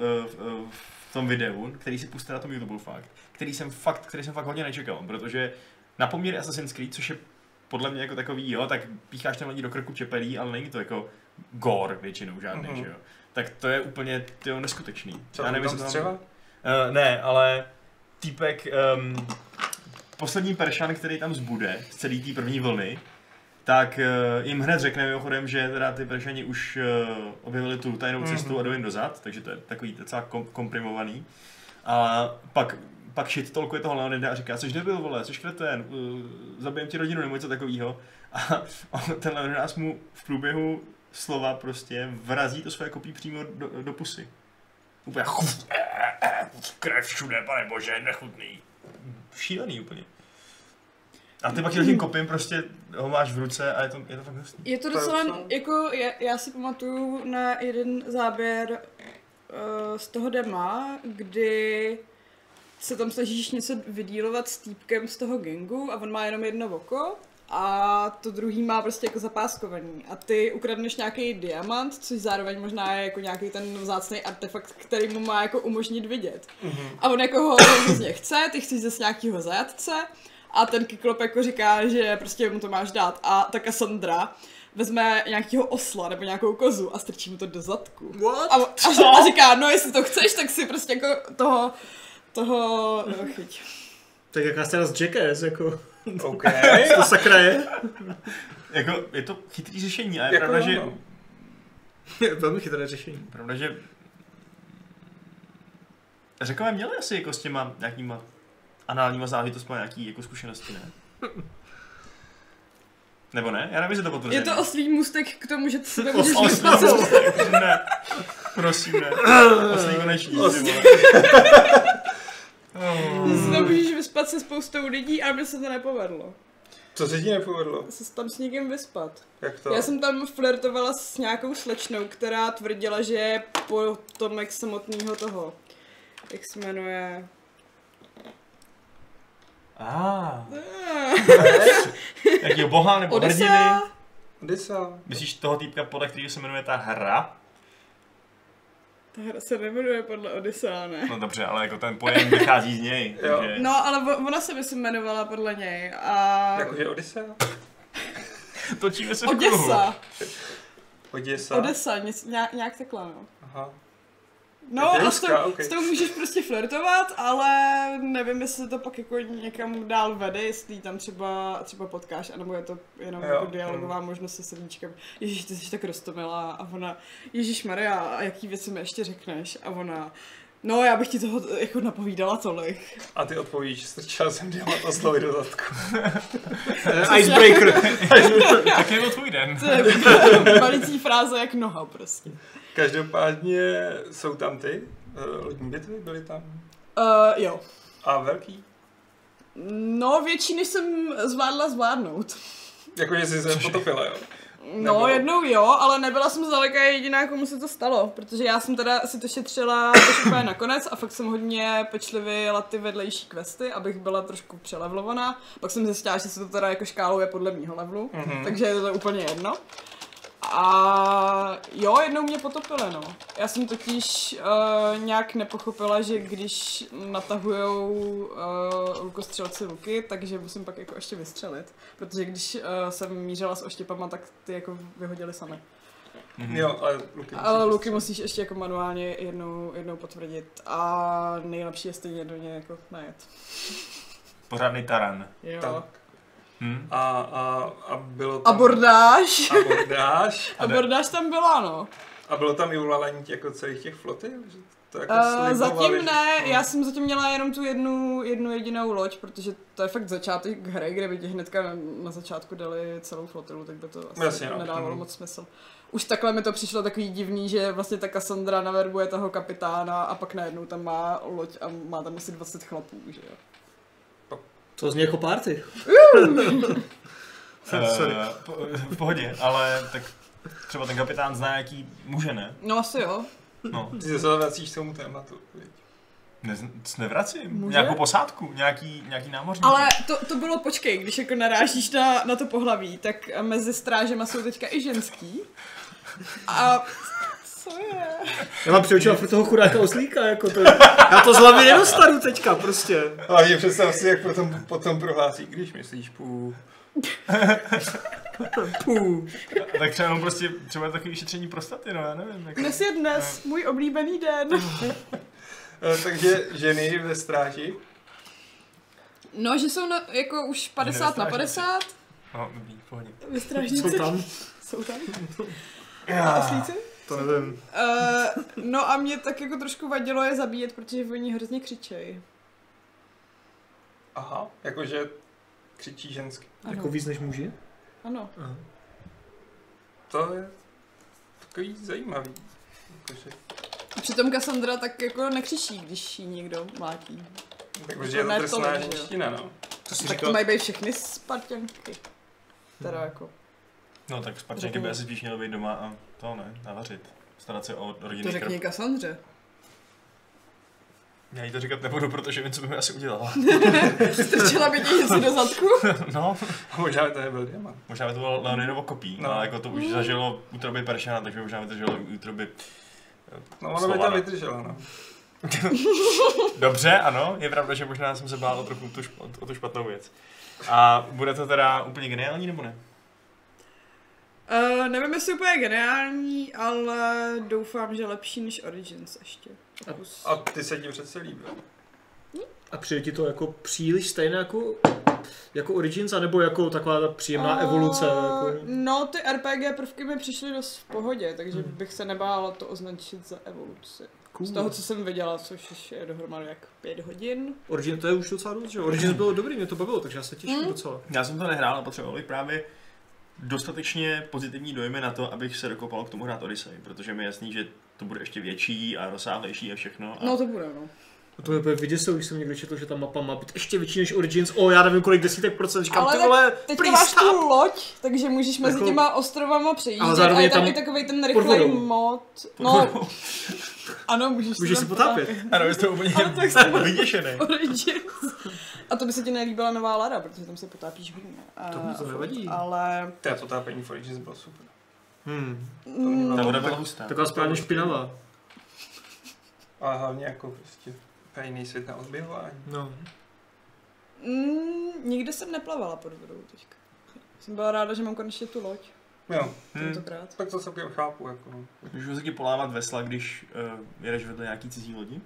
Speaker 1: uh, v tom videu, který si pustil na tom YouTube fakt, který jsem fakt, který jsem fakt hodně nečekal, protože na poměr Assassin's Creed, což je podle mě jako takový, jo, tak pícháš tam lidi do krku čepelí, ale není to jako gore většinou žádný,
Speaker 2: Mhm.
Speaker 1: že jo. Tak to je úplně, tyjo, neskutečný.
Speaker 2: Co tam nevím,
Speaker 1: jestli to mám- [LAUGHS]
Speaker 2: střeva?
Speaker 1: Eh, ne, ale týpek, um, poslední peršan, který tam zbude z celé té první vlny, tak uh, jim hned řekne mimochodem, že teda ty peršani už uh, objevili tu tajnou cestu
Speaker 2: Mhm.
Speaker 1: a jdou jim dozad, takže to je takový docela kom- komprimovaný. A pak pak shit tolkuje toho Leonida a říká, což debil, vole, což kreten, uh, zabijem ti rodinu nebo něco takového. A on, ten Leonidas mu v průběhu slova prostě vrazí to své kopí přímo do, do pusy. Úplně chuf, eh, eh, krev všude, pane bože, nechutný. Šílený úplně. A ty pak tím tím kopím prostě ho máš v ruce a je to, je to fakt hustý.
Speaker 4: Je to
Speaker 2: To je
Speaker 4: docela,
Speaker 2: docela-
Speaker 4: jako já, já si pamatuju na jeden záběr eh, z toho dema, kdy se tam snažíš něco vydílovat s týpkem z toho gengu a on má jenom jedno oko a to druhý má prostě jako zapáskovaný a ty ukradneš nějaký diamant, což zároveň možná je jako nějaký ten vzácný artefakt, který mu má jako umožnit vidět.
Speaker 2: Mhm.
Speaker 4: A on jako ho hrozně chce, ty chceš zase nějakýho zajatce a ten kyklop jako říká, že prostě mu to máš dát a ta Cassandra vezme nějakýho osla nebo nějakou kozu a strčí mu to do zadku.
Speaker 3: What?
Speaker 4: A, a, a říká, no jestli to chceš, tak si prostě jako toho, toho eh, chyť.
Speaker 3: Tak jaká scéna z Jackass, jako,
Speaker 2: OK.
Speaker 3: to sakra je.
Speaker 1: Jako, je to chytrý řešení a je
Speaker 2: Jako
Speaker 1: pravda,
Speaker 2: jo,
Speaker 1: že,
Speaker 2: no.
Speaker 3: Je Velmi
Speaker 1: [LAUGHS]
Speaker 3: chytré řešení.
Speaker 1: pravda, že Řekové měli asi jako s těma nějakýma análníma záležitostmi nějaký jako zkušenosti, ne? Nebo ne? Já nevím, jestli to
Speaker 4: Je
Speaker 1: potvrzený. [LAUGHS]
Speaker 4: to oslý můstek k tomu, že ty sebe můžeš
Speaker 1: Os-
Speaker 4: vypnout.
Speaker 1: ne. Prosím, ne. Oslý konečný. ty Oh. vole.
Speaker 4: Že se tam můžeš vyspat se spoustou lidí a mně se to nepovedlo.
Speaker 2: Co se ti nepovedlo?
Speaker 4: Se tam s někým vyspat.
Speaker 2: Jak to?
Speaker 4: Já jsem tam flirtovala s nějakou slečnou, která tvrdila, že je potomek samotného toho. Jak se jmenuje?
Speaker 1: Ah,
Speaker 4: Ah,
Speaker 1: jakýho boha nebo hrdiny.
Speaker 4: Odisa?
Speaker 2: Disa.
Speaker 1: Myslíš toho týpka, podle kterého se jmenuje ta hra?
Speaker 4: Ta hra se nemenuje podle Odisa, ne?
Speaker 1: No dobře, ale jako ten pojem vychází z něj.
Speaker 2: Jo.
Speaker 1: takže-
Speaker 4: No, ale o- ona se myslím jmenovala podle něj a...
Speaker 2: Jakože Odisea?
Speaker 1: Točíme se Jako, v kruhu.
Speaker 4: Oděsa.
Speaker 2: Oděsa.
Speaker 4: Odesa, něco, nějak, nějak takhle, no.
Speaker 2: Aha.
Speaker 4: No
Speaker 2: Je to
Speaker 4: a s
Speaker 2: ruská,
Speaker 4: tou,
Speaker 2: okej.
Speaker 4: s tou můžeš prostě flirtovat, ale nevím, jestli to pak jako někam dál vede, jestli ji tam třeba, třeba potkáš, anebo je to jenom
Speaker 2: Jo,
Speaker 4: jo, jako dialogová možnost se srdíčkem. Ježíš, ty jsi tak roztomilá a ona, Ježíš Maria, a jaký věci mi ještě řekneš? A ona, no já bych ti toho t- jako napovídala
Speaker 2: [LAUGHS]
Speaker 4: tolik.
Speaker 2: A ty odpovíš, strčila jsem diamant oslovy do zadku.
Speaker 3: Eh, Icebreaker.
Speaker 1: Tak je to tvůj den.
Speaker 4: To je velicí fráze jak noha prostě.
Speaker 2: Každopádně jsou tam ty eh, lodní bitvy, byly tam.
Speaker 4: Uh, jo.
Speaker 2: A velký.
Speaker 4: No, větší, než jsem zvládla zvládnout.
Speaker 2: Jakože jsi se potopila, jo.
Speaker 4: No,
Speaker 2: Nebylo.
Speaker 4: jednou jo, ale nebyla jsem zdaleka jediná, komu se to stalo, protože já jsem teda si to šetřila až úplně nakonec a fakt jsem hodně pečlivě jela ty vedlejší questy, abych byla trošku přelevlovaná. Pak jsem zjistila, že se to teda jako škálou je podle mýho levelu,
Speaker 2: Mhm.
Speaker 4: mm-hmm. takže je to úplně jedno. A jo, jednou mě potopili, no. Já jsem totiž uh, nějak nepochopila, že když natahujou uh, lukostřelci luky, takže musím pak jako ještě vystřelit. Protože když uh, jsem mířila s oštěpama, tak ty jako vyhodili sami.
Speaker 2: Jo, ale Luky.
Speaker 4: Ale luky musíš ještě jako manuálně jednou, jednou potvrdit a nejlepší je stejně do něj jako najet.
Speaker 1: Pořádný taran.
Speaker 4: Jo.
Speaker 2: Tak.
Speaker 1: Hm?
Speaker 2: A, a, a bylo tam...
Speaker 4: Abordáž!
Speaker 2: Abordáž.
Speaker 1: A ne-
Speaker 4: Abordáž tam byla, no.
Speaker 2: A bylo tam i ulalení jako celých těch flotil? Že to jako
Speaker 4: Uh,
Speaker 2: slibovali, že-
Speaker 4: zatím ne,
Speaker 2: no.
Speaker 4: já jsem zatím měla jenom tu jednu, jednu jedinou loď, protože to je fakt začátek hry, kde by ti hnedka na, na začátku dali celou flotilu, tak by to asi
Speaker 2: Jasně, no.
Speaker 4: nedávalo
Speaker 2: Mhm.
Speaker 4: moc smysl. Už takhle mi to přišlo takový divný, že vlastně ta Cassandra naverbuje toho kapitána a pak najednou tam má loď a má tam asi 20 chlapů, že jo.
Speaker 3: To zní jako party. Sorry.
Speaker 1: Eh, po- v pohodě, ale tak třeba ten kapitán zná, jaký muže, ne?
Speaker 4: No asi jo.
Speaker 1: No,
Speaker 2: Ty se zase vracíš k tomu tématu. viď?
Speaker 1: ne, nevracím.
Speaker 4: Muže?
Speaker 1: Nějakou posádku, nějaký, nějaký námořník.
Speaker 4: Ale to, to bylo, počkej, když jako narážíš na, na to pohlaví, tak mezi strážema jsou teďka i ženský. A co je?
Speaker 3: Já mám přiočila pro toho chudáka oslíka, jako to Já to z hlavy nedostanu teďka, prostě.
Speaker 2: Hlavně představ si, jak potom, potom prohlásí, když myslíš půl
Speaker 3: Pů.
Speaker 1: Tak třeba jenom prostě, třeba takový vyšetření prostaty, no já nevím. Jako.
Speaker 4: Dnes je dnes, můj oblíbený den.
Speaker 2: Eh, Takže ženy ve stráži.
Speaker 4: No, že jsou na, jako už 50 na 50.
Speaker 1: No, dobrý, v pohodě.
Speaker 4: Ve
Speaker 3: Jsou
Speaker 4: strážnici.
Speaker 3: tam?
Speaker 4: Jsou tam? A oslíci?
Speaker 3: To nevím.
Speaker 4: Uh, no a mě tak jako trošku vadilo je zabíjet, protože oni hrozně křičejí.
Speaker 2: Aha, jakože křičí žensky.
Speaker 4: Ano.
Speaker 3: Jako víc než muži?
Speaker 4: ano.
Speaker 3: Aha.
Speaker 2: To je takový zajímavý. Jakože,
Speaker 4: A přitom Cassandra tak jako nekřičí, když jí někdo mlátí.
Speaker 2: jakože je to
Speaker 4: Ne, to
Speaker 2: drsná
Speaker 4: ne, že jo.
Speaker 2: ženština, no.
Speaker 1: To
Speaker 3: Prostě
Speaker 1: jsi
Speaker 4: Tak to mají být všechny Spartanky. Teda
Speaker 3: Hmm.
Speaker 4: jako.
Speaker 1: No tak Spartanky by asi spíš měl být doma a to ne, navařit. Starat se o
Speaker 4: To
Speaker 1: rodinný
Speaker 4: řekni
Speaker 1: krb.
Speaker 4: Cassandře.
Speaker 1: Já jí to říkat nebudu, protože vím, co by mi asi
Speaker 4: [LAUGHS]
Speaker 1: udělala.
Speaker 4: Strčila by ti něco do zadku.
Speaker 1: no,
Speaker 2: A možná by to nebyl diamant.
Speaker 1: možná by to bylo Leonidovo kopí,
Speaker 2: No.
Speaker 1: no. ale jako to
Speaker 4: Mm.
Speaker 1: už zažilo útroby Peršana, takže možná by to žilo útroby.
Speaker 2: No ona by
Speaker 1: Slova,
Speaker 2: to
Speaker 1: no.
Speaker 2: vydržela, no.
Speaker 1: Dobře, ano, je pravda, že možná jsem se bál o, trochu tu, šp- o tu špatnou věc. A bude to teda úplně geniální, nebo ne?
Speaker 4: Uh, nevím, jestli úplně geniální, ale doufám, že lepší než Origins ještě. Pokus.
Speaker 2: A ty se ti přece líbil.
Speaker 3: A přijde ti to jako příliš stejné jako, jako Origins, anebo jako taková ta příjemná
Speaker 4: A-
Speaker 3: evoluce? Jako...
Speaker 4: Eh, No, ty RPG prvky mi přišly dost v pohodě, takže
Speaker 3: Hmm.
Speaker 4: bych se nebála to označit za evoluci. Z toho, co jsem viděla, což už je dohromady jak pět hodin.
Speaker 3: Origin, to je už docela dost, že? jo? Origins bylo dobrý, mě to bavilo, takže já se těším
Speaker 4: Mm.
Speaker 3: docela.
Speaker 1: Já jsem to nehrál a potřeboval bych právě dostatečně pozitivní dojmy na to, abych se dokopal k tomu hrát Odyssey, protože mi je jasný, že to bude ještě větší a rozsáhlejší a všechno. A...
Speaker 4: No to bude, no.
Speaker 3: A to mě úplně vyděsilo, když jsem někde četl, že ta mapa má být ještě větší než Origins. O, já nevím, kolik desítek procent, říkám,
Speaker 4: Ale
Speaker 3: ty
Speaker 4: tak
Speaker 3: vole,
Speaker 4: Teď to
Speaker 3: please
Speaker 4: máš
Speaker 3: stop.
Speaker 4: tu loď, takže můžeš mezi
Speaker 3: Jako-
Speaker 4: těma ostrovama přejít.
Speaker 3: Ale zároveň
Speaker 4: a je
Speaker 3: je
Speaker 4: tam
Speaker 3: tam
Speaker 4: i takový ten
Speaker 3: pod
Speaker 4: rychlej
Speaker 3: vodou.
Speaker 4: mod. No, ano, můžeš,
Speaker 3: Můžeš se
Speaker 4: tam
Speaker 3: potápět.
Speaker 1: Ano, jste úplně
Speaker 4: Ale tak jsem
Speaker 1: vyděšený.
Speaker 4: Origins. A to by se ti nelíbila nová Lara, protože tam se potápíš hodně. A,
Speaker 3: To mi to nevadí.
Speaker 4: Ale...
Speaker 2: To je potápení v Origins bylo super.
Speaker 3: Hmm.
Speaker 4: Mm,
Speaker 1: Ta
Speaker 2: No,
Speaker 1: voda
Speaker 2: tak-
Speaker 1: byla hustá.
Speaker 3: Taková správně špinavá.
Speaker 2: A hlavně jako prostě úplně jiný svět na odběhování.
Speaker 3: No.
Speaker 4: mm, nikde jsem neplavala pod vodou teďka. Jsem byla ráda, že mám konečně tu loď.
Speaker 2: No Jo,
Speaker 1: Hmm.
Speaker 4: Tentokrát.
Speaker 2: tak to celkem chápu, jako no.
Speaker 1: Můžu se ti polávat vesla, když uh, jedeš vedle nějaký cizí lodi?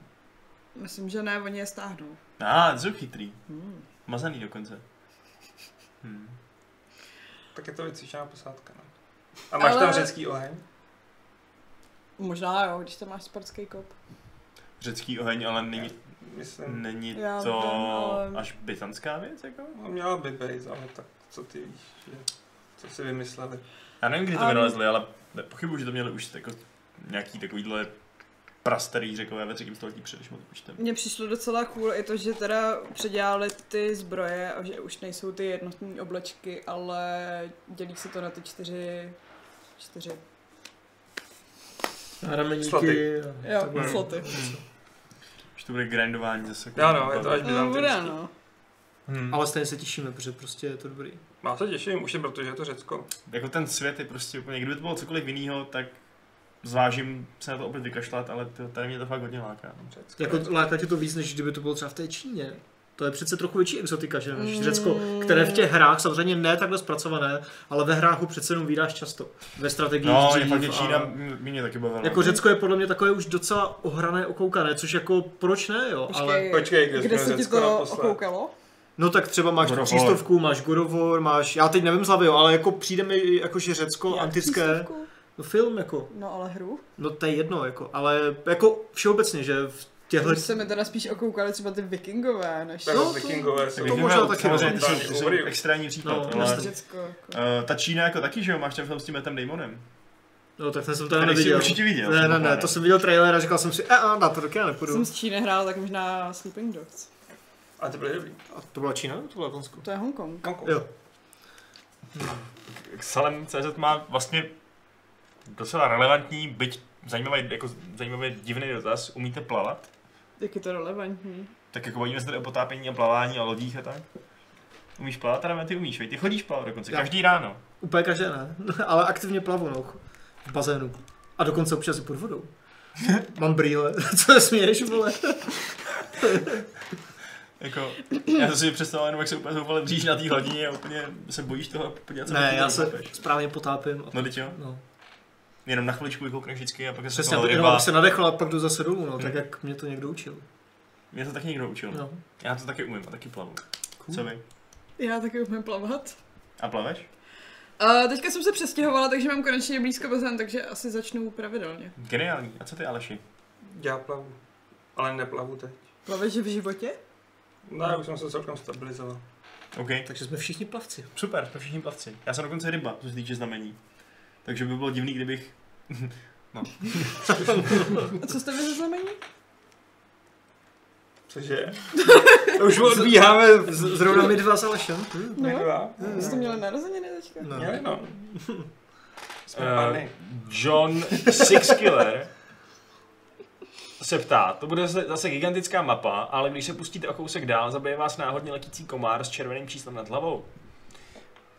Speaker 4: Myslím, že ne, oni je stáhnou.
Speaker 1: A, ah, to jsou chytrý.
Speaker 4: Hmm.
Speaker 1: Mazaný dokonce. Hmm.
Speaker 2: Tak je to vycvičená posádka, no. A máš
Speaker 4: Ale-
Speaker 2: tam řecký oheň?
Speaker 4: Možná jo, když tam máš spartský kop.
Speaker 1: Řecký oheň, ale není,
Speaker 3: Hmm.
Speaker 2: Myslím,
Speaker 1: není
Speaker 4: Já
Speaker 1: to
Speaker 4: vím, ale-
Speaker 1: až byzantská věc? Jako?
Speaker 2: no, měla by být, ale tak co ty víš, že co si vymysleli.
Speaker 1: Já nevím, kdy to
Speaker 4: Ano.
Speaker 1: vynalezli, ale ne- pochybuji, že to měli už jako nějaký takovýhle prastarý řekové ve třetím století před naším odpočtem.
Speaker 4: Mně přišlo docela cool i to, že teda předělali ty zbroje a že už nejsou ty jednotní oblečky, ale dělí se to na ty čtyři... Čtyři.
Speaker 3: A rameníky.
Speaker 2: Sloty.
Speaker 3: a
Speaker 4: Jo,
Speaker 3: takhle.
Speaker 4: sloty.
Speaker 3: Hmm.
Speaker 2: Hmm.
Speaker 1: Už to bude grindování zase. jako
Speaker 2: Já no, je to až
Speaker 4: No, bude,
Speaker 2: byzantinský.
Speaker 4: no.
Speaker 1: Hmm.
Speaker 3: Ale stejně se těšíme, protože prostě je to dobrý.
Speaker 2: Má No, se těším, už je protože je to Řecko.
Speaker 1: Jako ten svět je prostě úplně, kdyby to bylo cokoliv jiného, tak zvážím se na to opět vykašlat, ale to, tady mě to fakt hodně láká. no.
Speaker 2: Řecko.
Speaker 3: Jako láká tě to víc, než kdyby to bylo třeba v té Číně. To je přece trochu větší exotika, že než Řecko, které v těch hrách samozřejmě ne takhle zpracované, ale ve hrách ho přece jenom vydáš často. Ve strategii
Speaker 1: No, je
Speaker 3: dřív
Speaker 1: fakt, že
Speaker 3: a-
Speaker 1: Čína m- mě, taky bavila.
Speaker 3: Jako Řecko je podle mě takové už docela ohrané, okoukané, což jako proč ne, jo, ale...
Speaker 4: Počkej,
Speaker 2: Počkej, kde,
Speaker 4: Kde
Speaker 2: jsme
Speaker 4: se ti
Speaker 2: Řecko
Speaker 4: to
Speaker 2: naposled?
Speaker 4: okoukalo?
Speaker 3: No tak třeba máš
Speaker 1: God
Speaker 3: tu
Speaker 1: of
Speaker 3: přístovku, máš God of War, máš, já teď nevím z hlavy, jo, ale jako přijde mi jako, že Řecko,
Speaker 4: Jak
Speaker 3: antické,
Speaker 4: přístavku?
Speaker 3: no film jako,
Speaker 4: No ale hru.
Speaker 3: no to je jedno jako, ale jako všeobecně, že v těchto...
Speaker 4: Tohle se mi teda spíš okoukali třeba ty vikingové, než
Speaker 2: Tak
Speaker 3: No,
Speaker 2: no, vikingové
Speaker 1: Tak
Speaker 2: jsou.
Speaker 3: to
Speaker 1: vidíme,
Speaker 3: možná taky,
Speaker 1: samozřejmě,
Speaker 3: no.
Speaker 1: ty jsou, ty jsou
Speaker 2: Dobrý.
Speaker 1: extrémní případ,
Speaker 3: No,
Speaker 1: ale...
Speaker 3: jasně.
Speaker 4: Řecko. Jako.
Speaker 1: eh, ta Čína jako taky, že jo, máš ten film s tím Mattem Damonem.
Speaker 3: No tak ten jsem teda
Speaker 1: Který jsi
Speaker 3: neviděl.
Speaker 1: určitě viděl,
Speaker 3: Ne, ne, ne,
Speaker 1: předpokládám.
Speaker 3: to jsem viděl trailer a říkal jsem si, "Eh, a, a na to taky já nepůjdu.
Speaker 4: Jsem z Číny hrála, tak možná Sleeping Dogs.
Speaker 2: A to byly dobrý.
Speaker 3: A to byla Čína? To bylo Japonsko.
Speaker 4: To je Hongkong.
Speaker 2: Konko.
Speaker 3: Jo.
Speaker 1: Salem CZ má vlastně docela relevantní, byť zajímavý, jako zajímavý divný dotaz. Umíte plavat?
Speaker 4: Jak je to relevantní.
Speaker 1: Tak jako bavíme se tady o potápění a plavání a lodích a tak. Umíš plavat? Teda ty umíš, vej? Ty chodíš plavat dokonce,
Speaker 3: Já.
Speaker 1: každý ráno.
Speaker 3: Úplně každé ne, [LAUGHS] ale aktivně plavu, no. V bazénu. A dokonce občas i pod vodou.
Speaker 1: [LAUGHS]
Speaker 3: [LAUGHS] Mám brýle, co je směješ, vole.
Speaker 1: Jako, já jsem si představoval jenom, jak se úplně zoufale dříž na té hladině a úplně se bojíš toho a podívat se na
Speaker 3: Ne,
Speaker 1: to,
Speaker 3: já
Speaker 1: jak
Speaker 3: se
Speaker 1: koupeš.
Speaker 3: správně potápím. A...
Speaker 1: No teď jo,
Speaker 3: No.
Speaker 1: jenom na chviličku vykoukneš vždycky a pak se
Speaker 3: Přesně,
Speaker 1: toho
Speaker 3: jenom
Speaker 1: ryba.
Speaker 3: abych se nadechl a pak jdu zase dolů, no, tak
Speaker 1: Hmm.
Speaker 3: jak mě to někdo učil.
Speaker 1: Mě to tak někdo učil.
Speaker 3: No.
Speaker 1: Já to taky umím a taky plavu. Co vy?
Speaker 4: Já taky umím plavat.
Speaker 1: A plaveš?
Speaker 4: A teďka jsem se přestěhovala, takže mám konečně blízko bazén, takže asi začnu pravidelně.
Speaker 1: Geniální. A co ty, Aleši?
Speaker 2: Já plavu. Ale neplavu teď.
Speaker 4: Plaveš v životě?
Speaker 2: No, já už jsem se celkem stabilizoval.
Speaker 1: OK,
Speaker 3: Takže jsme
Speaker 1: [LAUGHS]
Speaker 3: všichni plavci.
Speaker 1: super, jsme všichni plavci. Já jsem dokonce ryba, co se týče znamení. Takže by bylo divný, kdybych...
Speaker 4: A co jste vy za znamení?
Speaker 2: Cože?
Speaker 3: Už odbíháme zrovna my dva s Alešem.
Speaker 1: Hmm.
Speaker 3: Hm?
Speaker 2: My dva?
Speaker 4: No. Jste měli narozeniny teďka?
Speaker 3: No.
Speaker 2: Měli,
Speaker 3: [LAUGHS]
Speaker 2: no. Jsme
Speaker 5: Eh,
Speaker 2: pány.
Speaker 5: John Sixkiller se ptá, to bude zase- zase gigantická mapa, ale když se pustíte o kousek dál, zabije vás náhodně letící komár s červeným číslem nad hlavou.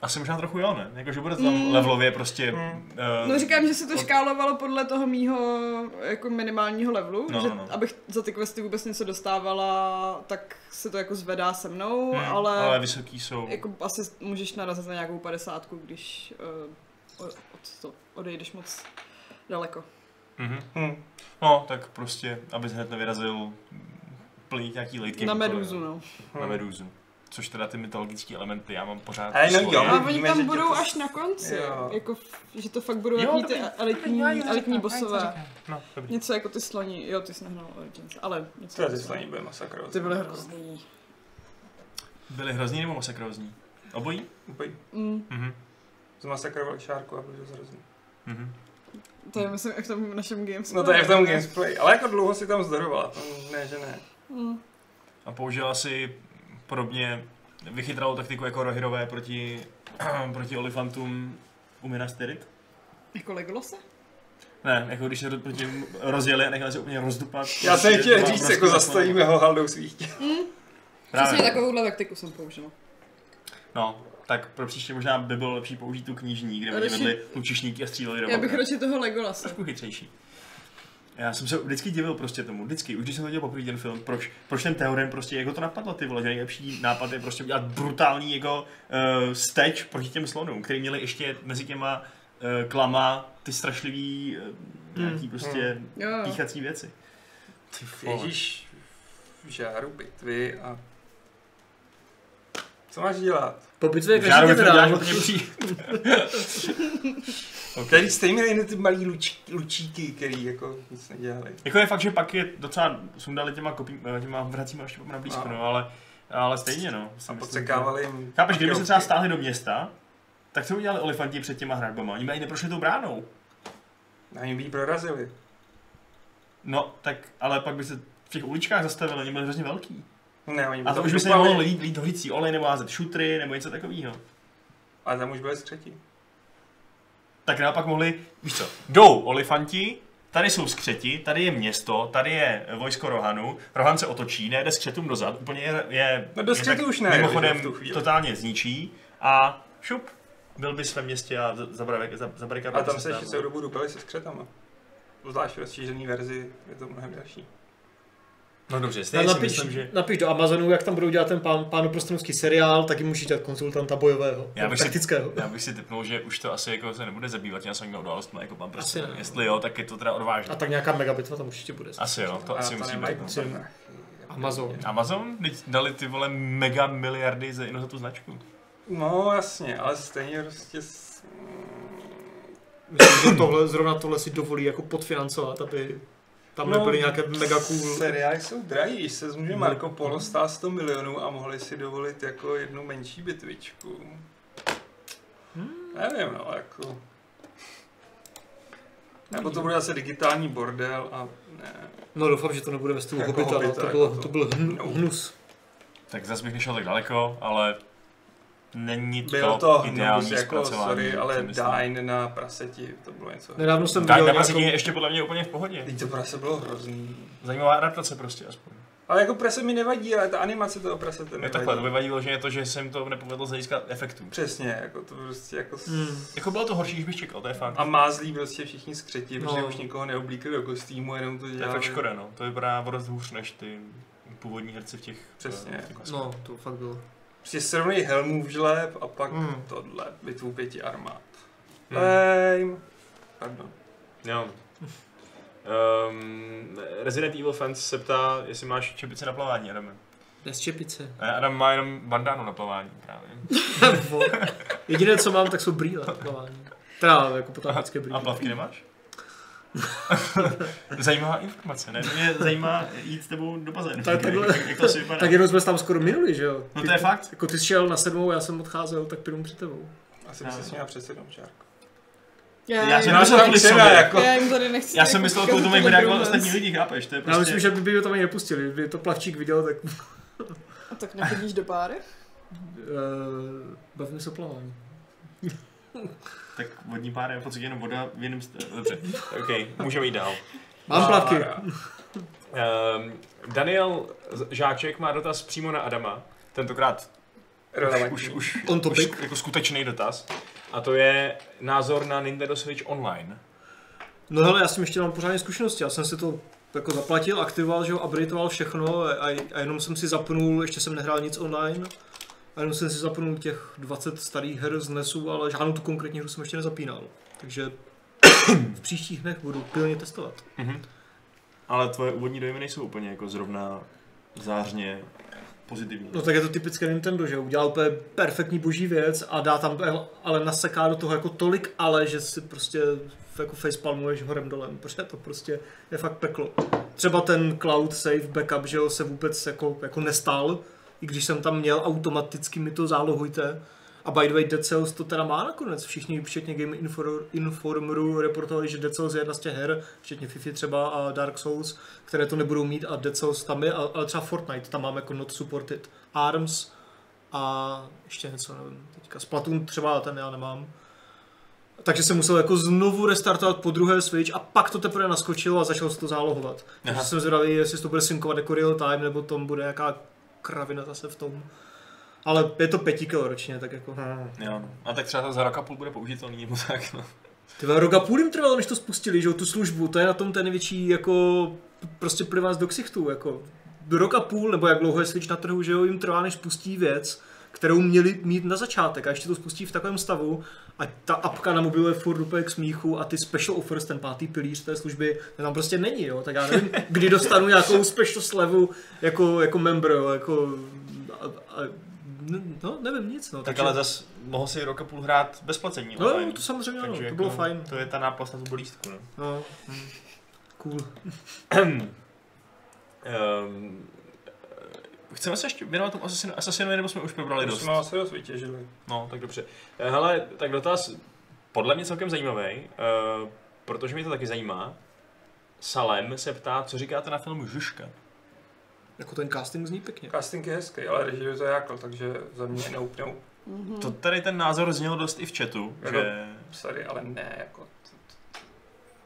Speaker 1: Asi možná trochu jo, ne? Jakože bude to tam mm. levelově prostě...
Speaker 2: Mm.
Speaker 1: eh,
Speaker 4: Hmm. No říkám, že se to škálovalo podle toho mýho jako minimálního levelu,
Speaker 1: No,
Speaker 4: no, že
Speaker 1: no, no.
Speaker 4: abych za ty questy vůbec něco dostávala, tak se to jako zvedá se mnou,
Speaker 1: mm,
Speaker 4: ale,
Speaker 1: ale vysoký jsou...
Speaker 4: jako asi můžeš narazit na nějakou padesátku, když uh, od to odejdeš moc daleko.
Speaker 1: Mhm.
Speaker 2: Hm.
Speaker 1: No, tak prostě, abys hned nevyrazil mm, plnit nějaký late game
Speaker 4: na
Speaker 1: úkoly,
Speaker 4: meduzu,
Speaker 1: no.
Speaker 4: no.
Speaker 1: Na meduzu. Což teda ty mytologické elementy, já mám pořád
Speaker 2: Ale no
Speaker 1: svoje.
Speaker 2: jo,
Speaker 4: A oni
Speaker 2: vidíme, že
Speaker 4: tam
Speaker 2: tě
Speaker 4: budou
Speaker 2: to-
Speaker 4: až na konci,
Speaker 2: Jo.
Speaker 4: jako, f- že to fakt budou
Speaker 1: Jo,
Speaker 4: jaký ty
Speaker 1: dobrý,
Speaker 4: elitní, elitní bosové.
Speaker 1: No, dobrý.
Speaker 4: Něco jako ty sloni, jo ty jsi nehnal Origins, ale něco
Speaker 2: To je
Speaker 4: jako
Speaker 2: ty slaní bude masakrovat.
Speaker 4: Ty byly hrozný.
Speaker 1: Byly hrozný nebo masakrozní? Obojí?
Speaker 2: Úplně
Speaker 4: Mm.
Speaker 1: Mhm.
Speaker 2: Zmasakrovali šárku a byli zrození.
Speaker 1: Mhm.
Speaker 4: To je myslím i v tom našem games.
Speaker 2: No to je v tom gameplay, ale jako dlouho si tam zdorovala, to ne, že ne.
Speaker 4: Mm.
Speaker 1: A použila si podobně vychytralou taktiku jako Rohirové proti, [CLEARS THROAT] proti Olifantům u Minas Tirith?
Speaker 4: Jako Legolose?
Speaker 1: Ne, jako když se ro- proti nim rozjeli a nechali se úplně rozdupat.
Speaker 2: Já
Speaker 1: Prostě
Speaker 2: jsem chtěl
Speaker 1: to má
Speaker 2: říct,
Speaker 1: obrovský
Speaker 2: jako
Speaker 1: smysl.
Speaker 2: zastavíme ho haldou svítě.
Speaker 4: Přesně
Speaker 1: Právě.
Speaker 4: takovouhle taktiku jsem použila.
Speaker 1: No, tak pro příště možná by bylo lepší použít tu knižní, kde by
Speaker 4: Radši-
Speaker 1: vedli lučišníky a stříleli do
Speaker 4: Já bych
Speaker 1: babre.
Speaker 4: radši toho Legolase.
Speaker 1: trošku chytřejší. Já jsem se vždycky divil prostě tomu, vždycky, už když jsem viděl poprvé ten film, proč, proč ten teorem prostě, jako to napadlo ty vole, že nejlepší nápad je prostě udělat brutální jako uh, steč proti těm slonům, který měli ještě mezi těma uh, klama ty strašlivý
Speaker 2: Hmm.
Speaker 1: uh, nějaký prostě
Speaker 4: Jo, jo.
Speaker 1: píchací věci. Ty
Speaker 2: Ježíš v žáru bitvy a... Co máš dělat?
Speaker 3: Po bitvě
Speaker 1: Já
Speaker 3: každý
Speaker 1: bych to
Speaker 3: tě
Speaker 1: děláš
Speaker 2: no,
Speaker 3: dám. [LAUGHS]
Speaker 1: úplně pří.
Speaker 2: Tady stejně nejde ty malý luč, lučíky, který jako nic nedělali.
Speaker 1: Jako je fakt, že pak je docela sundali těma, kopí, eh, těma vracíma ještě na blízko,
Speaker 2: No.
Speaker 1: no, ale, ale stejně no. si
Speaker 2: A
Speaker 1: myslím, že-
Speaker 2: podsekávali jim...
Speaker 1: Chápeš, kdyby se
Speaker 2: ruky.
Speaker 1: třeba stáhli do města, tak co udělali olifanti před těma hradbama? Oni by ani neprošli tou bránou.
Speaker 2: A jim by ji prorazili.
Speaker 1: No, tak, ale pak by se v těch uličkách zastavili, oni byli hrozně velký.
Speaker 2: Ne, oni by
Speaker 1: A to
Speaker 2: tam
Speaker 1: už by se
Speaker 2: dupali.
Speaker 1: mohlo lít, lít hořící olej nebo házet šutry nebo něco takového.
Speaker 2: A tam už byli třetí.
Speaker 1: Tak naopak mohli, víš co, jdou olifanti, tady jsou skřeti, tady je město, tady je vojsko Rohanu, Rohan se otočí, nejde skřetům dozad, úplně je, je
Speaker 2: No do
Speaker 1: je
Speaker 2: skřetů
Speaker 1: tak
Speaker 2: už nejede,
Speaker 1: mimochodem
Speaker 2: že v tu chvíli.
Speaker 1: totálně zničí a šup, byl bys ve městě a zabarikadoval
Speaker 2: A tam se ještě celou dobu dupali se skřetama. Zvlášť v rozšířený verzi je to mnohem delší.
Speaker 1: No dobře, stejně si
Speaker 3: Napiš,
Speaker 1: myslím, že...
Speaker 3: napiš do Amazonu, jak tam budou dělat ten pán, pánoprstenovský seriál, tak jim můžeš dělat konzultanta bojového,
Speaker 1: Já
Speaker 3: já
Speaker 1: bych si-
Speaker 3: taktického.
Speaker 1: Já bych si typnul, že už to asi jako se nebude zabývat nějakými událostmi jako pan prostě.
Speaker 3: Asi ne.
Speaker 1: Jestli jo, tak je to teda odvážné.
Speaker 3: A tak nějaká megabitva tam určitě bude.
Speaker 1: Asi jo, to
Speaker 2: A
Speaker 1: asi musí
Speaker 2: nemají jako
Speaker 1: být. no.
Speaker 2: moc archy.
Speaker 3: Amazon.
Speaker 1: Amazon? Teď dali ty vole mega miliardy za jenom za tu značku.
Speaker 2: No jasně, ale stejně prostě... s-
Speaker 3: Myslím, že tohle, zrovna tohle si dovolí jako podfinancovat, aby tam
Speaker 2: No,
Speaker 3: nebyly nějaké mega cool. No.
Speaker 2: Seriály jsou drahý, když se zmůže Marco Polo stál 100 milionů a mohli si dovolit jako jednu menší bitvičku.
Speaker 3: Hmm.
Speaker 2: Nevím, no, jako... Nebo to bude asi digitální bordel a ne.
Speaker 3: No doufám, že to nebude ve stylu
Speaker 2: Jako
Speaker 3: Hobbita, no,
Speaker 2: Hobbita,
Speaker 3: to,
Speaker 2: jako
Speaker 3: bylo,
Speaker 2: to.
Speaker 3: to byl hn,
Speaker 2: No.
Speaker 3: hnus.
Speaker 1: Tak zase bych nešel tak daleko, ale není to,
Speaker 2: Bylo to hnus,
Speaker 1: ideální
Speaker 2: jako,
Speaker 1: zpracování.
Speaker 2: sorry, ale
Speaker 1: si myslím.
Speaker 2: Dine na praseti, to bylo něco.
Speaker 3: Nedávno jsem
Speaker 1: Tak
Speaker 3: viděl
Speaker 1: na
Speaker 3: nějakou...
Speaker 1: nějakou... je ještě podle mě úplně v pohodě.
Speaker 2: jako- Teď to prase bylo hrozný.
Speaker 1: Zajímavá adaptace prostě aspoň.
Speaker 2: Ale jako prase mi nevadí, ale ta animace toho prase to
Speaker 1: Ne,
Speaker 2: nevadí.
Speaker 1: takhle, to by vadilo, že je to, že jsem to nepovedl z hlediska efektů.
Speaker 2: Přesně, jako to prostě jako... s-
Speaker 3: Hmm.
Speaker 1: Jako bylo to horší, než bych čekal, to je fakt.
Speaker 2: A mázlí prostě všichni skřetí, protože
Speaker 3: No.
Speaker 2: už nikoho neoblíkli do kostýmu, jenom to
Speaker 1: To je
Speaker 2: dělali.
Speaker 1: fakt škoda, no. To vypadá o dost hůř než ty původní herci v těch...
Speaker 2: Přesně.
Speaker 1: eh, v těch kosmech.
Speaker 3: No, to fakt bylo.
Speaker 2: Prostě srovnej Helmův žleb a pak
Speaker 3: Hmm.
Speaker 2: hmm. tohle, bitvu pěti armád.
Speaker 5: Hmm.
Speaker 3: Eh.
Speaker 2: Lame. Pardon.
Speaker 5: Jo. Um, Resident Evil fans se ptá, jestli máš
Speaker 1: Čepice na plavání, Adame.
Speaker 3: Bez čepice. [LAUGHS]
Speaker 1: Eh, Adam má jenom bandánu na plavání právě.
Speaker 3: Jediné, co mám, tak jsou brýle. na plavání. Teda jako potápěcké brýle.
Speaker 1: A plavky
Speaker 3: [LAUGHS]
Speaker 1: nemáš? Zajímavá informace, ne? Mě zajímá jít s tebou do bazénu.
Speaker 3: Tak takhle-
Speaker 1: Jak- jak to asi vypadá?
Speaker 3: Tak jenom jsme se tam skoro minuli, že jo?
Speaker 1: No
Speaker 3: Ty-
Speaker 1: to je fakt.
Speaker 3: Jako ty jsi šel na sedmou, já jsem odcházel, tak plynu před tebou.
Speaker 2: Asi
Speaker 1: Já.
Speaker 2: by se s měla přesednout čárku.
Speaker 1: Já
Speaker 4: jim,
Speaker 1: jsem myslel
Speaker 2: tam
Speaker 1: kvůli
Speaker 2: teda
Speaker 1: sobě.
Speaker 2: jako-
Speaker 4: já jim tady nechci
Speaker 1: Já jsem
Speaker 4: jako
Speaker 1: myslel,
Speaker 4: ukázat
Speaker 1: že to mají
Speaker 4: tu
Speaker 1: jako
Speaker 4: dobrou
Speaker 1: ostatní
Speaker 4: noc.
Speaker 1: lidi, chápeš? To je
Speaker 3: Já myslím,
Speaker 1: prostě...
Speaker 3: že by ho tam ani nepustili, kdyby to plavčík viděl, tak eh,
Speaker 4: A tak nechodíš do páry?
Speaker 3: uh, bavíme se o plavání.
Speaker 1: Tak vodní pár je v podstatě jenom voda v jiném... st- Dobře.
Speaker 5: [LAUGHS] OK, můžeme jít dál.
Speaker 3: Mám plavky.
Speaker 5: Um, Daniel Z- Žáček má dotaz přímo na Adama. Tentokrát už,
Speaker 2: Relevantní.
Speaker 5: už,
Speaker 3: On
Speaker 5: už
Speaker 3: topic.
Speaker 5: jako skutečný dotaz. A to je názor na Nintendo Switch Online.
Speaker 3: No hele, já jsem ještě mám pořádně zkušenosti, já jsem si to jako zaplatil, aktivoval, že jo, updateoval všechno a, a, jenom jsem si zapnul, ještě jsem nehrál nic online, a jenom jsem si zapnul těch 20 starých her z NESu, ale žádnou tu konkrétní hru jsem ještě nezapínal. Takže v příštích dnech budu pilně testovat.
Speaker 1: Ale tvoje úvodní dojmy nejsou úplně jako zrovna zářně pozitivní.
Speaker 3: No tak je to typické Nintendo, že udělal úplně perfektní boží věc a dá tam, ale naseká do toho jako tolik ale, že si prostě jako facepalmuješ horem dolem, protože to prostě je fakt peklo. Třeba ten cloud save backup, že jo, se vůbec jako, jako nestál, i když jsem tam měl automaticky mi to zálohujte. A by the way, Dead Cells to teda má nakonec. Všichni, včetně Game Infor- Informeru, reportovali, že Dead Cells je jedna z těch her, včetně FIFA třeba a Dark Souls, které to nebudou mít a Dead Cells tam je, a- ale třeba Fortnite tam mám jako not supported. ARMS a ještě něco, nevím, teďka Splatoon třeba ten já nemám. Takže jsem musel jako znovu restartovat po druhé Switch a pak to teprve naskočilo a začalo se to zálohovat. Takže
Speaker 1: Aha.
Speaker 3: jsem zvědavý, jestli se to bude synkovat jako real time, nebo tam bude nějaká kravina zase v tom. Ale je to pětikilo ročně, tak jako...
Speaker 1: Jo, no. A tak třeba to za roka půl bude použitelný nebo tak, no.
Speaker 3: Ty vole, rok a půl jim trvalo, než to spustili, že jo, tu službu, to je na tom ten největší, jako, p- prostě pro vás do ksichtů, jako. Rok a půl, nebo jak dlouho je Switch na trhu, že jo, jim trvá, než spustí věc, kterou měli mít na začátek a ještě to spustí v takovém stavu a ta apka na mobilu je furt úplně k smíchu a ty special offers, ten pátý pilíř té služby, ten tam prostě není, jo, tak já nevím, kdy dostanu nějakou special slevu jako, jako member, jo, jako, a, a, no, nevím nic, no.
Speaker 1: Tak ale zas mohl si rok a půl hrát bez placení
Speaker 3: No,
Speaker 1: online.
Speaker 3: jo, to samozřejmě ano,
Speaker 1: Takže
Speaker 3: to bylo
Speaker 1: jako
Speaker 3: fajn.
Speaker 1: To je ta náplast na tu bolístku, no.
Speaker 3: No, cool.
Speaker 5: Um,
Speaker 1: Chceme se ještě věnovat tomu Assassinu, Assassinu nebo jsme už probrali
Speaker 2: Už
Speaker 1: dost?
Speaker 2: jsme asi dost vytěžili.
Speaker 5: no, tak dobře. Eh, Hele, tak dotaz podle mě celkem zajímavý, uh, protože mě to taky zajímá. Salem se ptá, co říkáte na filmu Žuška.
Speaker 3: Jako ten casting zní pekně.
Speaker 2: Casting je hezký, ale režijuje to Jakl, takže za mě nope, nope.
Speaker 4: Mhm.
Speaker 1: To tady ten názor zněl dost i v chatu,
Speaker 2: Jo.
Speaker 1: že...
Speaker 2: Sorry, ale ne, jako... t- t- t-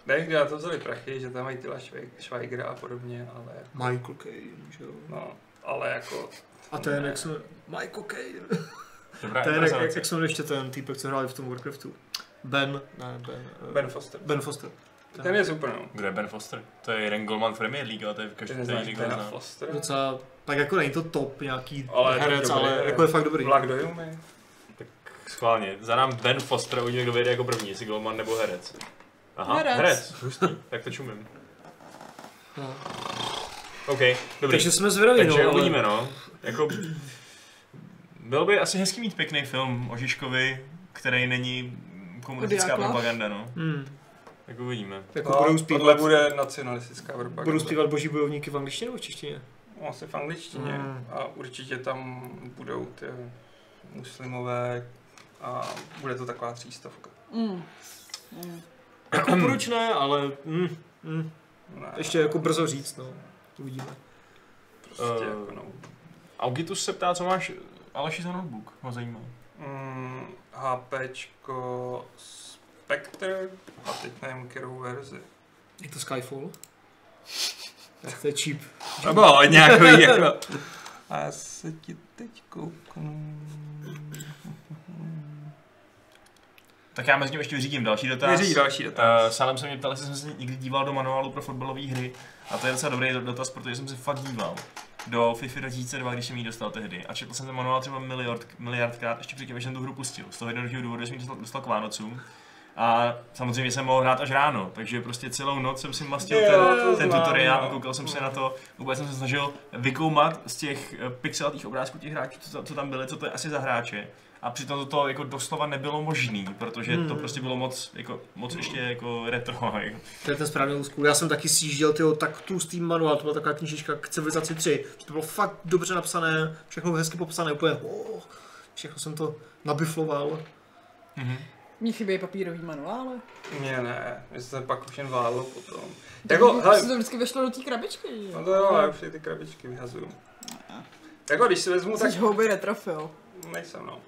Speaker 2: Nevím, kde na to vzali prachy, že tam mají tyla Švej- Švajgra a podobně, ale...
Speaker 3: Michael Caine, že jo.
Speaker 2: No, ale jako...
Speaker 3: A ten,
Speaker 2: Ne.
Speaker 3: jak jsme... Michael Caine.
Speaker 1: Dobrá
Speaker 3: Ten, jak, jak,
Speaker 1: improvizace.
Speaker 3: jak jsme ještě ten týpek, co hrál v tom Warcraftu. Ben, ne, Ben. eh,
Speaker 2: Ben Foster.
Speaker 3: ben Foster.
Speaker 2: Ten je super, no.
Speaker 1: Kdo je Ben Foster? To je jeden golman Premier League, ale to je v
Speaker 2: Ty
Speaker 1: každém
Speaker 2: neznáš
Speaker 1: ligu
Speaker 2: Bena
Speaker 1: zná.
Speaker 2: Foster?
Speaker 3: Docela, tak jako není to top nějaký
Speaker 2: Ale
Speaker 3: ale
Speaker 2: je
Speaker 3: herec,
Speaker 2: dobrý,
Speaker 3: ale
Speaker 2: je.
Speaker 3: jako je fakt dobrý.
Speaker 2: Black Dojumy.
Speaker 5: Schválně, za nám Ben Foster, uvidíme, kdo vyjde jako první, jestli Golman nebo herec. Aha, herec,
Speaker 4: Herec.
Speaker 5: herec hustý, tak to čumím.
Speaker 3: No.
Speaker 5: OK, dobrý.
Speaker 3: Takže jsme zvědaví,
Speaker 5: Takže
Speaker 3: no, ale-
Speaker 5: uvidíme, no. Jako, bylo by asi
Speaker 1: Asi hezký mít pěkný film o Žižkovi, který není
Speaker 4: Od
Speaker 1: komunistická
Speaker 4: Jakla.
Speaker 1: propaganda, no.
Speaker 3: Hmm.
Speaker 5: Tak uvidíme.
Speaker 3: Jako
Speaker 2: No,
Speaker 3: budou
Speaker 2: Tohle
Speaker 3: zpívat,
Speaker 2: bude nacionalistická propaganda.
Speaker 3: budou zpívat boží bojovníky v angličtině nebo v češtině?
Speaker 2: No, Asi v angličtině.
Speaker 3: Mm.
Speaker 2: A určitě tam budou ty muslimové a bude to taková třístovka.
Speaker 4: Mm. Mm.
Speaker 2: [COUGHS]
Speaker 3: Jako proč ne, ale mm,
Speaker 2: hmm.
Speaker 3: mm,
Speaker 2: Ne,
Speaker 3: ještě jako brzo říct, no. Uvidíme.
Speaker 2: Prostě
Speaker 5: Eh.
Speaker 2: jako no.
Speaker 5: Augitus se ptá, co máš
Speaker 1: Aleši za notebook, ho zajímá.
Speaker 2: Mm, HPčko Spectre a teď nevím, kterou verzi.
Speaker 3: Je to Skyfall? To je cheap.
Speaker 1: To bylo [LAUGHS] nějaký jako...
Speaker 2: A já se ti teď kouknu.
Speaker 1: Tak já mezi tím ještě vyřídím další dotaz.
Speaker 2: Věří
Speaker 4: eh,
Speaker 2: další
Speaker 1: Uh,
Speaker 2: dotaz.
Speaker 1: sám jsem mě ptal, jestli jsem se někdy díval do manuálu pro fotbalové hry. A to je docela dobrý dotaz, protože jsem se fakt díval. do FIFA 2002, když jsem ji dostal tehdy. A četl jsem ten manuál třeba miliard, miliardkrát, ještě předtím, než jsem tu hru pustil. Z toho jednoduchého důvodu že jsem ji dostal, dostal k Vánocům. A samozřejmě jsem mohl hrát až ráno, takže prostě celou noc jsem si mastil ten,
Speaker 2: to
Speaker 1: ten
Speaker 2: znám,
Speaker 1: tutoriál a
Speaker 2: no.
Speaker 1: koukal jsem se na to. Vůbec jsem se snažil vykoumat z těch eh, pixelatých obrázků těch hráčů, co, co tam byly, co to je asi za hráče. A přitom to, to jako doslova nebylo možný, protože to
Speaker 3: Hmm.
Speaker 1: prostě bylo moc, jako, moc ještě jako retro. [LAUGHS] Jako.
Speaker 3: To je ten správný old school. Já jsem taky sjížděl tyjo, tak tlustý manuál, to byla taková knížička k civilizaci 3. To bylo fakt dobře napsané, všechno hezky popsané, úplně oh, všechno jsem to nabifloval.
Speaker 1: Mhm.
Speaker 4: Mně chybějí papírový manuály.
Speaker 2: Mně ne, že se pak už jen válelo potom.
Speaker 4: Tak
Speaker 2: Jako,
Speaker 4: jako,
Speaker 2: hele,
Speaker 4: se to vždycky vešlo do té krabičky.
Speaker 2: no to jo, já už si ty krabičky vyhazuju. Jako když si
Speaker 4: [LAUGHS]
Speaker 2: vezmu, tak
Speaker 4: Jsi houby netrafil.
Speaker 2: nejsem no.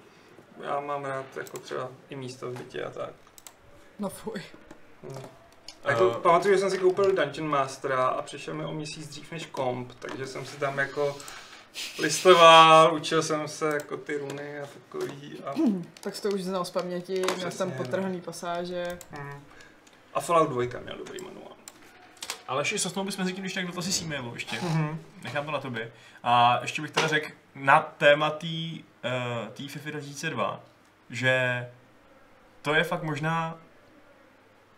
Speaker 2: Já mám rád jako třeba i místo v bytě a tak.
Speaker 4: No fuj.
Speaker 2: Hm.
Speaker 5: Eh,
Speaker 2: Jako, pamatuju, že jsem si koupil Dungeon Mastera a přišel mi o měsíc dřív než komp, takže jsem si tam jako listoval, učil jsem se jako ty runy a takový a,
Speaker 4: Tak jsi to už znal z paměti, měl jsi tam
Speaker 2: Přesně, no.
Speaker 4: potrhaný pasáže.
Speaker 2: hm. a Fallout 2 měl dobrý manuál.
Speaker 1: Ale ještě sosnou bychom řekli, když tak do toho si símejlo ještě.
Speaker 2: Mhm.
Speaker 1: Nechám to na tobě. A ještě bych teda řekl na téma tý, eh, tý FIFA 2002, že to je fakt možná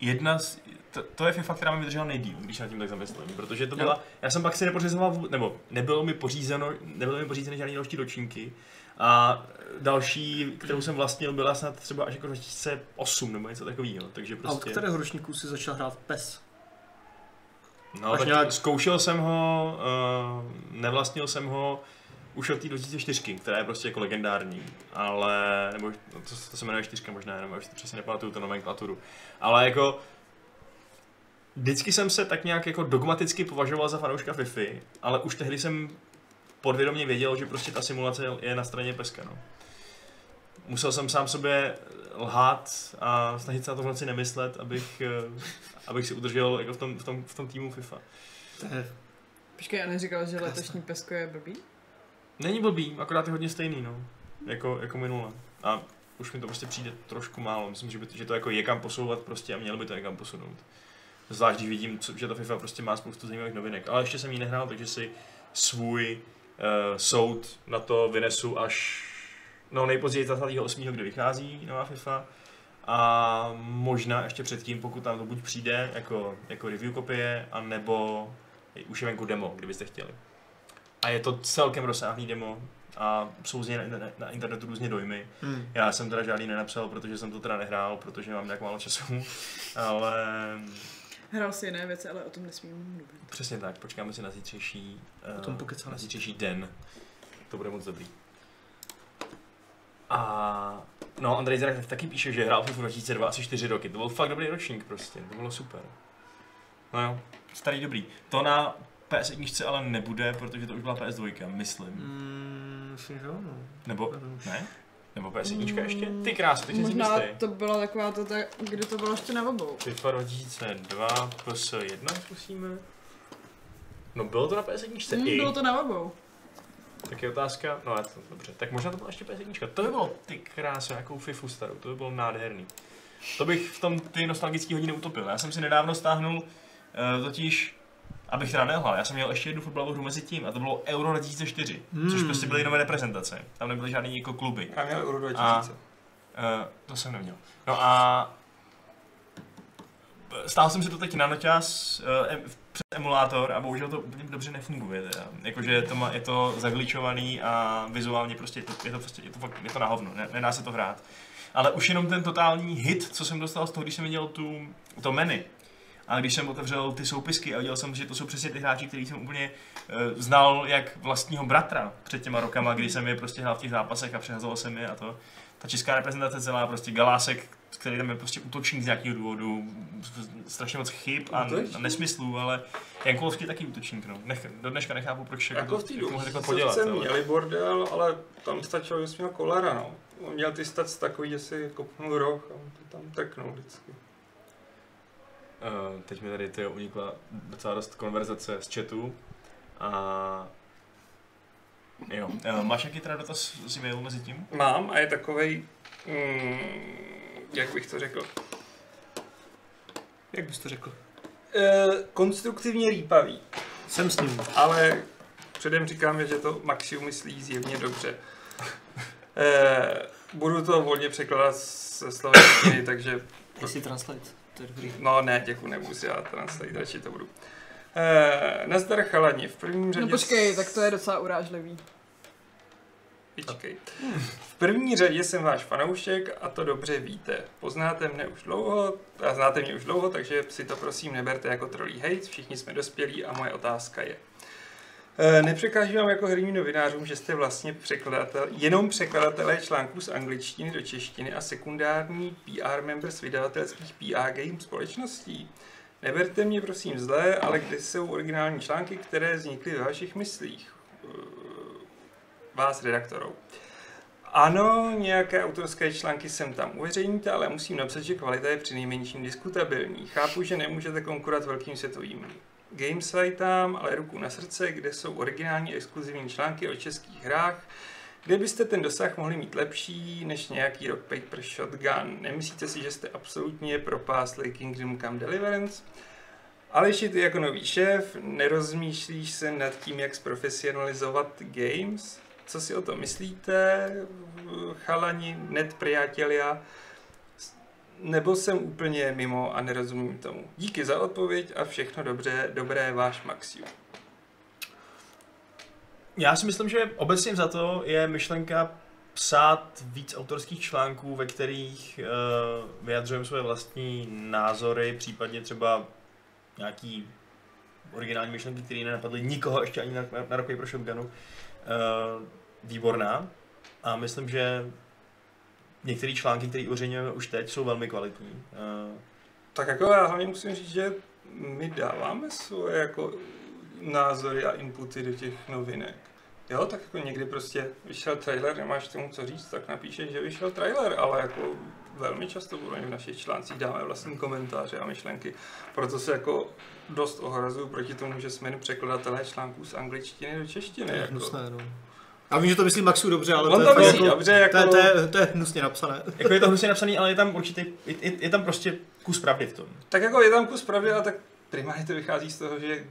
Speaker 1: jedna z, to, to je FIFA, která mi vydržela nejdíl, když se nad tím tak zamyslím, protože to byla, já jsem pak si nepořizoval, vůbec- nebo nebylo mi pořízeno, nebylo mi pořízeny žádné další ročníky a další, kterou jsem vlastnil, byla snad třeba až jako 2008 nebo něco takového, takže
Speaker 3: A od
Speaker 1: prostě...
Speaker 3: kterého ročníku si začal hrát PES?
Speaker 1: No,
Speaker 3: Až
Speaker 1: tak
Speaker 3: nějak-
Speaker 1: nějak... zkoušel jsem ho, uh, nevlastnil jsem ho už od té 2004, která je prostě jako legendární, ale, nebo no, to, to se jmenuje čtyřka možná, nebo já už si přesně nepamatuju tu nomenklaturu, ale jako vždycky jsem se tak nějak jako dogmaticky považoval za fanouška Fifi, ale už tehdy jsem podvědomě věděl, že prostě ta simulace je na straně peska, no. Musel jsem sám sobě lhát a snažit se na to v noci nemyslet, abych, eh, abych si udržel jako v tom, v tom, v tom týmu FIFA.
Speaker 3: To je
Speaker 4: Počkej, já neříkal, že
Speaker 3: Krásné.
Speaker 4: letošní pesko je blbý?
Speaker 1: Není blbý, akorát je hodně stejný, no. Jako, jako minule. A už mi to prostě přijde trošku málo. Myslím, že, by, že to jako je kam posouvat prostě a mělo by to je kam posunout. Zvlášť, když vidím, co, že ta FIFA prostě má spoustu zajímavých novinek. Ale ještě jsem ji nehrál, takže si svůj uh, soud na to vynesu až no nejpozději 28. kdy vychází nová FIFA. A možná ještě předtím, pokud tam to buď přijde jako, jako review kopie, anebo už je venku demo, kdybyste chtěli. A je to celkem rozsáhlý demo a jsou z něj na, interne- na internetu různě dojmy.
Speaker 3: hmm.
Speaker 1: Já jsem teda žádný nenapsal, protože jsem to teda nehrál, protože mám nějak málo času. [LAUGHS] Ale
Speaker 4: Hrál si jiné věci, ale o tom nesmím mluvit.
Speaker 1: přesně tak, počkáme si na zítřejší,
Speaker 3: O tom
Speaker 1: eh,
Speaker 3: pokecáme.
Speaker 1: na zítřejší den. To bude moc dobrý. A no, Andrej Zrak taky píše, že hrál FIFA 2002 asi 4 roky. To byl fakt dobrý ročník prostě, to bylo super. No jo, starý dobrý. To na PS1 ale nebude, protože to už byla PS2, myslím.
Speaker 3: Mm, myslím, že jo, no.
Speaker 1: Nebo
Speaker 3: Nevím.
Speaker 1: ne? Nebo PS1 ještě? Ty krásy, teď jsem si
Speaker 4: Možná
Speaker 1: jistý.
Speaker 4: to byla taková ta, ta, kdy to bylo ještě na obou.
Speaker 1: FIFA 2002, PS1 zkusíme. No bylo to na PS1
Speaker 4: Hmm,
Speaker 1: i,
Speaker 4: bylo to na obou.
Speaker 1: tak je otázka, no ale to, dobře, tak možná to byla ještě PS1, to by bylo ty krásy, jakou FIFU starou, to by bylo nádherný. To bych v tom ty nostalgické hodiny utopil, já jsem si nedávno stáhnul uh, totiž, abych teda nelhal, já jsem měl ještě jednu fotbalovou hru mezi tím a to bylo Euro 2004, hmm. což
Speaker 3: Hmm.
Speaker 1: prostě byly nové reprezentace, tam nebyly žádný jako kluby.
Speaker 2: Já měl Euro 2000.
Speaker 1: Eh, to jsem neměl. No a stál jsem si to teď na noťaz eh, em- přes emulátor a bohužel to úplně dobře nefunguje teda. Jakože to má, je to zagličovaný a vizuálně prostě je to, je to, prostě, je to, fakt, je to na hovno, ne, nedá se to hrát. Ale už jenom ten totální hit, co jsem dostal z toho, když jsem viděl tu, to menu, a když jsem otevřel ty soupisky a viděl jsem, že to jsou přesně ty hráči, který jsem úplně uh, znal jak vlastního bratra před těma rokama, kdy jsem je prostě hrál v těch zápasech a přehazoval jsem je a to. Ta česká reprezentace celá prostě Galásek, který tam je prostě útočník z nějakého důvodu, strašně moc chyb a,
Speaker 2: Útočník?
Speaker 1: a nesmyslů, ale Jankulovský je taky útočník, no. Nech, do dneška nechápu, proč
Speaker 2: Jako v té
Speaker 1: mohl takhle
Speaker 2: době
Speaker 1: podělat.
Speaker 2: jsem
Speaker 1: ale-
Speaker 2: měli bordel, ale tam stačilo, že jsi měl kolera, no. On měl ty stac takový, že si kopnul roh a on to tam trknul vždycky.
Speaker 1: Eh, teď mi tady tyjo, unikla docela dost konverzace z chatu. A... Jo. Uh, máš nějaký teda dotaz z e-mailu mezi tím?
Speaker 2: Mám a je takovej, mm, jak bych to řekl,
Speaker 3: Jak bys to řekl?
Speaker 2: e, eh, konstruktivně rýpavý,
Speaker 3: Jsem s ním.
Speaker 2: ale Předem říkám, že to Maxiu myslí zjevně dobře. Eh, budu to volně překládat ze slovenštiny, takže
Speaker 6: Jestli translate, to je dobrý.
Speaker 2: no ne, děkuji, nebudu si já translate, radši to budu. Eh, nazdar chalani, v prvním řadě...
Speaker 4: No počkej, tak to je docela urážlivý.
Speaker 2: Vyčkej. V první řadě jsem váš fanoušek a to dobře víte. Poznáte mne už dlouho a znáte mě už dlouho, takže si to prosím neberte jako trolí hejt, všichni jsme dospělí a moje otázka je. Eh, Nepřekáží vám jako herním novinářům, že jste vlastně překladatel, jenom překladatelé článků z angličtiny do češtiny a sekundární PR member z vydavatelských PR game společností? Neberte mě prosím zlé, ale kde jsou originální články, které vznikly ve vašich myslích? Eh, vás redaktorou. Ano, nějaké autorské články jsem tam uveřejníte, ale musím napsat, že kvalita je přinejmenším diskutabilní. Chápu, že nemůžete konkurovat velkým světovým gamesitám, ale ruku na srdce, kde jsou originální exkluzivní články o českých hrách, kde byste ten dosah mohli mít lepší než nějaký Rock Paper Shotgun. Nemyslíte si, že jste absolutně propásli Kingdom Come Deliverance? Aleši, ty jako nový šéf, nerozmýšlíš se nad tím, jak zprofesionalizovat games? Co si o to myslíte, chalani, net priatelia? Nebo jsem úplně mimo a nerozumím tomu. Díky za odpověď a všechno dobře, dobré váš Maxiu.
Speaker 1: Já si myslím, že obecně za to je myšlenka psát víc autorských článků, ve kterých uh, vyjadřujeme své vlastní názory, případně třeba nějaký originální myšlenky, které nenapadly nikoho ještě ani na, na, na roky pro Shotgunu. Uh, výborná. A myslím, že některé články, které uřejňujeme už teď, jsou velmi kvalitní. Uh,
Speaker 2: Tak jako já hlavně musím říct, že my dáváme svoje jako názory a inputy do těch novinek. Jo, tak jako někdy prostě vyšel trailer, nemáš tomu co říct, tak napíšeš, že vyšel trailer, ale jako velmi často budeme v našich článcích dáme vlastní komentáře a myšlenky. Proto se jako dost ohrazuju proti tomu, že jsme jen překladatelé článků z angličtiny do češtiny. Jako.
Speaker 3: Hnusné, no. Já vím, že to myslí Maxu dobře, ale
Speaker 2: On
Speaker 3: to, je
Speaker 2: to
Speaker 3: fakt
Speaker 2: myslí
Speaker 3: jako,
Speaker 2: dobře,
Speaker 3: to, je,
Speaker 2: jako...
Speaker 3: to, je, to je hnusně napsané.
Speaker 1: jako je to hnusně napsaný, ale je tam určitý, je, je, je tam prostě kus pravdy v tom.
Speaker 2: Tak jako je tam kus pravdy, ale tak primárně to vychází z toho, že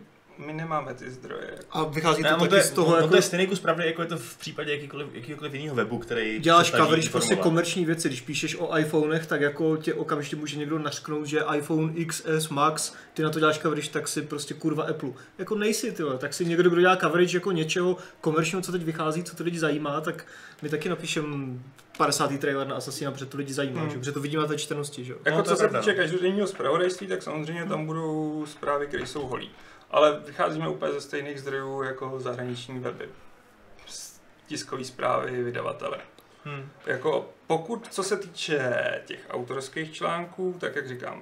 Speaker 2: my nemáme ty zdroje.
Speaker 3: A vychází to
Speaker 1: Ne, ono
Speaker 3: taky
Speaker 1: to, je,
Speaker 3: z toho,
Speaker 1: ono
Speaker 3: jako,
Speaker 1: to je stejný kus pravdy, jako je to v případě jakýkoliv, jakýkoliv jiného webu, který
Speaker 3: děláš
Speaker 1: se snaží
Speaker 3: coverage prostě
Speaker 1: informovat.
Speaker 3: komerční věci. Když píšeš o iPhonech, tak jako tě okamžitě může někdo našknout, že iPhone XS Max, ty na to děláš coverage, tak si prostě kurva Apple. Jako nejsi, ty vole. tak si někdo, kdo dělá coverage jako něčeho komerčního, co teď vychází, co to lidi zajímá, tak my taky napíšem 50. trailer na Assassina, protože to lidi zajímá,
Speaker 2: Hmm.
Speaker 3: že? protože to vidíme na té čtenosti, že jo.
Speaker 2: Jako
Speaker 1: No, to
Speaker 2: co
Speaker 1: je
Speaker 2: se
Speaker 1: pravda,
Speaker 2: týče
Speaker 1: no.
Speaker 2: každodenního zpravodajství, tak samozřejmě tam budou zprávy, které jsou holí. Ale vycházíme úplně ze stejných zdrojů jako zahraniční weby. S- Tiskový zprávy, vydavatele.
Speaker 1: Hmm.
Speaker 2: Jako pokud, co se týče těch autorských článků, tak jak říkám,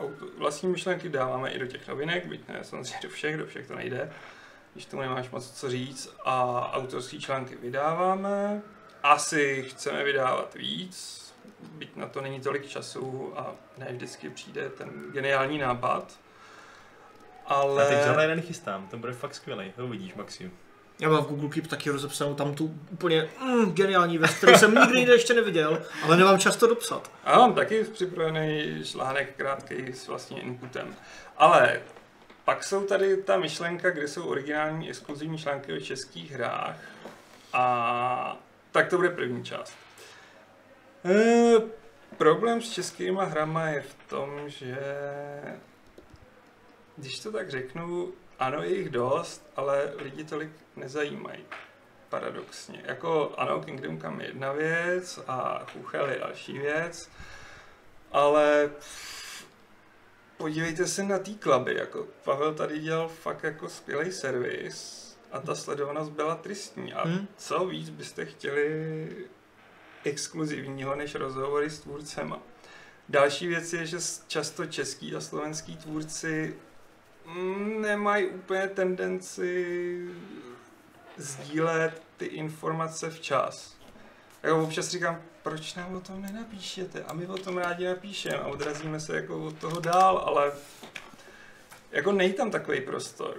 Speaker 2: auto, vlastní myšlenky dáváme i do těch novinek, byť ne samozřejmě do všech, do všech to nejde, když tomu nemáš moc co říct. A autorské články vydáváme, asi chceme vydávat víc, byť na to není tolik času a ne vždycky přijde ten geniální nápad.
Speaker 1: Já teď žádný
Speaker 2: Ale
Speaker 1: jeden chystám, to bude fakt skvělý, to uvidíš, Maxi.
Speaker 3: Já mám v Google Keep taky rozepsanou tam tu úplně mm, geniální věc, kterou jsem nikdy jinde ještě neviděl, ale nemám čas to dopsat.
Speaker 2: já mám taky připravený článek krátký s vlastním inputem. Ale pak jsou tady ta myšlenka, kde jsou originální exkluzivní články o českých hrách. A tak to bude první část. E, problém s českýma hrama je v tom, že když to tak řeknu, ano, je jich dost, ale lidi tolik nezajímají. Paradoxně. Jako ano, Kingdom Come je jedna věc a Chuchel je další věc, ale pff, podívejte se na ty klaby, jako Pavel tady dělal fakt jako skvělý servis a ta sledovanost byla tristní a
Speaker 3: Hmm.
Speaker 2: co víc byste chtěli exkluzivního než rozhovory s tvůrcema. Další věc je, že s- často český a slovenský tvůrci mm, nemají úplně tendenci sdílet ty informace včas. Jako občas říkám, proč nám o tom nenapíšete? A my o tom rádi napíšeme a odrazíme se jako od toho dál, ale jako nej tam takový prostor.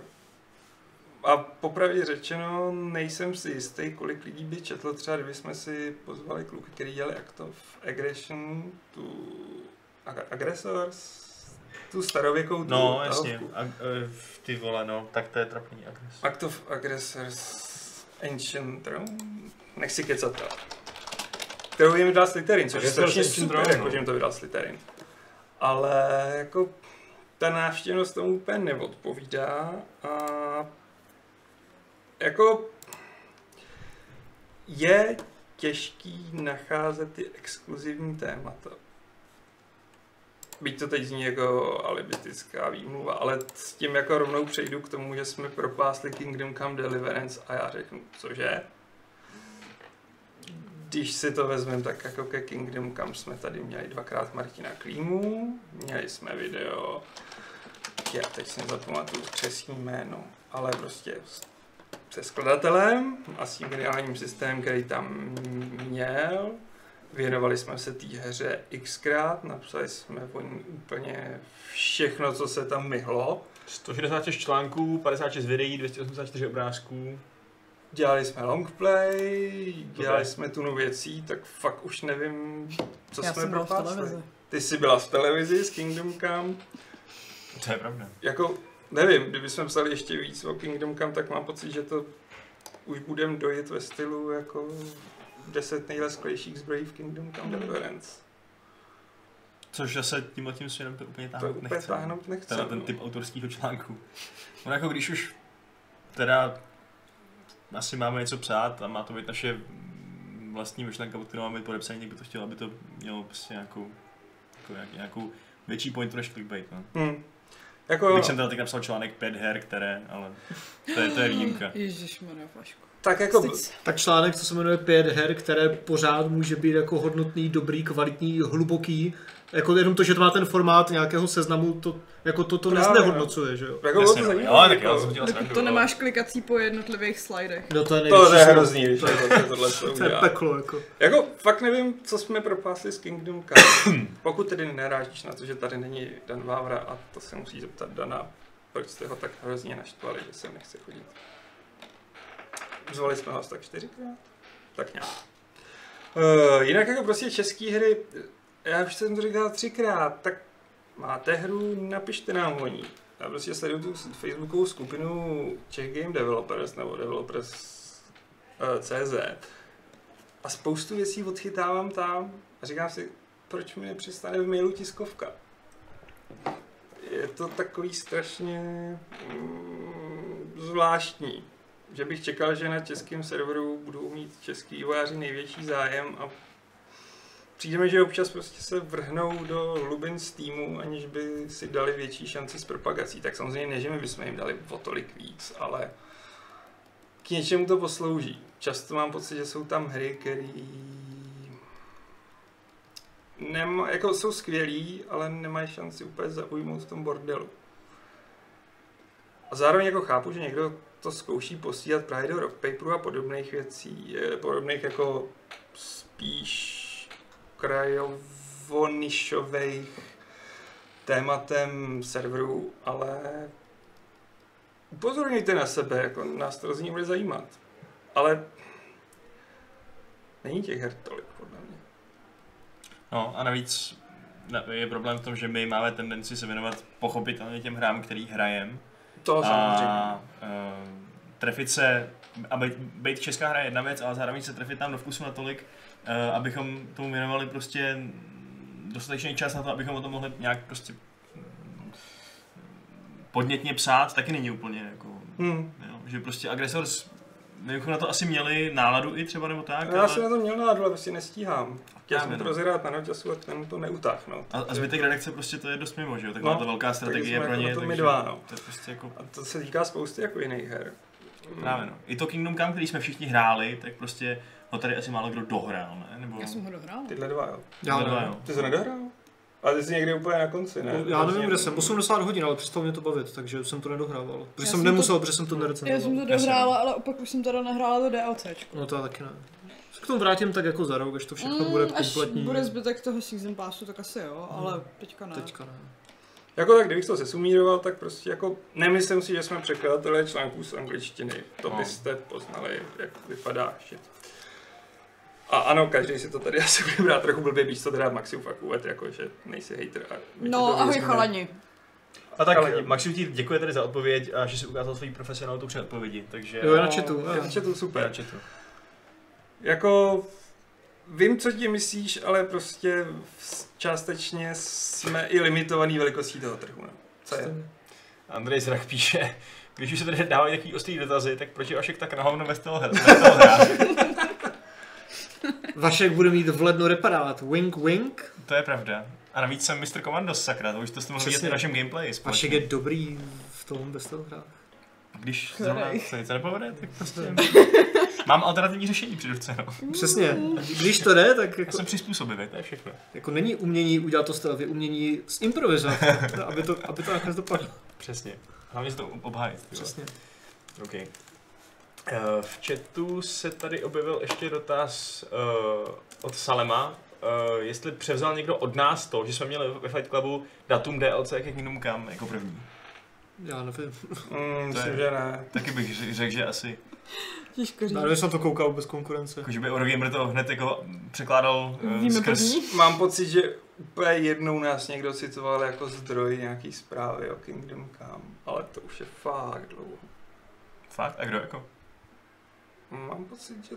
Speaker 2: A popravdě řečeno, nejsem si jistý, kolik lidí by četlo třeba, kdybychom si pozvali kluky, který dělali Act of Aggression, tu Ag- Aggressors, tu starověkou tu
Speaker 1: No, jasně.
Speaker 2: elfku.
Speaker 1: A, e, v- ty vole, no, tak to je trapný agres.
Speaker 2: Act of Aggressors Ancient Throne? Nechci kecat to. Kterou jim dal Slytherin, což je
Speaker 5: Aggressors
Speaker 2: strašně
Speaker 5: Ancient
Speaker 2: super,
Speaker 5: Throne,
Speaker 2: jako,
Speaker 5: no.
Speaker 2: že jim to vydal Slytherin. Ale jako ta návštěvnost tomu úplně neodpovídá a jako je těžký nacházet ty exkluzivní témata. Byť to teď zní jako alibistická výmluva, ale s tím jako rovnou přejdu k tomu, že jsme propásli Kingdom Come Deliverance a já řeknu, cože? Když si to vezmeme, tak jako ke Kingdom Come jsme tady měli dvakrát Martina Klímu, měli jsme video, já teď si nezapamatuju přesný jméno, ale prostě s- se skladatelem a s tím geniálním systémem, který tam měl, Věnovali jsme se té hře xkrát, napsali jsme o ní úplně všechno, co se tam myhlo.
Speaker 5: 166 článků, 56 videí, 284 obrázků.
Speaker 2: Dělali jsme longplay, dělali
Speaker 5: Dobré.
Speaker 2: jsme tunu věcí, tak fakt už nevím, co
Speaker 4: Já
Speaker 2: jsme
Speaker 4: jsem byla v
Speaker 2: propásli.
Speaker 4: televizi.
Speaker 2: Ty jsi byla v televizi s Kingdom Come,
Speaker 1: To je pravda.
Speaker 2: jako nevím, kdybychom psali ještě víc o Kingdom Come, tak mám pocit, že to už budem dojet ve stylu jako 10 nejlesklejších zbrojí v Kingdom Come Deliverance.
Speaker 1: Což zase tímhle tím směrem to úplně
Speaker 2: To
Speaker 1: táhnout
Speaker 2: úplně
Speaker 1: nechce.
Speaker 2: táhnout no. nechce.
Speaker 1: Tenhle ten typ autorského článku. No jako když už teda asi máme něco psát a má to být naše mm, vlastní myšlenka, pod kterou máme být podepsaný, tak by to chtěl, aby to mělo prostě nějakou, jako nějak, nějakou větší pointu než clickbait. No.
Speaker 2: Hm. Jako,
Speaker 1: Když jsem teda teď napsal článek pět her, které, ale to je, to je výjimka.
Speaker 2: Jako
Speaker 4: Ježišmarja, Vašku.
Speaker 2: tak jako,
Speaker 4: Styc.
Speaker 3: Tak článek, co se jmenuje pět her, které pořád může být jako hodnotný, dobrý, kvalitní, hluboký. Jako jenom to, že to má ten formát nějakého seznamu, to, jako to, to
Speaker 2: Právě,
Speaker 3: Právě. neznehodnocuje, že jo?
Speaker 2: jako bylo
Speaker 1: Jasně,
Speaker 2: to
Speaker 1: no,
Speaker 2: zajímavé.
Speaker 1: ale tak
Speaker 2: jako-
Speaker 1: já jsem dělal
Speaker 4: Dokud to nemáš klikací po jednotlivých slidech.
Speaker 3: No to je
Speaker 2: To je
Speaker 3: největší
Speaker 2: hrozný, když jako se tohle se
Speaker 3: To je
Speaker 2: udělá.
Speaker 3: peklo, jako.
Speaker 2: Jako fakt nevím, co jsme propásli s Kingdom Come. Pokud tedy nenarážíš na to, že tady není Dan Vávra a to se musí zeptat Dana, proč jste ho tak hrozně naštvali, že sem nechce chodit. Zvali jsme ho asi tak čtyřikrát? Tak nějak. Uh, jinak jako prostě české hry, já už jsem to říkal třikrát, tak máte hru, napište nám o ní. Já prostě sleduju tu facebookovou skupinu Czech Game Developers nebo Developers uh, CZ a spoustu věcí odchytávám tam a říkám si, proč mi nepřestane v mailu tiskovka. Je to takový strašně mm, zvláštní, že bych čekal, že na českém serveru budou mít český vývojáři největší zájem a přijde mi, že občas prostě se vrhnou do hlubin z týmu, aniž by si dali větší šanci s propagací. Tak samozřejmě ne, že my bychom jim dali o tolik víc, ale k něčemu to poslouží. Často mám pocit, že jsou tam hry, které Nem, jako jsou skvělí, ale nemají šanci úplně zaujmout v tom bordelu. A zároveň jako chápu, že někdo to zkouší posílat právě do rock paperu a podobných věcí, eh, podobných jako spíš krajovonišových tématem serverů, ale upozorňujte na sebe, jako nás to rozhodně bude zajímat. Ale není těch her tolik, podle mě.
Speaker 1: No a navíc na- je problém v tom, že my máme tendenci se věnovat pochopitelně těm hrám, který hrajem.
Speaker 2: To samozřejmě.
Speaker 1: a uh, trefit se, a být, být česká hra je jedna věc, ale zároveň se trefit tam do vkusu natolik, uh, abychom tomu věnovali prostě dostatečný čas na to, abychom o tom mohli nějak prostě mm, podnětně psát, taky není úplně jako,
Speaker 2: Hm.
Speaker 1: jo, že prostě agresor, s- my bychom na to asi měli náladu i třeba nebo tak,
Speaker 2: Já jsem na to měl náladu, ale prostě nestíhám. Chtěl
Speaker 1: Právě,
Speaker 2: jsem to
Speaker 1: no.
Speaker 2: rozhrát na noťasu a ten to no. neutáhnout.
Speaker 1: a, a zbytek redakce prostě to je dost mimo, že jo,
Speaker 2: No,
Speaker 1: taková ta velká strategie
Speaker 2: jsme
Speaker 1: pro
Speaker 2: jako
Speaker 1: ně,
Speaker 2: na tom my
Speaker 1: takže
Speaker 2: dva, no.
Speaker 1: to je prostě jako
Speaker 2: A to se týká spousty jako jiných her. Hm.
Speaker 1: Právě no. I to Kingdom Come, který jsme všichni hráli, tak prostě ho tady asi málo kdo dohrál, ne? Nebo...
Speaker 4: Já jsem ho dohrál.
Speaker 2: Tyhle dva, jo.
Speaker 3: Já,
Speaker 1: Dva,
Speaker 3: nevím.
Speaker 1: jo.
Speaker 2: Ty jsi nedohrál? A ty jsi někdy úplně na konci, ne?
Speaker 3: já nevím,
Speaker 2: Vlastně-
Speaker 3: kde jsem. 80 hodin, ale přestalo mě to bavit, takže jsem to nedohrával. Protože jsem
Speaker 4: Já jsem
Speaker 3: nemusel, protože jsem to nerecenzoval.
Speaker 4: Já jsem to
Speaker 1: Jasně,
Speaker 4: dohrála,
Speaker 1: no.
Speaker 4: ale opak už jsem teda nahrála to DLCčko.
Speaker 3: No to já taky ne. Se k tomu vrátím tak jako za rok, až to všechno bude
Speaker 4: Hmm, až
Speaker 3: kompletní.
Speaker 4: bude zbytek toho season passu, tak asi jo, ale teďka ne.
Speaker 3: Teďka ne.
Speaker 2: Jako tak, kdybych to sesumíroval, tak prostě jako nemyslím si, že jsme překladatelé článků z angličtiny. To
Speaker 1: No.
Speaker 2: byste poznali, jak vypadá shit. A ano, každý si to tady [LAUGHS] asi bude brát trochu blbě, víš to teda Maxiu fakt uved, jako že nejsi hater. A my ti to
Speaker 4: No, ahoj
Speaker 2: vyřešíme.
Speaker 4: chalani.
Speaker 1: A tak
Speaker 2: Ale-
Speaker 1: Maxiu ti děkuji tady za odpověď a že jsi ukázal svoji profesionalitu při odpovědi, takže...
Speaker 3: Jo, já na chatu,
Speaker 2: No, Já na chatu, super.
Speaker 1: Já četu.
Speaker 2: Jako, vím, co ti myslíš, ale prostě s- částečně jsme i limitovaný velikostí toho trhu. No. Co je?
Speaker 1: Andrej Zrach píše, [LAUGHS] když už se tady dávají takový ostrý dotazy, tak proč je Ašek tak na hovno ve stylu her- ve stylu hrách?
Speaker 3: Vašek bude mít v lednu reparát. Wink, wink.
Speaker 1: [LAUGHS] To je pravda. A navíc jsem Mr. Commandos, sakra, to už to jste mohli vidět
Speaker 3: Přesně.
Speaker 1: na našem gameplayi.
Speaker 3: Vašek
Speaker 1: společně.
Speaker 3: je dobrý v tom bestelhrách.
Speaker 1: Když zrovna se nic nepovede, tak prostě... Mám alternativní řešení při ruce, no.
Speaker 3: Přesně. Když to jde, tak
Speaker 1: Já
Speaker 3: jako,
Speaker 1: jsem přizpůsobivý, to je všechno.
Speaker 3: jako není umění udělat to stealth, je umění zimprovizovat, [LAUGHS] aby to, aby to nakonec dopadlo.
Speaker 1: Přesně. Hlavně se to obhájit. ty vole.
Speaker 3: Přesně.
Speaker 1: OK. Eh, V chatu se tady objevil ještě dotaz eh, od Salema, eh, jestli převzal někdo od nás to, že jsme měli ve Fight Clubu datum DLC ke Kingdom Come jako první.
Speaker 3: Já nevím.
Speaker 2: Mm,
Speaker 1: To je-
Speaker 2: myslím, že ne.
Speaker 1: Taky bych ř- řekl, že asi.
Speaker 4: Těžko říct.
Speaker 3: Já nevím, jestli na to koukal bez konkurence.
Speaker 1: Jako, že by Eurogamer to hned jako překládal eh,
Speaker 4: Víme
Speaker 1: skrz...
Speaker 4: první.
Speaker 2: Mám pocit, že úplně jednou nás někdo citoval jako zdroj nějaký zprávy o Kingdom Come, ale to už je fakt dlouho.
Speaker 1: Fakt? A kdo jako?
Speaker 2: Mám pocit, že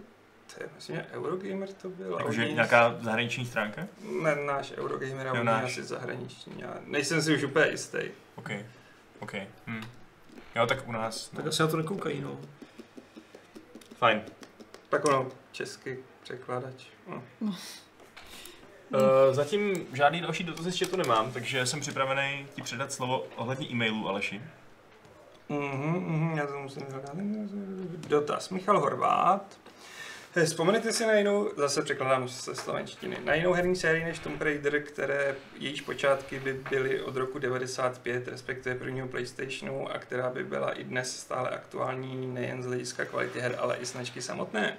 Speaker 2: to je, myslím, že Eurogamer to byl. a
Speaker 1: jako že
Speaker 2: oni-
Speaker 1: nějaká zahraniční stránka?
Speaker 2: Ne, náš Eurogamer a
Speaker 1: Jo,
Speaker 2: oni
Speaker 1: náš.
Speaker 2: asi zahraniční. Já nejsem si už úplně jistý.
Speaker 1: OK. OK. Hm. Jo, tak u nás. No.
Speaker 3: Tak asi na to nekoukají, no.
Speaker 1: Fajn.
Speaker 2: Tak ono, česky překladač. No.
Speaker 1: Uh, zatím žádný další dotazy z chatu nemám, takže jsem připravený ti předat slovo ohledně e-mailu, Aleši.
Speaker 2: Mhm, mhm, já to musím hledat. Dotaz. Michal Horvát. Vzpomenete si na jinou, zase překládám se slovenštiny, na jinou herní sérii než Tomb Raider, které jejíž počátky by byly od roku 95, respektive prvního Playstationu a která by byla i dnes stále aktuální nejen z hlediska kvality her, ale i značky samotné.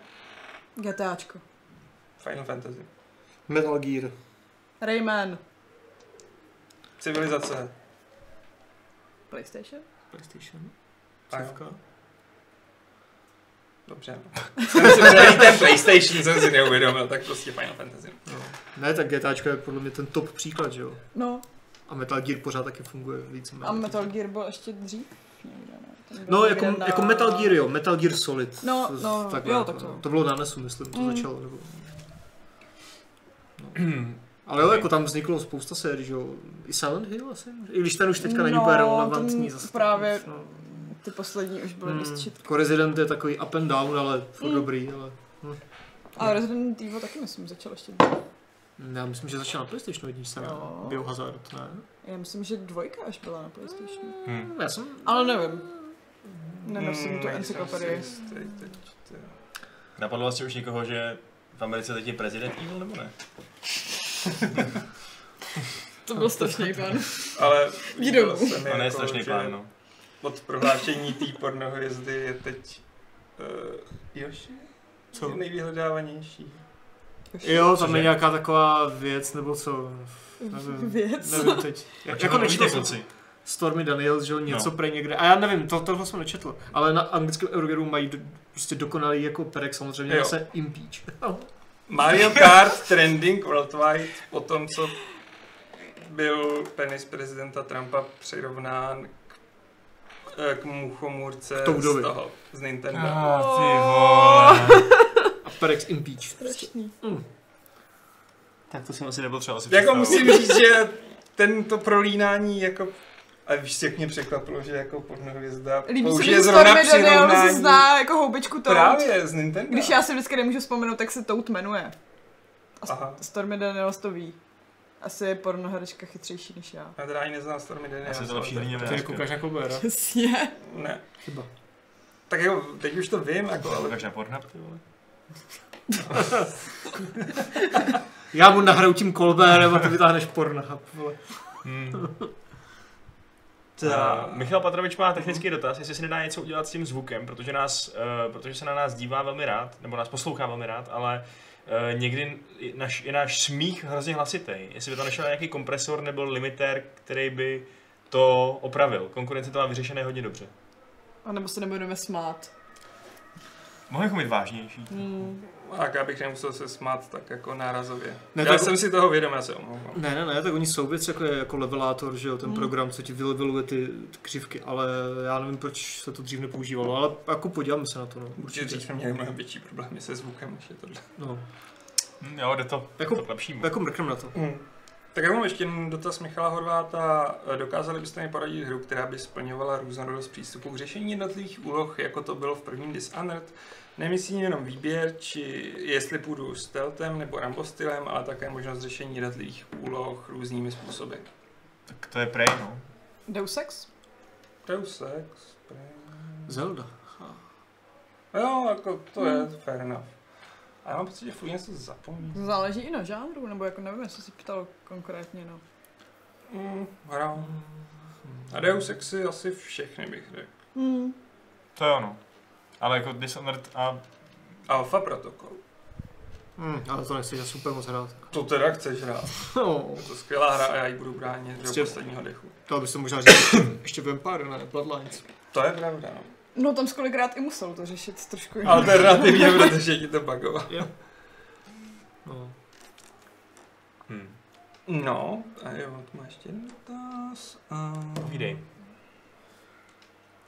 Speaker 4: GTAčko.
Speaker 2: Final Fantasy.
Speaker 3: Metal Gear.
Speaker 4: Rayman.
Speaker 2: Civilizace.
Speaker 4: PlayStation?
Speaker 3: PlayStation.
Speaker 2: A jo,
Speaker 3: Cívka.
Speaker 2: Dobře. no. Jsem si celý ten PlayStation jsem si neuvědomil, tak prostě Final Fantasy.
Speaker 3: No. Ne, tak GTAčko je podle mě ten top příklad, že jo.
Speaker 4: No,
Speaker 3: A Metal Gear pořád taky funguje víceméně.
Speaker 4: a Metal Gear byl ještě dřív. Někde, ne? Ten byl
Speaker 3: No,
Speaker 4: někde
Speaker 3: jako,
Speaker 4: na-
Speaker 3: jako Metal Gear, jo, Metal Gear Solid.
Speaker 4: No,
Speaker 3: Z-
Speaker 4: no,
Speaker 3: takhle,
Speaker 4: jo, tak
Speaker 3: no.
Speaker 4: to.
Speaker 3: To bylo na NESu, myslím, to
Speaker 4: Mm.
Speaker 3: začalo. Nebo... No. [CLEARS THROAT] Ale jo, jako tam vzniklo spousta sérií, že jo. I Silent Hill asi, i když ten už teďka není
Speaker 4: No,
Speaker 3: úplně relevantní.
Speaker 4: ten
Speaker 3: zase.
Speaker 4: právě
Speaker 3: No.
Speaker 4: Ty poslední už byly dost šit.
Speaker 3: Jako Resident je takový up and down, ale furt
Speaker 4: Mm.
Speaker 3: dobrý, ale...
Speaker 4: A Resident Evil taky myslím začal ještě dřív.
Speaker 3: Hmm, Já myslím, že začal na PlayStation jedničce, ne?
Speaker 4: Jo.
Speaker 3: Biohazard, ne? Hmm,
Speaker 4: Já myslím, že dvojka až byla na PlayStation.
Speaker 1: Hm.
Speaker 3: Já jsem...
Speaker 4: Ale nevím. Nenosím
Speaker 3: Hmm,
Speaker 2: Mm,
Speaker 4: tu
Speaker 2: nejsem si
Speaker 4: encyklopedii.
Speaker 2: jistý teď, ty jo.
Speaker 7: Napadlo asi už někoho, že v Americe teď je prezident Evil nebo ne?
Speaker 4: To
Speaker 3: No,
Speaker 4: byl strašný plán.
Speaker 2: Ale
Speaker 4: Jdi
Speaker 2: líbilo
Speaker 4: domů.
Speaker 2: se mi
Speaker 7: To ne je
Speaker 2: jako,
Speaker 7: strašný
Speaker 2: že
Speaker 7: plán, no.
Speaker 2: Od prohlášení té pornohvězdy je teď uh, Yoshi?
Speaker 3: Co?
Speaker 2: Je nejvyhledávanější.
Speaker 3: [LAUGHS] Jo, tam
Speaker 7: Cože?
Speaker 3: je nějaká taková věc, nebo
Speaker 4: [LAUGHS]
Speaker 3: co? Nevím.
Speaker 4: Věc.
Speaker 3: Nevím teď.
Speaker 7: Jak, jako
Speaker 3: nečetl
Speaker 7: nevíte,
Speaker 3: jsem-
Speaker 7: kluci.
Speaker 3: Stormy Daniels, že jo, něco no. prej někde. A já nevím, to, tohle jsem nečetl. Ale na anglickém Eurogeru mají do, prostě dokonalý jako perek, samozřejmě
Speaker 2: Jo.
Speaker 3: zase impeach.
Speaker 2: Mario Kart trending worldwide po tom, co byl penis prezidenta Trumpa přirovnán k, eh, k muchomůrce
Speaker 3: K Toudovi.
Speaker 2: z toho, z Nintendo.
Speaker 7: Ah, ty
Speaker 2: Oh.
Speaker 7: vole.
Speaker 3: A perek z impeach. Prostě.
Speaker 4: Strašný.
Speaker 7: Tak to jsem asi nepotřeboval si
Speaker 2: Jako
Speaker 7: představit.
Speaker 2: musím říct, že tento prolínání jako a víš, jak mě překvapilo, že jako pornohvězda
Speaker 4: Líbí se mi,
Speaker 2: použije
Speaker 4: že
Speaker 2: zrovna
Speaker 4: Stormy Daniels
Speaker 2: přirovnání
Speaker 4: zná jako houbičku Toad.
Speaker 2: právě z Nintendo.
Speaker 4: Když já si vždycky nemůžu vzpomenout, tak se Toad jmenuje.
Speaker 2: Aha,
Speaker 4: Stormy Daniels to ví. Asi je pornoherečka chytřejší než já.
Speaker 2: já teda ani neznám Stormy Daniels.
Speaker 7: Asi to
Speaker 2: ale
Speaker 7: lepší
Speaker 2: tak-
Speaker 7: hlině
Speaker 3: Ty koukáš na Colbera.
Speaker 4: Přesně.
Speaker 2: Ne.
Speaker 3: Chyba.
Speaker 2: Tak jako, teď už to vím, jako, ale
Speaker 7: Koukáš na Pornhub, ty vole?
Speaker 3: Já mu nahraju tím Colberem a ty vytáhneš Pornhub, vole.
Speaker 1: Hm.
Speaker 2: Ta-
Speaker 1: Eh, Michal Patrovič má technický dotaz, jestli se nedá něco udělat s tím zvukem, protože, nás, eh, protože se na nás dívá velmi rád, nebo nás poslouchá velmi rád, ale eh, někdy je naš, je náš smích hrozně hlasitý. Jestli by to nešel nějaký kompresor nebo limiter, který by to opravil. Konkurence to má vyřešené hodně dobře.
Speaker 4: A nebo se nebudeme smát.
Speaker 1: Mohl bychom být vážnější.
Speaker 4: Hmm.
Speaker 2: Tak abych nemusel se smát tak jako nárazově.
Speaker 3: Ne,
Speaker 2: Ne, já
Speaker 3: tak-
Speaker 2: jsem si toho vědom, já se omlouvám.
Speaker 3: Ne, ne, ne, tak oni jsou věc jako, je- jako levelátor, že jo, ten
Speaker 4: Hmm.
Speaker 3: program, co ti vyleveluje ty, ty křivky, ale já nevím, proč se to dřív nepoužívalo, ale jako podíváme se na to, no.
Speaker 2: Určitě dřív jsme měli mnohem větší problémy se zvukem, než je tohle.
Speaker 3: no.
Speaker 1: Hm, jo, jde to,
Speaker 3: Jako-
Speaker 1: jako, to k lepšímu.
Speaker 3: Jako mrknem na to.
Speaker 2: Hmm. Tak já mám ještě jeden dotaz Michala Horváta. Eh, Dokázali byste mi poradit hru, která by splňovala různorodost přístupu k řešení jednotlivých úloh, jako to bylo v prvním Dishonored? Nemyslím jenom výběr, či jestli půjdu stealthem nebo Rambo stylem, ale také možnost řešení jednotlivých úloh různými způsoby.
Speaker 1: Tak to je prej, no.
Speaker 4: Deus Ex?
Speaker 2: Deus Ex, Prey.
Speaker 3: Zelda.
Speaker 2: Jo, jako to je fair enough. A já mám pocit, že furt něco zapomněl.
Speaker 4: Záleží i na žánru, nebo jako nevím, jestli si ptal konkrétně, no.
Speaker 2: Mm, hra. A Deus Exy asi všechny bych řekl.
Speaker 4: Hmm.
Speaker 1: To je ono. Ale jako Dishonored a...
Speaker 2: Alfa protokol.
Speaker 3: Hmm, ale to nechci, já super moc hrát.
Speaker 2: To teda chceš hrát.
Speaker 3: No,
Speaker 2: Je to skvělá hra a já ji budu bránit
Speaker 3: Prostě-
Speaker 2: do posledního dechu.
Speaker 3: to byste možná říct ještě Vampire, ne? Bloodlines.
Speaker 2: To je pravda, no.
Speaker 4: No tam skolikrát i musel to řešit trošku jinak.
Speaker 2: Alternativně, protože ti to bugovalo.
Speaker 3: No.
Speaker 5: Hm.
Speaker 2: No, a jo, tu máš ještě jeden dotaz. A-
Speaker 5: Povídej.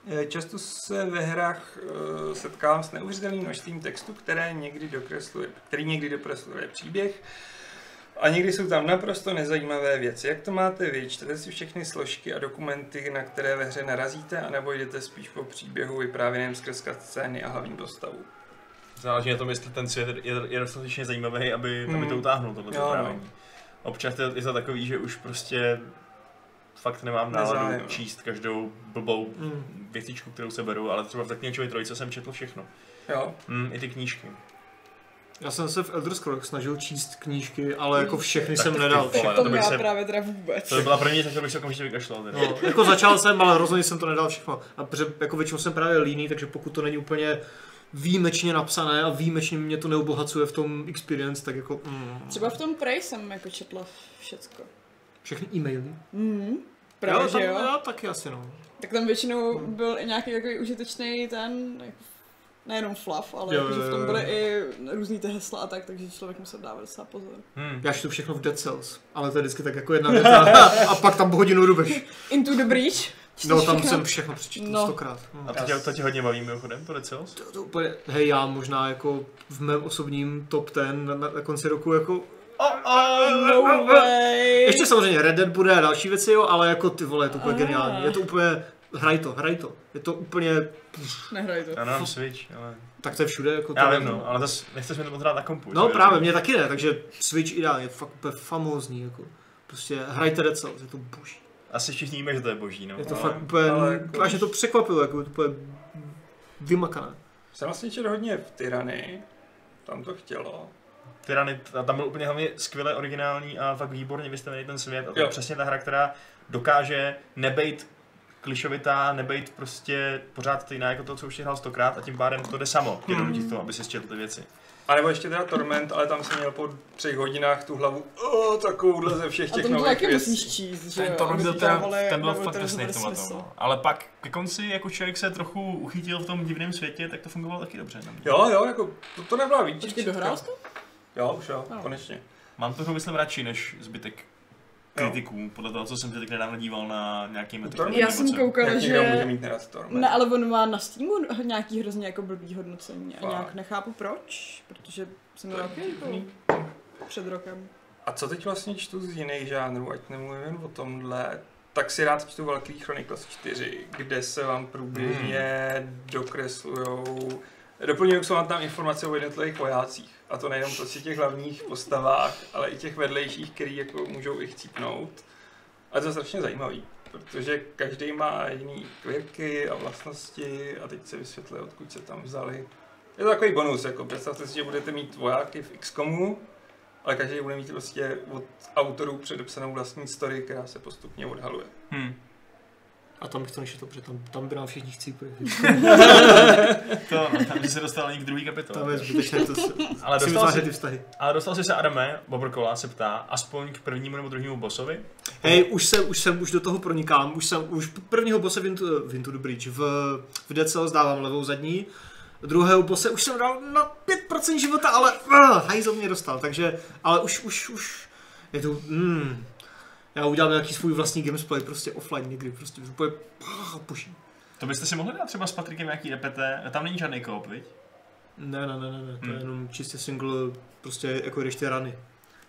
Speaker 2: Eh, Často se ve hrách eh, setkávám s neuvěřitelným množstvím textu, které někdy dokresluje, který někdy dokresluje příběh. A někdy jsou tam naprosto nezajímavé věci. Jak to máte vy? Čtete si všechny složky a dokumenty, na které ve hře narazíte, anebo jdete spíš po příběhu vyprávěném skrz scény a hlavní dostavu?
Speaker 1: Záleží na tom, jestli ten svět je, je dostatečně zajímavý, aby,
Speaker 2: Hmm.
Speaker 1: aby to utáhnul, tohle
Speaker 2: Jo, no.
Speaker 1: vyprávění. Občas je to, je to takový, že už prostě fakt nemám náladu
Speaker 2: Nezájem.
Speaker 1: číst každou blbou
Speaker 3: Mm.
Speaker 1: větičku, kterou se beru, ale třeba v Zaklínačovi trojice jsem četl všechno.
Speaker 2: Jo,
Speaker 1: Mm, I ty knížky.
Speaker 3: Já jsem se v Elder Scrolls snažil číst knížky, ale jako všechny
Speaker 1: Tak
Speaker 3: jsem
Speaker 1: ty
Speaker 3: nedal.
Speaker 1: vole,
Speaker 4: Tak
Speaker 1: to
Speaker 4: to
Speaker 1: bych
Speaker 4: já
Speaker 1: se-
Speaker 4: právě teda vůbec.
Speaker 1: To by byla první, tak to bych se okamžitě vykašlal. teda.
Speaker 3: No, jako začal jsem, ale rozhodně jsem to nedal všechno. A protože jako většinou jsem právě líný, takže pokud to není úplně výjimečně napsané a výjimečně mě to neobohacuje v tom experience, tak jako mm,
Speaker 4: Třeba v tom Prey jsem jako četla všecko.
Speaker 3: všechny e-maily.
Speaker 4: Mhm. Právě,
Speaker 3: jo,
Speaker 4: že
Speaker 3: tak,
Speaker 4: jo?
Speaker 3: já taky asi no.
Speaker 4: Tak tam většinou
Speaker 3: Hmm.
Speaker 4: byl i nějaký takový užitečný ten, jako, nejenom fluff, ale
Speaker 3: Jo,
Speaker 4: jako, že
Speaker 3: jo,
Speaker 4: v
Speaker 3: jo.
Speaker 4: tom byly i různý ty hesla a tak, takže člověk musel dávat docela pozor.
Speaker 1: Hmm.
Speaker 3: Já čtu všechno v Dead Cells, ale to je vždycky tak jako jedna věta a pak tam po hodinu rubeš.
Speaker 4: Into the Breach? Čteš
Speaker 3: No tam
Speaker 4: všechno?
Speaker 3: jsem všechno přečetl
Speaker 4: No.
Speaker 3: stokrát. Mm.
Speaker 1: A to tě, to tě hodně baví mimochodem, to Decels?
Speaker 3: To, to úplně, hej, já možná jako v mém osobním top ten na, na konci roku jako...
Speaker 4: No way!
Speaker 3: Ještě samozřejmě Red Dead bude a další věci, jo, ale jako ty vole, je to úplně
Speaker 4: Ah.
Speaker 3: geniální. Je to úplně, hraj to, hraj to. Je to úplně,
Speaker 4: Nehraj to.
Speaker 1: Já nemám Switch, ale...
Speaker 3: tak to je všude. Jako to
Speaker 1: Já vím, no, ale zase nechceš mi to potřebovat na kompu. že
Speaker 3: No
Speaker 1: jo?
Speaker 3: právě, mě taky ne, takže Switch ideálně, je fakt úplně famózní, jako. Prostě hrajte Dead Cells, je to boží.
Speaker 1: Asi všichni víme, že to je boží, no.
Speaker 3: Je to
Speaker 1: ale-
Speaker 3: fakt úplně,
Speaker 2: ale jako-
Speaker 3: až mě to překvapilo, jako je to úplně vymakané.
Speaker 2: jsem vlastně četl hodně v Tyrany. Tam to chtělo.
Speaker 1: Tyrany, a tam byl úplně hlavně skvěle originální a fakt výborně vystavený ten svět. A to je
Speaker 2: Jo.
Speaker 1: přesně ta hra, která dokáže nebejt klišovitá, nebejt prostě pořád stejná jako to, co už si hrál stokrát a tím pádem to jde samo. Tě donutí k tomu, aby si četl ty věci.
Speaker 2: A nebo ještě teda Torment, ale tam jsem měl po třech hodinách tu hlavu, o, takovouhle ze všech
Speaker 4: A
Speaker 2: těch
Speaker 4: tam to
Speaker 2: nových
Speaker 4: taky
Speaker 2: věcí.
Speaker 4: musíš číst, že
Speaker 1: Ten
Speaker 4: jo?
Speaker 1: Torment
Speaker 4: aby
Speaker 1: byl,
Speaker 4: ti
Speaker 1: teda,
Speaker 4: dávali-
Speaker 1: ten byl
Speaker 4: dávali
Speaker 1: fakt
Speaker 4: to
Speaker 1: drsný v tomhle
Speaker 4: smysl.
Speaker 1: tom. no. Ale pak ke konci, jako člověk se trochu uchytil v tom divném světě, tak to fungovalo taky dobře. No. ne?
Speaker 2: Jo, jo, jako, to, to nebyla výčitka.
Speaker 4: Počkej, dohrál jsi No. to?
Speaker 2: Jo, už jo,
Speaker 4: Ano.
Speaker 2: konečně.
Speaker 1: Mám to myslím radši než zbytek kritiků, podle toho, co jsem se teď nedávno díval na nějaký metro.
Speaker 2: Já
Speaker 4: Já jsem koukala,
Speaker 2: Jak někdo může
Speaker 4: Jako, že...
Speaker 2: mít nerad Storm.
Speaker 4: Ne, ale on má na Steamu nějaký hrozně jako blbý hodnocení a
Speaker 2: Fakt.
Speaker 4: nějak nechápu proč, protože jsem
Speaker 2: To
Speaker 4: to
Speaker 2: je
Speaker 4: taky jako
Speaker 2: divný.
Speaker 4: před rokem.
Speaker 2: A co teď vlastně čtu z jiných žánrů, ať nemluvím jen o tomhle, tak si rád čtu Velký Chronicles 4, kde se vám průběžně dokreslujou, doplňují se vám tam informace o jednotlivých vojácích. A to nejenom prostě těch hlavních postavách, ale i těch vedlejších, který jako můžou i chcípnout. A to je strašně zajímavý, protože každý má jiný kvěrky a vlastnosti a teď se vysvětlí, odkud se tam vzali. Je to takový bonus, jako představte si, že budete mít vojáky v XCOMu, ale každý bude mít prostě od autorů předepsanou vlastní story, která se postupně odhaluje.
Speaker 1: Hmm.
Speaker 3: A tam bych to nešetl, protože tam, tam by nám všichni chcípli.
Speaker 1: To, no, tam jsi se dostal ani k druhý kapitole.
Speaker 3: tam je zbytečné, to se,
Speaker 1: ale,
Speaker 3: si
Speaker 1: dostal
Speaker 3: vytvářet
Speaker 1: jsi,
Speaker 3: ty vztahy.
Speaker 1: ale dostal jsi se Adame, Bobrkola se ptá, aspoň k prvnímu nebo druhému bosovi?
Speaker 3: Hej, už jsem, už jsem, už do toho pronikám, už jsem, už prvního bose v Into, v Into the Bridge, v, v Dead Cells dávám levou zadní, druhého bose už jsem dal na 5% života, ale uh, hajzl mě dostal, takže, ale už, už, už, je to, mm, já udělám nějaký svůj vlastní gamesplay, prostě offline někdy, prostě úplně pá, puší.
Speaker 1: To byste si mohli dát třeba s Patrikem nějaký EPT, tam není žádný koop, viď?
Speaker 3: Ne, ne, ne, ne, ne, to je
Speaker 1: Hmm.
Speaker 3: jenom čistě single, prostě jako jdeš ty rany.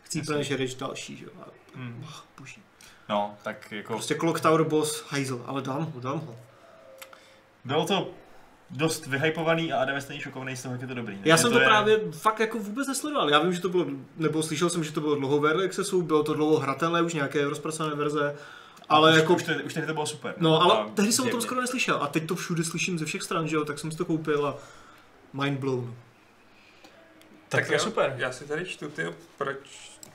Speaker 3: Chcípne, že jdeš další, že jo, a
Speaker 1: Hmm.
Speaker 3: pá, puší.
Speaker 1: No, tak jako...
Speaker 3: Prostě Clock Tower boss, hajzl, ale dám ho, dám ho.
Speaker 1: Bylo to dost vyhypovaný a Adam stejně šokovaný z toho, jak je to dobrý.
Speaker 3: Já
Speaker 1: Takže
Speaker 3: jsem to
Speaker 1: je-
Speaker 3: právě fakt jako vůbec nesledoval. Já vím, že to bylo, nebo slyšel jsem, že to bylo dlouho v Early Accessu, bylo to dlouho hratelné, už nějaké rozpracené verze, ale
Speaker 1: už,
Speaker 3: jako...
Speaker 1: Už, tehdy- už tehdy to bylo super.
Speaker 3: No, ale
Speaker 1: A
Speaker 3: tehdy jsem o tom
Speaker 1: divně.
Speaker 3: skoro neslyšel a teď to všude slyším ze všech stran, že jo, tak jsem si to koupil a mind blown.
Speaker 5: Tak, to je
Speaker 2: jo,
Speaker 5: super.
Speaker 2: Já si tady čtu, ty, proč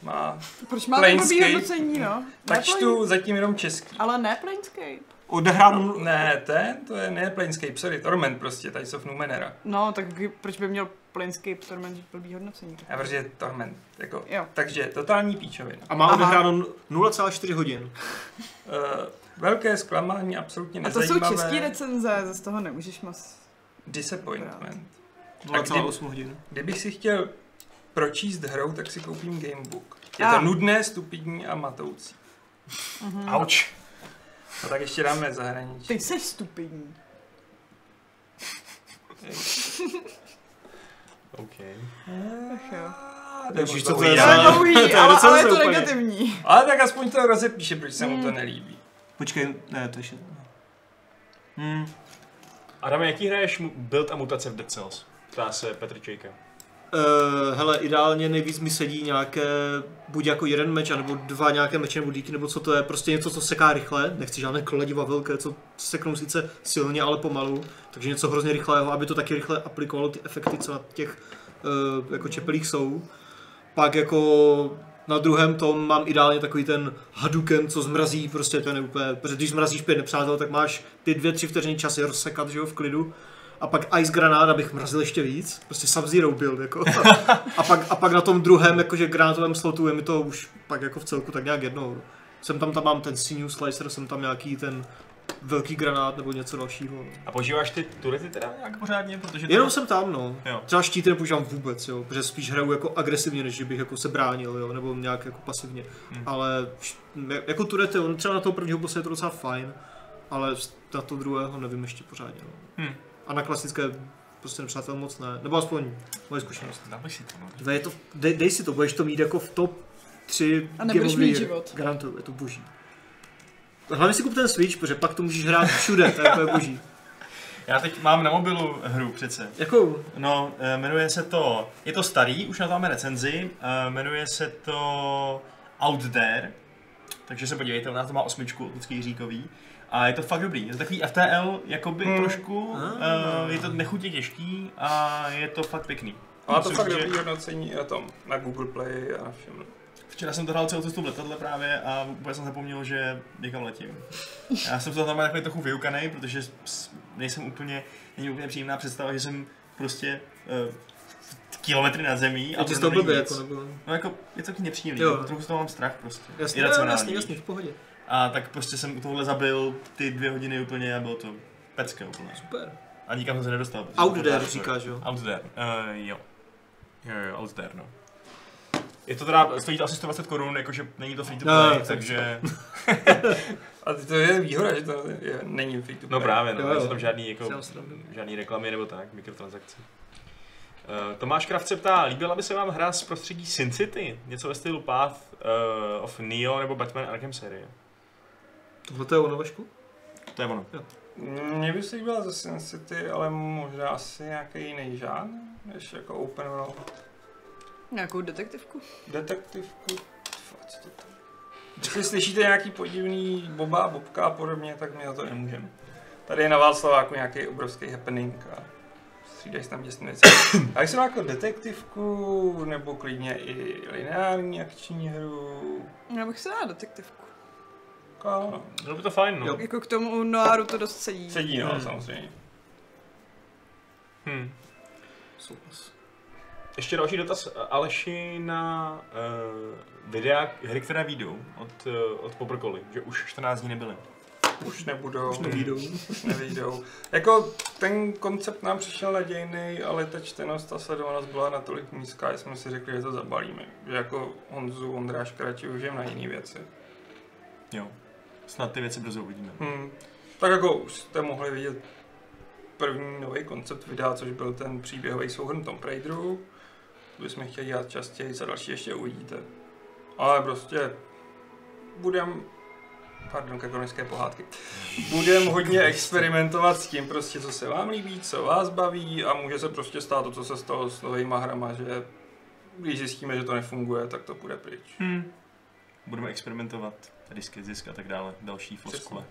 Speaker 2: má...
Speaker 4: Proč má to blbý
Speaker 2: Planescape.
Speaker 4: hodnocení, no?
Speaker 2: Tak
Speaker 4: Ne
Speaker 2: čtu zatím jenom český. No,
Speaker 4: Plane- Ale ne Planescape.
Speaker 3: Odehrám...
Speaker 2: Ne, ten, to je, ne Planescape, sorry, Torment prostě, tady jsou Numenera.
Speaker 4: No, tak kdy- proč by měl Planescape Torment blbý hodnocení?
Speaker 2: Já protože Torment, jako.
Speaker 4: Jo.
Speaker 2: Takže, totální píčovina.
Speaker 3: A má
Speaker 4: Aha.
Speaker 3: odehráno 0,4 hodin.
Speaker 2: Uh, velké zklamání, absolutně
Speaker 4: A to jsou
Speaker 2: nezajímavé.
Speaker 4: české recenze, ze z toho nemůžeš moc.
Speaker 2: Disappointment. A kdy-
Speaker 3: 0,8 hodin.
Speaker 2: Kdybych si chtěl pročíst hrou, tak si koupím gamebook. Je
Speaker 4: Ah.
Speaker 2: to nudné, stupidní a matoucí.
Speaker 1: Mhm.
Speaker 5: Auč.
Speaker 2: A tak ještě dáme zahraničí.
Speaker 4: Ty jsi stupidní.
Speaker 5: OK.
Speaker 4: Ach jo.
Speaker 2: Ah, to je
Speaker 3: Ježíš,
Speaker 2: moc
Speaker 3: co to
Speaker 2: dlouhý.
Speaker 3: je
Speaker 4: To je
Speaker 3: za... [LAUGHS]
Speaker 4: dlouhý,
Speaker 3: to je
Speaker 4: ale,
Speaker 3: recenze
Speaker 4: ale je to
Speaker 3: úplně.
Speaker 4: negativní.
Speaker 2: Ale tak aspoň to rozepíše, proč se mu to nelíbí.
Speaker 3: Počkej, ne, to ještě... Hmm.
Speaker 5: Adam, jaký hraješ mu- build a mutace v Dead Cells? Ptá se Petr Čejka.
Speaker 3: Uh, hele, ideálně nejvíc mi sedí nějaké, buď jako jeden meč, anebo dva nějaké meče nebo díky, nebo co to je, prostě něco, co seká rychle, nechci žádné kladiva velké, co seknou sice silně, ale pomalu, takže něco hrozně rychlého, aby to taky rychle aplikovalo ty efekty, co na těch uh, jako čepelích jsou. Pak jako na druhém tom mám ideálně takový ten haduken, co zmrazí, prostě ten je úplně, protože když zmrazíš pět nepřátel, tak máš ty dvě, tři vteřiny čas je rozsekat, že jo, v klidu. A pak Ice Granát, abych mrazil ještě víc, prostě Sub-Zero build, jako. A pak, a pak na tom druhém, jakože granátovém slotu je mi to už pak jako v celku tak nějak jedno. Jsem tam, tam mám ten sinew slicer, jsem tam nějaký ten velký granát nebo něco dalšího.
Speaker 5: A používáš ty turety teda nějak?
Speaker 1: Tak pořádně, protože... to-
Speaker 3: Jenom jsem tam, no.
Speaker 1: Jo.
Speaker 3: Třeba štíty nepoužívám vůbec, jo, protože spíš hraju jako agresivně, než že bych jako se bránil, jo, nebo nějak jako pasivně.
Speaker 1: Hmm.
Speaker 3: Hmm. Ale š- ne- jako turety, on třeba na toho prvního bossa je to docela fajn, ale s- na to druhého nevím ještě pořádně, no.
Speaker 1: Hmm.
Speaker 3: A na klasické prostě nepřátel moc ne, nebo aspoň moje zkušenost.
Speaker 1: Dám si to, no.
Speaker 3: Dej, to, dej, dej si to, budeš to mít jako v top 3
Speaker 4: A nebudeš mít život.
Speaker 3: Garantuju, je to boží. Hlavně si kup ten Switch, protože pak to můžeš hrát všude, to je, to je boží.
Speaker 1: Já teď mám na mobilu hru přece.
Speaker 3: Jako,
Speaker 1: No, eh, jmenuje se to... Je to starý, už na to máme recenzi. eh, Jmenuje se to Out There. Takže se podívejte, ona to má osmičku, lidský Jiříkový. A je to fakt dobrý. Je to takový FTL, jakoby
Speaker 2: Hmm.
Speaker 1: trošku.
Speaker 3: Ah.
Speaker 1: eh, Je to nechutně těžký a je to fakt pěkný.
Speaker 2: Má No, to
Speaker 1: Myslím,
Speaker 2: fakt
Speaker 1: že-
Speaker 2: dobrý hodnocení na tom, na Google Play a na všem.
Speaker 1: Včera jsem to hrál celou cestu v letadle právě a úplně jsem zapomněl, že někam letím. Já jsem to tam takový trochu vyukanej, protože s- nejsem úplně, není úplně příjemná představa, že jsem prostě uh, kilometry na zemí.
Speaker 3: a ty z
Speaker 1: pro
Speaker 3: toho
Speaker 1: mě není
Speaker 3: blbě,
Speaker 1: nic.
Speaker 3: jako nebo...
Speaker 1: No jako, je to taky nepříjemný,
Speaker 3: Jo.
Speaker 5: jako
Speaker 1: jo. trochu z toho mám strach prostě.
Speaker 3: Jasně, jo,
Speaker 1: Iracionální.
Speaker 3: jasně, jasně, v pohodě.
Speaker 1: A tak prostě jsem u tohohle zabil ty dvě hodiny úplně a bylo to pecké úplně.
Speaker 3: Super.
Speaker 1: A nikam jsem se nedostal. protože
Speaker 3: Out
Speaker 1: jsem
Speaker 3: there
Speaker 1: pořád-
Speaker 3: říkáš, jo.
Speaker 1: Out there, uh,
Speaker 5: Eh,
Speaker 1: jo. Jo, jo, out there, no.
Speaker 5: Je to teda, stojí to asi 120 korun, jakože není to free to
Speaker 3: No,
Speaker 5: play,
Speaker 3: no,
Speaker 5: takže...
Speaker 2: A to je výhoda, že to je, není free to
Speaker 5: No
Speaker 2: play.
Speaker 5: právě, no,
Speaker 3: Jo,
Speaker 5: nejsou
Speaker 3: jo.
Speaker 5: tam žádný, jako,
Speaker 3: Dělám srandu.
Speaker 5: žádný reklamy nebo tak, mikrotransakce. Eh, Tomáš Kravce ptá, líbila by se vám hra z prostředí Sin City? Něco ve stylu Path eh, of Neo nebo Batman Arkham série?
Speaker 3: Tohle to je ono, Vašku?
Speaker 1: To je ono.
Speaker 2: Mně by se líbila ze Sin City, ale možná asi nějaký jiný žánr, než jako open world.
Speaker 4: Nějakou detektivku?
Speaker 2: Detektivku, tfa, co to tam? Jestli slyšíte nějaký podivný boba, bobka a podobně, tak my za to nemůžeme. Tady je na Václaváku nějaký obrovský happening a střídají se tam děsné věci. A když jsem jako detektivku, nebo klidně i lineární akční hru,
Speaker 4: Já bych se dala detektivku.
Speaker 2: jako, no,
Speaker 5: Bylo by to fajn, no.
Speaker 3: Jo.
Speaker 4: Jako k tomu Noáru to dost sedí.
Speaker 2: sedí no,
Speaker 3: Hmm.
Speaker 2: samozřejmě.
Speaker 5: Hm.
Speaker 3: Souhlas.
Speaker 5: Ještě další dotaz eh, Aleši na
Speaker 1: eh,
Speaker 5: uh, videa hry, které vyjdou od, eh, od Poprkoly, že už
Speaker 1: 14 dní nebyly.
Speaker 2: už nebudou. Už
Speaker 3: Nevídou.
Speaker 2: nevyjdou. Jako ten koncept nám přišel nadějný, ale ta čtenost a sledovanost byla natolik nízká, že jsme si řekli, že to zabalíme. Že jako Honzu, Ondráška radši užijeme na jiné věci.
Speaker 1: Jo. Snad ty věci brzo uvidíme.
Speaker 2: Hmm. Tak jako už jste mohli vidět první nový koncept videa, což byl ten příběhový souhrn Tomb Raideru. To bychom chtěli dělat častěji, za další ještě uvidíte. Ale prostě budem pardon, kakonické pohádky. Budem hodně experimentovat s tím prostě, co se vám líbí, co vás baví a může se prostě stát to, co se stalo s novýma hrama, že když zjistíme, že to nefunguje, tak to půjde pryč.
Speaker 1: Hmm. Budeme experimentovat, disky, zisk a tak dále, další floskule.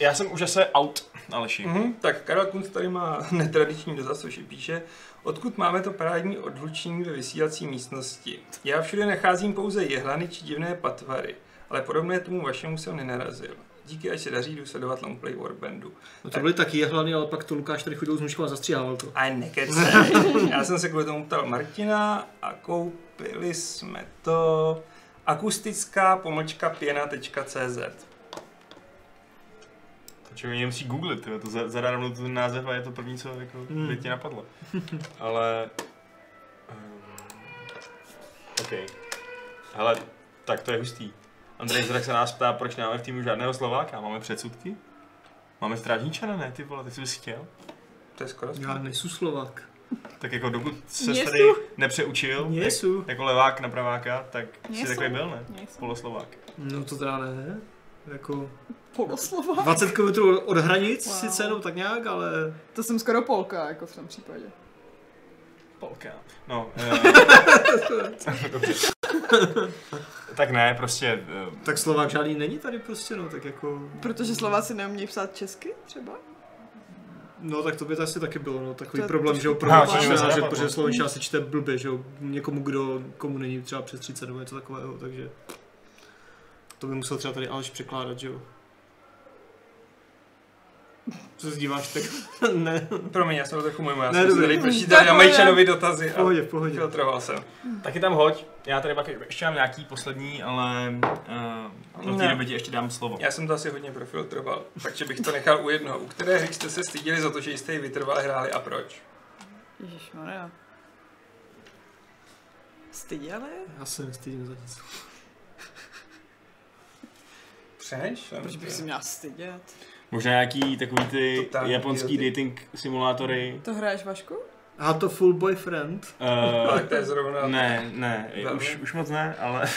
Speaker 5: Já jsem už zase out.
Speaker 1: Aleši,
Speaker 2: Mhm, tak Karel Kunc tady má [LAUGHS] netradiční dotaz, což i píše, odkud máme to parádní odhlučení ve vysílací místnosti. Já všude nacházím pouze jehlany či divné patvary, ale podobné tomu vašemu jsem nenarazil. Díky, ať se daří důsledovat Longplay Warbandu.
Speaker 3: No to byly taky jehlany, ale pak to Lukáš tady chodil s nůžkou a zastříhával to.
Speaker 2: A
Speaker 3: [LAUGHS]
Speaker 2: nekecej. Já jsem se kvůli tomu ptal Martina a koupili jsme to akustická pomlčka pěna.cz.
Speaker 1: takže mě musí googlit, tyhle, to za- zadá rovnou ten název a je to první, co jako,
Speaker 3: Hmm.
Speaker 1: by ti napadlo. ehm,
Speaker 5: Ale... Um, OK. Hele, tak to je hustý. Andrej Zrak se nás ptá, proč nemáme v týmu žádného Slováka. Máme předsudky? Máme strážníčana, ne ty vole, ty jsi bys chtěl?
Speaker 2: To je skoro
Speaker 3: Já nejsou Slovák.
Speaker 1: Tak jako dokud se
Speaker 4: Něsu.
Speaker 1: tady nepřeučil, jak,
Speaker 3: Jesu.
Speaker 1: jako levák na praváka, tak jsi
Speaker 4: Něsu.
Speaker 1: takový byl, ne?
Speaker 4: Nejsem.
Speaker 1: Poloslovák.
Speaker 3: No to teda ne. Jako
Speaker 4: Poloslova?
Speaker 3: 20 km od hranic wow.
Speaker 4: Wow.
Speaker 3: sice, no tak nějak, ale...
Speaker 4: To jsem skoro polka, jako v tom případě.
Speaker 1: Polka. No, eh, dobře. tak ne, prostě eh,
Speaker 3: Tak Slovák žádný není tady prostě, no tak jako...
Speaker 4: Protože Slováci neumějí psát česky třeba?
Speaker 3: No tak to by to asi taky bylo, no takový
Speaker 4: To je
Speaker 3: problém, že jo, pro
Speaker 1: Aha,
Speaker 3: nás,
Speaker 1: to mě
Speaker 3: že
Speaker 1: nenapadlo.
Speaker 3: protože slovenčina se čte blbě, že jo, někomu, kdo, komu není třeba přes 30 nebo něco takového, takže... To by musel třeba tady Aleš překládat, že jo. Co se díváš,
Speaker 1: [LAUGHS]
Speaker 3: tak [LAUGHS] ne,
Speaker 2: Promiň, já jsem to trochu mimo, já
Speaker 3: Ne,
Speaker 2: jsem si
Speaker 3: dobrý.
Speaker 2: tady počítal
Speaker 4: Tak
Speaker 2: na
Speaker 4: to
Speaker 2: Mejčanovi dotazy
Speaker 3: v
Speaker 2: a
Speaker 3: pohodě, v pohodě.
Speaker 2: filtroval jsem.
Speaker 5: Taky tam hoď.
Speaker 1: já tady pak ještě mám nějaký poslední, ale eh, do té
Speaker 2: Ne.
Speaker 1: doby ti ještě dám slovo.
Speaker 2: Já jsem to asi hodně profiltroval, takže bych to nechal u jednoho. U které hry jste se stydili za to, že jste ji vytrvale hráli a proč?
Speaker 4: Ježišmarja. Styděli?
Speaker 3: Já se nestydím za nic.
Speaker 2: Přemýšlím.
Speaker 4: Proč bych si měla stydět?
Speaker 1: Možná nějaký takový ty
Speaker 2: Totální
Speaker 1: japonský
Speaker 2: idioty.
Speaker 1: dating simulátory.
Speaker 4: To hraješ Vašku?
Speaker 3: A to full boyfriend.
Speaker 1: eh,
Speaker 2: [LAUGHS] Ale to je zrovna...
Speaker 1: Ne, ne,
Speaker 2: Velmi.
Speaker 1: už, už moc ne,
Speaker 2: [LAUGHS]
Speaker 1: ale,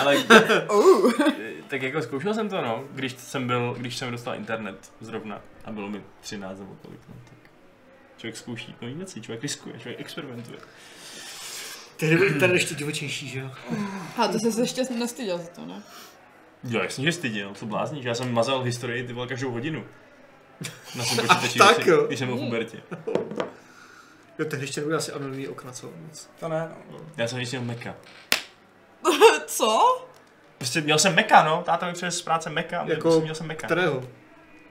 Speaker 1: ale [LAUGHS] tak jako zkoušel jsem to, no, když jsem byl, když jsem dostal internet zrovna a bylo mi 13 nebo kolik, no, tak člověk zkouší nový věci, člověk riskuje, člověk experimentuje.
Speaker 3: Tady byl internet ještě divočejší, že jo?
Speaker 4: A to jsi se ještě nestyděl za to, ne?
Speaker 1: Jo, jasně, že styděl, co blázníš, já jsem mazal historii, ty vole, každou hodinu. Na tom
Speaker 3: [LAUGHS]
Speaker 1: počítači,
Speaker 3: tak
Speaker 1: když,
Speaker 3: jo.
Speaker 1: jsem- když jsem byl
Speaker 2: Hmm.
Speaker 1: v Hubertě.
Speaker 3: Jo, tehdy ještě nebyl asi anonymní okna, co moc.
Speaker 2: To ne, no.
Speaker 1: Já jsem ještě měl Meka.
Speaker 4: Co?
Speaker 1: Prostě měl jsem Meka, no, táta mi přines z práce Meka,
Speaker 3: Jako-
Speaker 1: jako... prostě měl jsem Meka.
Speaker 3: Kterého?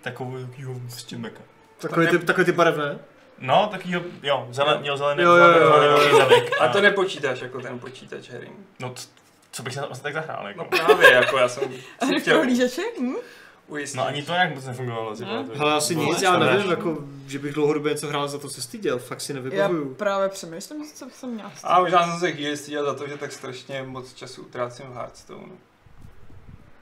Speaker 1: Takový, jo, prostě Meka.
Speaker 3: Takové ty, takové ty barevné?
Speaker 1: No, taky jo, jo, zelen, měl zelený,
Speaker 3: Jo, jo, jo,
Speaker 1: zelený,
Speaker 3: jo,
Speaker 1: zelený zadek.
Speaker 2: A to nepočítáš jako ten počítač hry.
Speaker 1: No, c- co bych se vlastně tak zahrál,
Speaker 2: No
Speaker 1: jako.
Speaker 2: právě, jako já jsem
Speaker 4: A hry
Speaker 2: [LAUGHS] si
Speaker 4: v
Speaker 2: chtěl
Speaker 4: prohlížeči? Hm?
Speaker 2: ujistit.
Speaker 1: No ani to nějak moc nefungovalo. si
Speaker 4: Ne?
Speaker 2: Hmm.
Speaker 1: pamatuju.
Speaker 3: Hele, asi
Speaker 1: Bylo
Speaker 3: nic,
Speaker 1: až
Speaker 3: já
Speaker 1: to
Speaker 3: nevím,
Speaker 1: dáš, no.
Speaker 3: jako, že bych dlouhodobě něco hrál, za to se styděl, fakt si
Speaker 4: Já
Speaker 3: nevybavuju.
Speaker 4: právě přemýšlím, co bych se měla stydět.
Speaker 2: A možná jsem se chvíli styděl za to, že tak strašně moc času utrácím v Hearthstone.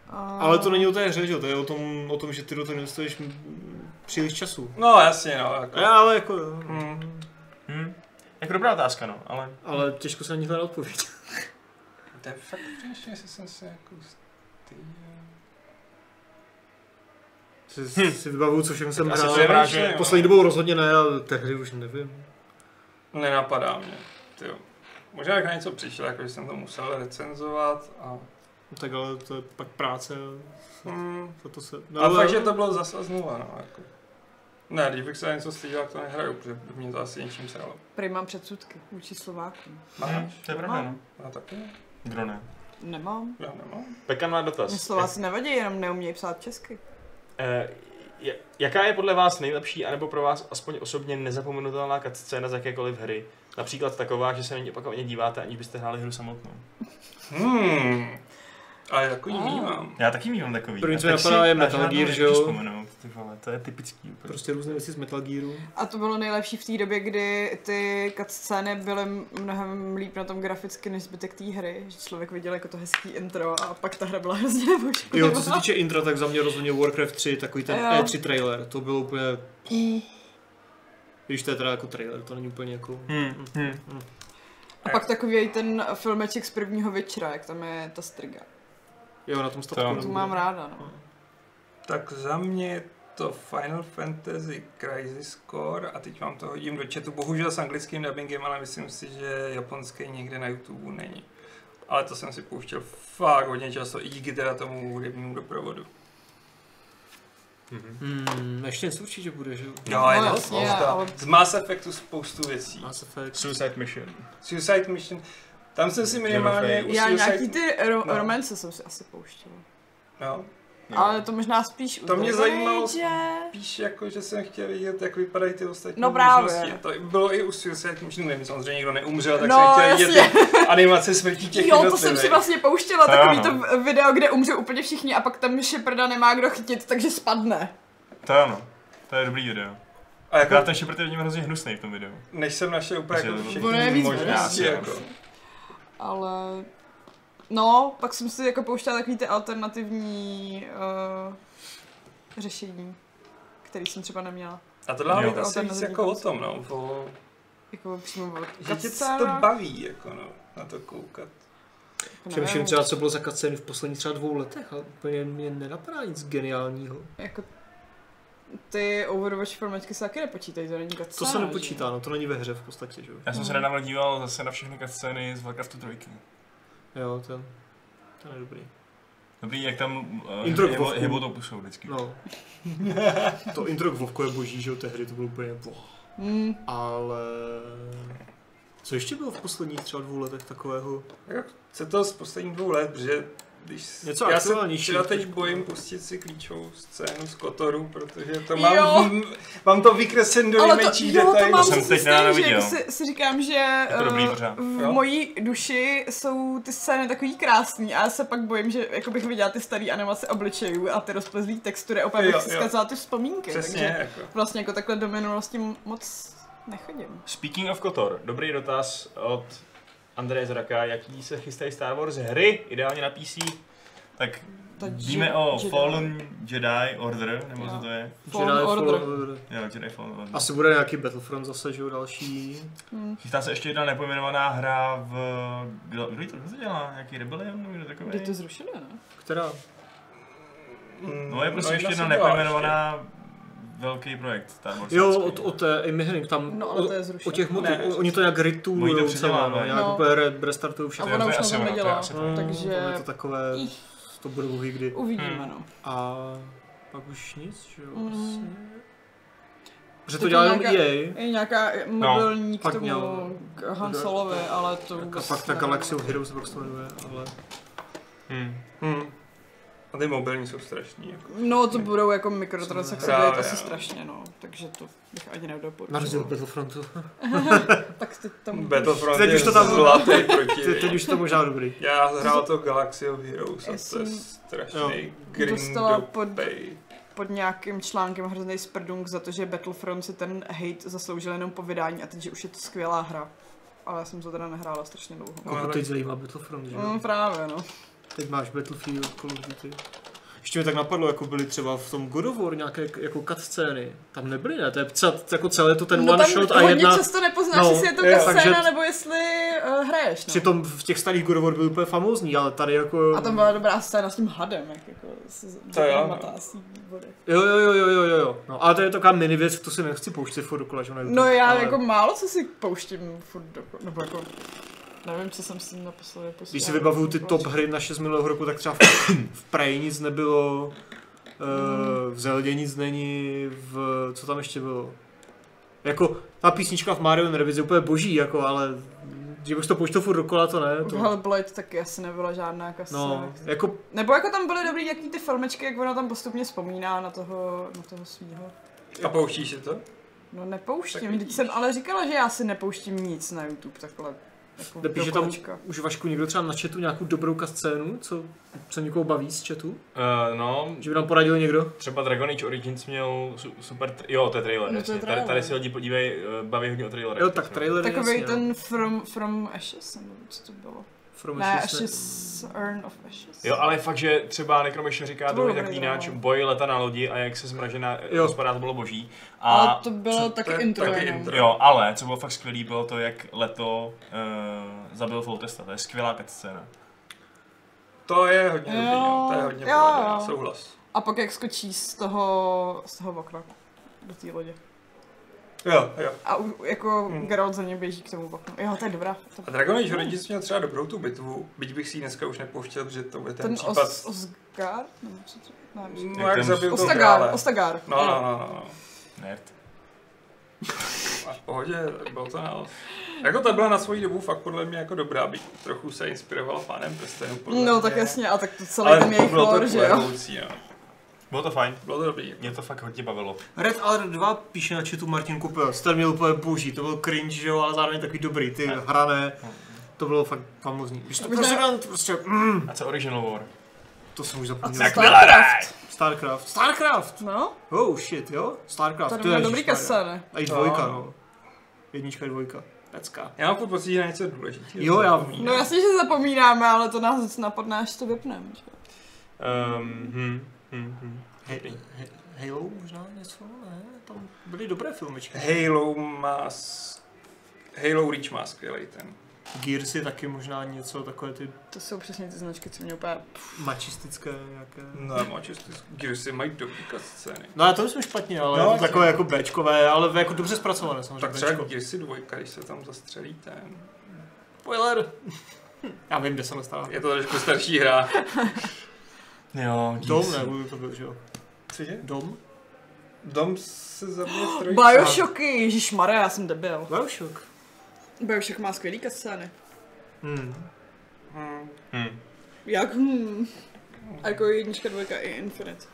Speaker 4: A-
Speaker 3: Ale to není o té hře, že jo, to je o tom, o tom že ty do toho investuješ mm, příliš času.
Speaker 2: No jasně, no. Jako.
Speaker 3: Já, ale jako, jo.
Speaker 2: Hmm.
Speaker 1: Hm. Jako dobrá otázka, no, ale...
Speaker 3: ale těžko se na ní hledat [LAUGHS] odpověď.
Speaker 2: To je fakt přemýšlím, jestli jsem se jako styděl.
Speaker 3: Si, si vybavuju, co všechno jsem
Speaker 1: asi
Speaker 3: hrál.
Speaker 1: to je vrát,
Speaker 2: Přemýšlím,
Speaker 1: že-
Speaker 2: no.
Speaker 3: Poslední dobou rozhodně ne, ale tehdy už nevím.
Speaker 2: Nenapadá mě. Tyjo. Možná jak na něco přišel, jako že jsem to musel recenzovat a...
Speaker 3: No Tak ale to je pak práce,
Speaker 2: Hmm.
Speaker 3: za to se...
Speaker 2: No, ale fakt, že to bylo zase znova, no, jako. Ne, když bych se na něco styděl, tak to nehraju, protože by mě to asi něčím sralo.
Speaker 4: Prý mám předsudky vůči Slovákům.
Speaker 1: Hm,
Speaker 2: Máš?
Speaker 1: to je pravda, no.
Speaker 2: Já taky ne.
Speaker 1: Kdo ne?
Speaker 4: Nemám.
Speaker 2: Já nemám.
Speaker 5: Pekan má
Speaker 2: Prostě.
Speaker 5: dotaz.
Speaker 4: Mě Slováci nevadí, jenom neumějí psát česky.
Speaker 5: Eh, je- jaká je podle vás nejlepší, anebo pro vás aspoň osobně nezapomenutelná scéna z jakékoliv hry? Například taková, že se na ní opakovaně díváte, aniž byste hráli hru samotnou.
Speaker 2: Hmm. Ale jako jiný
Speaker 4: Ah.
Speaker 2: mám.
Speaker 1: Já taky mývám takový.
Speaker 3: První,
Speaker 1: A
Speaker 3: co
Speaker 1: teď
Speaker 3: mi napadá,
Speaker 1: si
Speaker 3: je
Speaker 1: na
Speaker 3: Metal
Speaker 1: žádnou
Speaker 3: Gear,
Speaker 1: nechci
Speaker 3: že jo?
Speaker 1: vzpomenout, ty vole, to je typický. úplně.
Speaker 3: Prostě různé věci z Metal Gearu.
Speaker 4: A to bylo nejlepší v té době, kdy ty cutscény byly mnohem líp na tom graficky než zbytek té hry. Že člověk viděl jako to hezký intro a pak ta hra byla [LAUGHS] hrozně
Speaker 3: Jo, co se
Speaker 4: ošklivá.
Speaker 3: týče intro, tak za mě rozhodně Warcraft 3, takový ten
Speaker 4: Jo.
Speaker 3: E3 trailer, to bylo úplně,
Speaker 4: Mm.
Speaker 3: když to je teda jako trailer, to není úplně jako...
Speaker 2: Hmm. Hmm.
Speaker 4: A pak takový ten filmeček z prvního večera, jak tam je ta striga.
Speaker 3: Jo, na tom
Speaker 1: To-
Speaker 3: statku.
Speaker 4: To
Speaker 2: Mm.
Speaker 3: nebo-
Speaker 4: mám ráda, no.
Speaker 2: Tak za mě je to Final Fantasy Crisis Core a teď vám to hodím do chatu, bohužel s anglickým dubbingem, ale myslím si, že japonský někde na YouTube není. Ale to jsem si pouštěl fakt hodně často, i díky teda tomu hudebnímu doprovodu.
Speaker 5: Mhm.
Speaker 3: Hmm, ještě něco určitě bude, že jo?
Speaker 2: No, je
Speaker 4: No,
Speaker 2: to
Speaker 4: jasně,
Speaker 2: spousta.
Speaker 4: ale- No.
Speaker 2: Z Mass Effectu spoustu věcí.
Speaker 3: Mass Effect.
Speaker 5: Suicide Mission.
Speaker 2: Suicide Mission, tam jsem si minimálně u
Speaker 4: Já nějaký
Speaker 2: Suicide...
Speaker 4: ty ro-
Speaker 2: no.
Speaker 4: romance jsem si asi pouštěla.
Speaker 2: No,
Speaker 4: Ale to možná spíš u
Speaker 2: To mě
Speaker 4: Dragon
Speaker 2: zajímalo
Speaker 4: Age.
Speaker 2: spíš jako, že jsem chtěl vidět, jak vypadají ty ostatní
Speaker 4: No právě.
Speaker 2: možnosti. To bylo i u Suicide Missionu, nevím, samozřejmě nikdo neumřel, tak
Speaker 4: No,
Speaker 2: jsem chtěl vidět
Speaker 4: jasně.
Speaker 2: ty animace smrti těch
Speaker 4: Jo, to jsem si
Speaker 2: jednotlivých.
Speaker 4: vlastně pouštěla,
Speaker 1: To
Speaker 4: takový
Speaker 1: jo,
Speaker 4: to v- video, kde umře úplně všichni a pak tam šeprda nemá kdo chytit, takže spadne.
Speaker 1: To je ono. To je dobrý video.
Speaker 2: A
Speaker 1: Akorát
Speaker 2: jako,
Speaker 1: ten šipr je vidím hrozně hnusný v tom videu.
Speaker 2: než jsem našel úplně
Speaker 1: Že-
Speaker 2: jako
Speaker 4: Ono je
Speaker 2: všechny
Speaker 4: víc prostě.
Speaker 2: možnosti,
Speaker 1: možností,
Speaker 2: jako.
Speaker 4: Ale... No, pak jsem si jako pouštěla takový ty alternativní uh, řešení, který jsem třeba neměla.
Speaker 2: A tohle
Speaker 1: Jo.
Speaker 2: je asi
Speaker 4: Alternativní
Speaker 2: víc jako o tom, no, o,
Speaker 4: Jako přímo od
Speaker 2: že tě to baví, jako no, na to koukat.
Speaker 4: Jako
Speaker 3: Přemýšlím třeba, co bylo za cutscény v posledních třeba dvou letech, ale úplně mě nenapadá nic geniálního.
Speaker 4: Jako ty Overwatch formačky se taky nepočítají, to není
Speaker 3: To se nepočítá, no to není ve hře v podstatě, že jo?
Speaker 1: Já jsem se nedávno díval zase na všechny cutscény z Warcraftu 3.
Speaker 3: Jo, ten, ten je dobrý.
Speaker 1: Dobrý, jak tam
Speaker 3: Intro k
Speaker 1: uh,
Speaker 3: Vovku.
Speaker 1: hebo to pusou vždycky.
Speaker 3: No. to intro k Vovku je boží, že jo, tehdy to bylo úplně boh.
Speaker 4: Hmm.
Speaker 3: Ale... Co ještě bylo v posledních třeba dvou letech takového?
Speaker 2: Se to z posledních dvou let, protože když
Speaker 3: Něco
Speaker 2: já se
Speaker 3: aktuálnějšího
Speaker 2: třeba teď
Speaker 3: trošku.
Speaker 2: bojím pustit si klíčovou scénu z Kotoru, protože to mám,
Speaker 4: Jo.
Speaker 2: v- mám to vykreslen do
Speaker 4: Ale to,
Speaker 2: nejmenších
Speaker 4: jo, to
Speaker 2: detailů.
Speaker 4: mám
Speaker 1: To jsem
Speaker 4: si
Speaker 1: teď
Speaker 4: stejně,
Speaker 1: nedávno
Speaker 4: že
Speaker 1: viděl.
Speaker 4: si, si říkám, že
Speaker 1: Je to dobrý
Speaker 4: eh,
Speaker 1: pořád.
Speaker 4: v
Speaker 2: Jo.
Speaker 4: mojí duši jsou ty scény takový krásný a já se pak bojím, že jako bych viděla ty staré animace obličejů a ty rozplezlý textury a opět
Speaker 2: Jo,
Speaker 4: bych si
Speaker 2: jo.
Speaker 4: zkazala ty vzpomínky.
Speaker 2: Přesně,
Speaker 4: Takže
Speaker 2: jako.
Speaker 4: vlastně jako takhle do minulosti moc nechodím.
Speaker 5: Speaking of Kotor, dobrý dotaz od Andreje Zraka, jaký se chystají Star Wars hry, ideálně na PC?
Speaker 1: Tak
Speaker 4: To
Speaker 1: víme
Speaker 4: Je-
Speaker 1: o
Speaker 4: Jedi.
Speaker 1: Fallen Jedi Order, nebo co
Speaker 4: Jo.
Speaker 1: to je?
Speaker 4: Fallen
Speaker 3: Jedi
Speaker 4: Order.
Speaker 3: Order.
Speaker 1: Jo, Jedi Fallen Order.
Speaker 3: Asi bude nějaký Battlefront zase, že jo, další.
Speaker 4: Hm.
Speaker 1: Chystá se ještě jedna nepojmenovaná hra v... Kdo, kdo jí to, kdo to dělá? Nějaký Rebellion? Nebo kdo
Speaker 4: Kdy
Speaker 1: takový?
Speaker 4: to zrušili, ne?
Speaker 3: Která?
Speaker 2: Mm,
Speaker 1: No je prostě ještě
Speaker 2: jedna
Speaker 1: jedna
Speaker 2: se dělá
Speaker 1: nepojmenovaná velký projekt Star Wars.
Speaker 3: Jo, od, od té Amy Hennig, tam
Speaker 4: No,
Speaker 3: no,
Speaker 4: ale to
Speaker 3: o,
Speaker 4: je zrušeno.
Speaker 3: o těch mod,
Speaker 2: Ne.
Speaker 3: oni to nějak
Speaker 1: Oni to
Speaker 3: rituujou celá, no,
Speaker 1: předělávají.
Speaker 3: nějak
Speaker 4: No.
Speaker 3: úplně re- restartují
Speaker 4: A
Speaker 3: všechno.
Speaker 1: To je-
Speaker 4: ona
Speaker 1: to je
Speaker 4: už na
Speaker 1: asi
Speaker 4: tom
Speaker 1: ono, to je
Speaker 4: nedělá.
Speaker 1: asi
Speaker 3: Mm,
Speaker 4: takže-
Speaker 3: tam je to takové,
Speaker 4: Ich.
Speaker 3: to bude bohu kdy.
Speaker 4: Uvidíme,
Speaker 2: Hmm.
Speaker 4: no.
Speaker 3: A pak už nic, že jo,
Speaker 4: Mm.
Speaker 3: vlastně. Protože to
Speaker 4: Teď
Speaker 3: dělá
Speaker 4: je
Speaker 3: jenom E
Speaker 4: nějaká-
Speaker 3: EA.
Speaker 4: Je nějaká
Speaker 1: No.
Speaker 4: mobilní k
Speaker 3: Pak
Speaker 4: tomu
Speaker 3: měl-
Speaker 4: k Han Solovi, ale to
Speaker 3: A
Speaker 4: vůbec
Speaker 3: pak ta
Speaker 4: nevím.
Speaker 3: Galaxy of Heroes pak se to jmenuje, ale...
Speaker 5: Hmm.
Speaker 2: Hmm. A ty mobilní jsou strašní. Jako.
Speaker 4: No, to budou jako mikrotransakce, bude to
Speaker 2: Právě,
Speaker 4: asi
Speaker 2: no.
Speaker 4: strašně, no. Takže to bych ani
Speaker 3: Na rozdíl
Speaker 4: nedoporučil.
Speaker 3: od Battlefrontu.
Speaker 4: Tak teď tam...
Speaker 2: Battlefront
Speaker 3: Teď
Speaker 2: je
Speaker 3: už to tam-
Speaker 2: zlatý proti.
Speaker 3: Te- [LAUGHS] Teď už to možná dobrý.
Speaker 2: Já hrál to Galaxy of Heroes a
Speaker 4: Já
Speaker 2: to je
Speaker 4: jsem
Speaker 2: strašný
Speaker 4: dostala pod-
Speaker 2: grindopej.
Speaker 4: Pod nějakým článkem hrozný sprdung za to, že Battlefront si ten hate zasloužil jenom po vydání a teď, že už je to skvělá hra. Ale já jsem to teda nehrála strašně dlouho.
Speaker 2: No, ale-
Speaker 3: Pokud teď zajímá Battlefront, že
Speaker 4: Mm,
Speaker 3: jo?
Speaker 4: právě, no.
Speaker 3: Teď máš Battlefield, Call of Duty. Ještě mi tak napadlo, jako byly třeba v tom God of War nějaké k- jako cutscény. Tam nebyly, ne? To je psa- jako celé to ten
Speaker 4: no,
Speaker 3: one
Speaker 4: tam
Speaker 3: shot a
Speaker 4: hodně
Speaker 3: jedna...
Speaker 4: často nepoznáš,
Speaker 3: No,
Speaker 4: jestli je to
Speaker 3: jo,
Speaker 4: scéna,
Speaker 3: takže-
Speaker 4: nebo jestli uh, hraješ, no.
Speaker 3: Přitom v těch starých God of War byl úplně famózní, ale tady jako...
Speaker 4: A tam byla dobrá scéna s tím hadem, jak jako se z-
Speaker 2: To jo, no.
Speaker 4: matá s tím bodem.
Speaker 3: Jo, jo, jo, jo, jo, jo, jo. No, ale to je taková mini věc, to si nechci pouštět furt dokola, že ona je
Speaker 4: No
Speaker 3: dobrý,
Speaker 4: já
Speaker 3: ale...
Speaker 4: jako málo co si pouštím furt do, nebo jako nevím, co jsem si naposledy pustil.
Speaker 3: Když si vybavuju ty top hry naše z minulého roku, tak třeba v, v Prey nic nebylo, eh, v Zeldě nic není, v, co tam ještě bylo. Jako, ta písnička v Mario Nervis je úplně boží, jako, ale že bych to pouštěl furt dokola, to ne.
Speaker 4: V
Speaker 3: To,
Speaker 4: Hellblade taky asi nebyla žádná kasa.
Speaker 3: no, jako,
Speaker 4: Nebo jako tam byly dobrý jaký ty filmečky, jak ona tam postupně vzpomíná na toho, na toho svýho.
Speaker 2: A pouštíš si to?
Speaker 4: No nepouštím,
Speaker 2: Tak
Speaker 4: vždyť
Speaker 2: vidíš.
Speaker 4: jsem ale říkala, že já si nepouštím nic na YouTube takhle Jako
Speaker 3: Nepíše
Speaker 4: do
Speaker 3: tam-
Speaker 4: kolečka.
Speaker 3: Už Vašku někdo třeba na chatu nějakou dobrou kascénu, co se někoho baví z chatu?
Speaker 1: Eh,
Speaker 5: Uh, no,
Speaker 3: Že by nám poradil někdo?
Speaker 5: třeba Dragon Age Origins měl su- super, tr- jo, to je trailer,
Speaker 4: No, to je
Speaker 5: jasně. Tady,
Speaker 4: trailer.
Speaker 5: tady si lidi podívej, eh, baví hodně o trailerech.
Speaker 3: Jo, tak
Speaker 5: no.
Speaker 3: trailer je
Speaker 4: Takový
Speaker 3: jasně, no.
Speaker 4: ten from, from Ashes, nebo co to bylo?
Speaker 3: From
Speaker 4: Ne,
Speaker 3: Ashes, ne.
Speaker 4: Ashes, Urn of Ashes.
Speaker 5: Jo, ale fakt, že třeba Necromission říká
Speaker 4: To bylo no.
Speaker 5: druhý
Speaker 4: dobré
Speaker 5: zaklínač,
Speaker 4: drama.
Speaker 5: boj leta na lodi a jak se zmražená
Speaker 3: Jo.
Speaker 5: hospodá, to bylo boží. A,
Speaker 4: Ale to bylo taky
Speaker 2: to je
Speaker 4: intro. no.
Speaker 2: taky
Speaker 4: jenom.
Speaker 2: intro.
Speaker 1: Jo, ale co bylo fakt skvělý, bylo to, jak leto
Speaker 5: eh,
Speaker 1: uh, zabil Foltesta. To je skvělá cutscéna.
Speaker 2: To je hodně dobrý,
Speaker 4: Jo,
Speaker 2: no, to je hodně
Speaker 4: jo,
Speaker 2: povedená,
Speaker 4: jo.
Speaker 2: souhlas.
Speaker 4: A pak jak skočí z toho, z toho okna do té lodě.
Speaker 2: Jo, jo.
Speaker 4: A u, jako
Speaker 2: Hmm.
Speaker 4: hmm. Geralt za ně běží k tomu oknu. Jo, to je dobrá. To,
Speaker 2: A Dragon Age Origins měl třeba dobrou tu bitvu, byť bych si ji dneska už nepouštěl, protože to bude ten,
Speaker 4: ten
Speaker 2: případ.
Speaker 4: os, Osgard? Nebo co to ne, myslím.
Speaker 2: No, jak
Speaker 1: ten-
Speaker 2: zabil to krále.
Speaker 4: Ostagar, Ostagar.
Speaker 2: No, no, no, no, no.
Speaker 1: Nerd.
Speaker 2: A v pohodě, bylo to na Jako ta byla na svoji dobu fakt podle mě jako dobrá, byť trochu se inspirovala pánem prstenů. podle
Speaker 4: No,
Speaker 2: mě.
Speaker 4: tak jasně, a tak to celý
Speaker 2: Ale
Speaker 4: ten jejich
Speaker 2: bylo to
Speaker 4: lore, že
Speaker 2: [LAUGHS]
Speaker 4: jo?
Speaker 2: pleroucí, no.
Speaker 1: Bylo to fajn.
Speaker 2: Bylo to dobrý.
Speaker 1: Mě to fakt hodně bavilo.
Speaker 3: Red Alert 2 píše na chatu Martin Kupel. Jste měl úplně boží, to byl cringe, že jo, ale zároveň takový dobrý, ty hrané. To bylo fakt famozní. Když to
Speaker 4: Možná-
Speaker 3: President prostě, mm,
Speaker 1: A co Original War?
Speaker 3: to jsem už
Speaker 4: A co
Speaker 3: zapomněl.
Speaker 4: Starcraft?
Speaker 3: Starcraft. Starcraft!
Speaker 4: No,
Speaker 3: Oh shit, jo? Starcraft.
Speaker 4: to
Speaker 3: ty
Speaker 4: byla
Speaker 3: ježišmarja.
Speaker 4: dobrý kasane.
Speaker 3: A i dvojka,
Speaker 2: No.
Speaker 3: no. Jednička, dvojka. Pecka.
Speaker 2: Já mám furt pocit, že na něco důležitého.
Speaker 3: Jo, já-
Speaker 2: zapomínám.
Speaker 4: No jasně, že zapomínáme, ale to nás napadne, až to vypneme. že jo?
Speaker 5: Um, hm, hm, hm.
Speaker 3: He- he- Halo možná něco, ne? Tam byly dobré filmečky.
Speaker 2: Halo má... s- Halo Reach má skvělej ten.
Speaker 3: Gears je taky možná něco, takové ty
Speaker 4: To jsou přesně ty značky, co mě úplně...
Speaker 3: mačistické nějaké.
Speaker 2: No, má čistý. Gearsy mají dobrý scény.
Speaker 3: No já to myslím špatně, ale
Speaker 2: No,
Speaker 3: no,
Speaker 2: jasně.
Speaker 3: takové jako Bčkové, ale jako dobře zpracované samozřejmě.
Speaker 2: Tak třeba
Speaker 3: Bčko.
Speaker 2: Gearsy 2, když se tam zastřelí ten.
Speaker 3: Spoiler. Já vím, kde jsem dostal.
Speaker 2: Je to trošku starší hra.
Speaker 1: Jo,
Speaker 3: Dom nebo to byl, že jo?
Speaker 2: Cože?
Speaker 3: Dom?
Speaker 2: Dom se zabil v trojce.
Speaker 4: Biošoky, ježišmarja, já jsem debil.
Speaker 3: Bioshock.
Speaker 4: Bioshock má skvělý kasane.
Speaker 3: Hmm.
Speaker 2: Hmm.
Speaker 5: Hm.
Speaker 4: Jak hm. A jako jednička, dvojka i Infinite.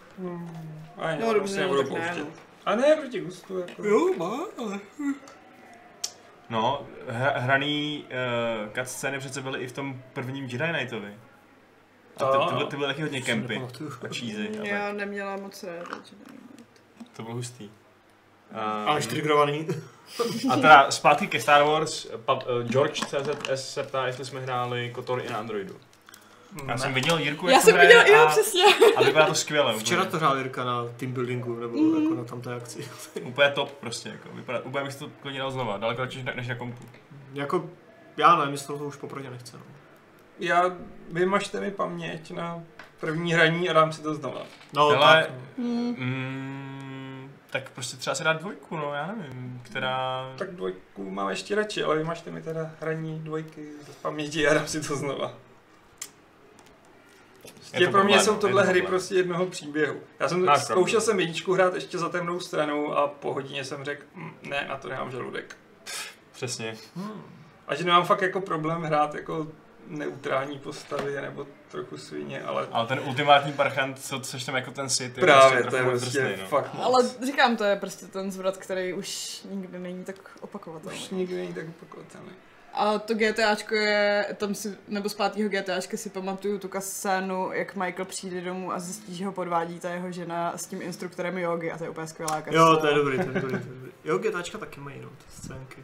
Speaker 2: A
Speaker 4: No dobře,
Speaker 2: já
Speaker 4: no,
Speaker 2: budu
Speaker 4: tak ne,
Speaker 2: pouštět. A ne, proti gustu, jako.
Speaker 3: Jo, má, ale...
Speaker 1: No, hra, hraný uh, cutscény přece byly i v tom prvním Jedi Knightovi. A ty,
Speaker 2: To-
Speaker 1: ty, byly, ty byly taky hodně kempy a cheesy a tak.
Speaker 4: Já neměla moc ráda, že ne.
Speaker 3: Jako
Speaker 1: To bylo hustý. Ehm,
Speaker 3: Ale
Speaker 5: Um,
Speaker 3: štrigrovaný.
Speaker 5: a teda zpátky ke Star Wars, pa, eh, George CZS se ptá, jestli jsme hráli Kotor i na Androidu.
Speaker 1: Já jsem viděl Jirku,
Speaker 4: Já
Speaker 3: jako
Speaker 1: jak to
Speaker 4: jsem
Speaker 1: hraje
Speaker 4: viděla, jo,
Speaker 1: a,
Speaker 4: přesně.
Speaker 1: a vypadá to skvěle.
Speaker 3: Včera to
Speaker 1: úplně.
Speaker 3: hrál Jirka na team buildingu, nebo mm. jako na tamté akci.
Speaker 1: Úplně top prostě, jako. Vypadá, úplně bych si to klidně dal znova, daleko radši než, než na kompu.
Speaker 3: Jako, já nevím, jestli to už poprvé nechce. No.
Speaker 2: Já vymažte mi paměť na první hraní a dám si to znova.
Speaker 3: No,
Speaker 1: Hele.
Speaker 3: tak, no.
Speaker 4: Hm.
Speaker 1: Mm, tak prostě třeba se dá dvojku, no, já nevím, která...
Speaker 2: Tak dvojku mám ještě radši, ale vymažte mi teda hraní dvojky z paměti a dám si to znova. Je
Speaker 1: to
Speaker 2: pro mě
Speaker 1: problém,
Speaker 2: jsou
Speaker 1: no,
Speaker 2: tohle
Speaker 1: je to
Speaker 2: hry
Speaker 1: problém.
Speaker 2: prostě jednoho příběhu. Já jsem
Speaker 5: Máš
Speaker 2: zkoušel
Speaker 5: pravdu.
Speaker 2: jsem jedničku hrát ještě za temnou stranu a po hodině jsem řekl, "Mm, ne, na to nemám žaludek.
Speaker 5: Přesně.
Speaker 2: A že nemám fakt jako problém hrát jako neutrální postavy nebo trochu svině, ale
Speaker 1: Ale ten ultimátní parchant, co seš tam jako ten Sith, je
Speaker 2: právě to
Speaker 1: prostě
Speaker 2: je
Speaker 1: trochu
Speaker 2: prostě
Speaker 1: drsnej, no.
Speaker 2: fakt moc.
Speaker 4: Ale říkám, to je prostě ten zvrat, který už nikdy není tak opakovatelný.
Speaker 2: Už nikdy není tak opakovatelný.
Speaker 4: A to GTAčko je, tam si, nebo z pátého GTAčka si pamatuju tu scénu, jak Michael přijde domů a zjistí, že ho podvádí ta jeho žena s tím instruktorem jogy a to je úplně skvělá kascéna.
Speaker 3: Jo, to je dobrý, to je dobrý, to je dobrý. Jo, GTAčka taky mají, no, ty scénky.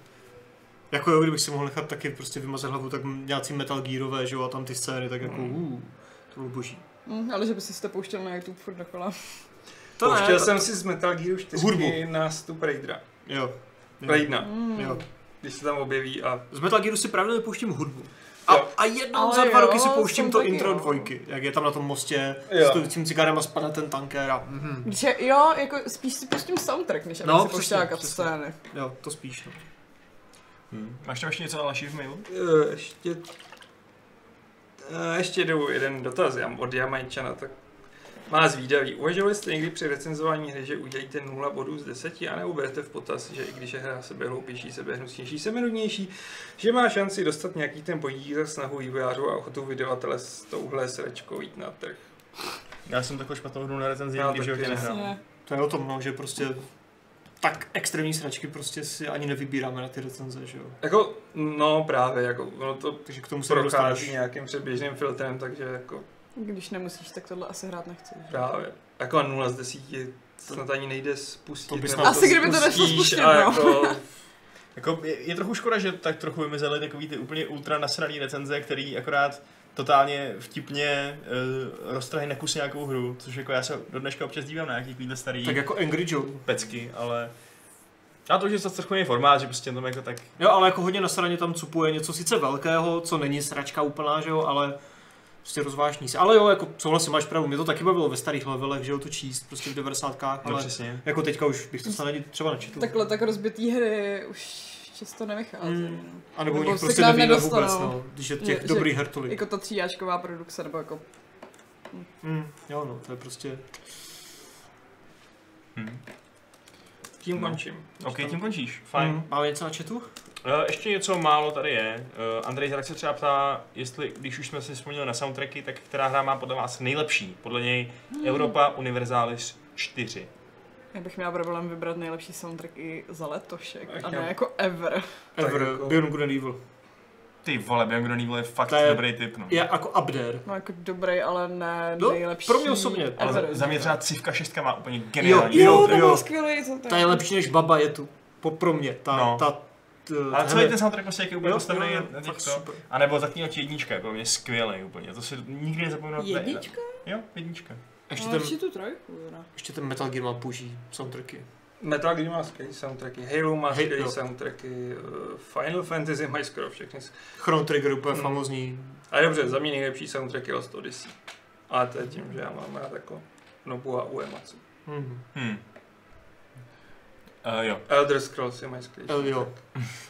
Speaker 3: Jako jo, kdybych si mohl nechat taky prostě vymazat hlavu, tak nějací Metal Gearové, že jo, a tam ty scény, tak jako,
Speaker 1: Mm.
Speaker 3: uh, to bylo boží.
Speaker 4: Mm, ale že by si to pouštěl na YouTube furt dokola.
Speaker 3: To
Speaker 2: Pouštěl
Speaker 3: to-
Speaker 2: jsem si z Metal Gearu 4
Speaker 3: Hudbu. Mhm.
Speaker 2: nástup Raidera.
Speaker 3: Jo. Jo.
Speaker 2: Raidna,
Speaker 3: jo.
Speaker 2: když se tam objeví a
Speaker 3: Z Metal Gearu si právě nepouštím hudbu. A,
Speaker 2: Jo.
Speaker 3: a jednou
Speaker 4: Ale
Speaker 3: za dva
Speaker 4: jo,
Speaker 3: roky si pouštím
Speaker 4: jsem
Speaker 3: to
Speaker 4: taky,
Speaker 3: intro
Speaker 4: jo.
Speaker 3: dvojky, jak je tam na tom mostě
Speaker 2: Jo.
Speaker 3: s tím cigarem a spadne ten tankér a mhm.
Speaker 4: Když je, jo, jako spíš si pustím soundtrack, než abych
Speaker 3: No,
Speaker 4: si
Speaker 3: přesně,
Speaker 4: pouštěla
Speaker 3: přesně.
Speaker 4: kapscény.
Speaker 3: Jo, to spíš. No.
Speaker 1: Hm. Máš tam ještě něco dalšího v mailu?
Speaker 2: Eh, ještě... eh, Ještě jdu jeden dotaz já od Jamajčana, tak má zvídavý. Uvažovali jste někdy při recenzování hry, že udělíte 0 bodů z 10, anebo berete v potaz, že i když je hra sebehloupější, sebehnusnější, sebenudnější, že má šanci dostat nějaký ten bodík za snahu vývojářů a ochotu vydavatele s touhle sračkou jít na trh.
Speaker 1: Já jsem takovou špatnou hru na recenzi
Speaker 2: Já
Speaker 1: nikdy v
Speaker 2: taky
Speaker 1: životě
Speaker 2: ne.
Speaker 1: nehrál.
Speaker 4: Přesně.
Speaker 3: To je o tom, no, že prostě tak extrémní sračky prostě si ani nevybíráme na ty recenze, že jo.
Speaker 2: Jako, no právě, jako, ono to
Speaker 3: Takže k tomu se
Speaker 2: prochází
Speaker 3: dostaneš.
Speaker 2: nějakým předběžným filtrem, takže jako
Speaker 4: Když nemusíš, tak tohle asi hrát nechci.
Speaker 3: No,
Speaker 2: právě. Jako 0 z 10 to snad ani nejde spustit.
Speaker 3: To bys
Speaker 2: nebo
Speaker 3: nám
Speaker 4: Asi kdyby to nešlo
Speaker 2: spustíš
Speaker 4: spustit,
Speaker 2: a
Speaker 4: no. [LAUGHS]
Speaker 2: Jako,
Speaker 1: Jako je, je trochu škoda, že tak trochu vymizely takový ty úplně ultra nasraný recenze, který akorát totálně vtipně uh, roztrhají na kus nějakou hru, což jako já se do dneška občas dívám na nějaký takovýhle starý
Speaker 3: Tak jako Angry Joe.
Speaker 1: pecky, ale na to, že to trochu jiný formát, že prostě tam jako tak
Speaker 3: Jo, ale jako hodně na straně tam cupuje něco sice velkého, co není sračka úplná, že jo, ale prostě rozvážní se. Ale jo, jako souhlasím, máš pravdu, mě to taky bavilo ve starých levelech, že jo, to číst prostě v 90.
Speaker 1: no,
Speaker 3: ale
Speaker 1: přesně.
Speaker 3: jako teďka už bych to snad ani třeba nečetl.
Speaker 4: Takhle tak rozbitý hry už často nevychází.
Speaker 3: Mm.
Speaker 4: Mm.
Speaker 3: A nebo o
Speaker 4: Nebo
Speaker 3: nich
Speaker 4: se
Speaker 3: prostě
Speaker 4: k nám
Speaker 3: nevíme vůbec,
Speaker 4: nedostanou.
Speaker 3: no, že
Speaker 4: Je-
Speaker 3: těch
Speaker 4: že-
Speaker 3: dobrých her tolik.
Speaker 4: Jako ta tříáčková produkce, nebo jako...
Speaker 3: Mm, jo, no, to je prostě...
Speaker 1: Hm.
Speaker 2: tím
Speaker 1: No.
Speaker 2: končím.
Speaker 1: Ok, tím končíš, fajn.
Speaker 3: Mm, máme něco na chatu?
Speaker 8: Uh, ještě něco málo tady je. Uh, Andrej Zrak se třeba ptá, jestli, když už jsme si vzpomněli na soundtracky, tak která hra má podle vás nejlepší? Podle něj
Speaker 3: Hmm.
Speaker 8: Europa Universalis 4.
Speaker 4: Já bych měla problém vybrat nejlepší soundtrack i za letošek,
Speaker 2: Ach,
Speaker 4: a ne
Speaker 2: já-
Speaker 4: jako ever.
Speaker 2: Tak
Speaker 3: Ever,
Speaker 2: jako-
Speaker 3: Beyond Good and Evil.
Speaker 1: Ty vole, Beyond Good and Evil je fakt
Speaker 3: To je-
Speaker 1: dobrý typ, no.
Speaker 3: Je jako up there.
Speaker 4: No jako dobrý, ale ne
Speaker 3: No,
Speaker 4: nejlepší
Speaker 3: pro mě osobně,
Speaker 4: ever.
Speaker 1: Ale za, za mě třeba Civka 6 má úplně geniální
Speaker 3: Jo,
Speaker 4: Jo,
Speaker 1: soundtrack.
Speaker 4: to
Speaker 3: jo.
Speaker 4: bylo skvělý soundtrack.
Speaker 3: Ta je lepší než Baba je tu. Po pro mě, ta...
Speaker 1: No.
Speaker 3: ta t-
Speaker 1: Ale
Speaker 3: hele,
Speaker 1: celý ten soundtrack prostě jak je úplně
Speaker 3: jo,
Speaker 1: postavený
Speaker 3: jo,
Speaker 1: na- na
Speaker 3: fakt
Speaker 1: těchto.
Speaker 3: super.
Speaker 1: A nebo Zaklínač jednička, je pro mě skvělý úplně, to si nikdy nezapomenu.
Speaker 4: Jednička?
Speaker 1: Jo, jednička.
Speaker 3: No, Ještě
Speaker 4: Ale
Speaker 3: ten,
Speaker 4: Lepší tu trojku, no. teda.
Speaker 3: ještě ten Metal Gear má boží soundtracky.
Speaker 2: Metal Gear má skvělý soundtracky, Halo má
Speaker 3: Hej,
Speaker 2: skvělý
Speaker 3: jo.
Speaker 2: soundtracky, eh, Final Fantasy mají skoro všechny. sk-
Speaker 3: Chrono Trigger úplně
Speaker 2: Mm.
Speaker 3: famózní.
Speaker 2: A dobře, za mě nejlepší soundtrack je Lost Odyssey. A to je tím, že já mám rád jako Nobu a Uematsu.
Speaker 3: Mm.
Speaker 1: Hmm. Uh, jo,
Speaker 2: Elder Scrolls je mají skvělý.
Speaker 3: El, jo.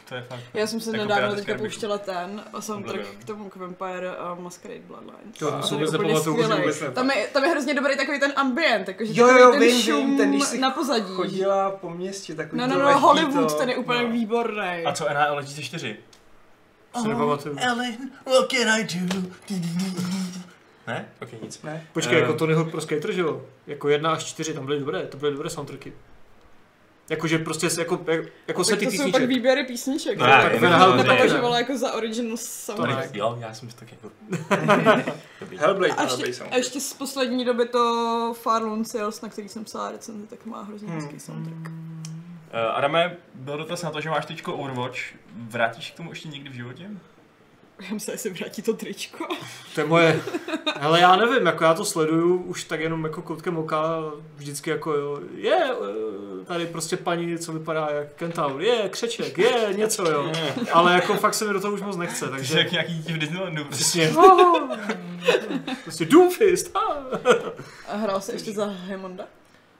Speaker 1: to je fakt.
Speaker 4: Já jsem si
Speaker 1: Jako
Speaker 4: nedávno
Speaker 1: Piráti z
Speaker 4: teďka
Speaker 1: Karibiku.
Speaker 4: pouštěla ten soundtrack
Speaker 1: Oblivion.
Speaker 4: k tomu k Vampire uh, Masquerade Bloodlines.
Speaker 3: To
Speaker 2: A
Speaker 3: si
Speaker 4: Ten je
Speaker 3: vůbec
Speaker 4: úplně
Speaker 3: nepamatuju, že
Speaker 4: skvělej.
Speaker 3: vůbec
Speaker 2: ne-
Speaker 4: Tam je, tam je hrozně dobrý takový ten ambient, jakože
Speaker 3: Jo, jo,
Speaker 4: takový ten
Speaker 3: vím, vím,
Speaker 4: šum
Speaker 3: ten, když si jako
Speaker 4: na pozadí.
Speaker 2: Chodila po městě takový
Speaker 4: No, no,
Speaker 2: to
Speaker 4: no,
Speaker 2: lehký
Speaker 4: Hollywood,
Speaker 2: to-
Speaker 4: ten je úplně
Speaker 2: no.
Speaker 4: výborný.
Speaker 1: A co NHL 2004?
Speaker 3: si nepamatuju.
Speaker 1: Ellen, what can I do? Ne? Ok, nic.
Speaker 2: Ne?
Speaker 3: Počkej,
Speaker 1: Eh.
Speaker 3: jako Tony Hawk Pro Skater, že jo? Jako jedna až čtyři, tam byly dobré, to byly dobré soundtracky. Jakože prostě se, jako, jak- jako se ty
Speaker 4: to jsou pak
Speaker 3: tisíček.
Speaker 4: výběry písniček.
Speaker 1: No,
Speaker 4: No,
Speaker 1: já
Speaker 4: tak
Speaker 1: nevím,
Speaker 4: to
Speaker 1: ale
Speaker 4: to
Speaker 1: to je-
Speaker 4: považovala jako za
Speaker 3: To
Speaker 4: original soundtrack.
Speaker 3: ne.
Speaker 1: Jo, já jsem si tak
Speaker 3: [LAUGHS]
Speaker 1: jako... Dobrý.
Speaker 2: Hellblade
Speaker 4: A
Speaker 2: má dobrý
Speaker 4: ještě, a
Speaker 2: soundtrack.
Speaker 4: ještě z poslední doby to Far Lone Sales, na který jsem psala recenzi, tak má hrozně
Speaker 2: Hmm.
Speaker 4: hezký soundtrack.
Speaker 1: Eh, Adame, byl dotaz na to, že máš teďko Overwatch. Vrátíš k tomu ještě někdy v životě?
Speaker 4: Já myslím, jestli vrátí to tričko.
Speaker 3: To je moje.
Speaker 4: [LAUGHS]
Speaker 3: Hele, já nevím, jako já to sleduju už tak jenom jako koutkem oka, vždycky jako jo, je eh, tady prostě paní, co vypadá jak kentaur, je křeček, je něco
Speaker 1: [LAUGHS]
Speaker 3: jo. Ale jako fakt se mi do toho už moc nechce,
Speaker 1: Takže
Speaker 3: takže
Speaker 1: jak nějaký dítě v Disneylandu. prostě. [LAUGHS]
Speaker 3: přesně. [LAUGHS] Oh, prostě Doomfist. ah.
Speaker 4: A hrál se ještě za Hemonda?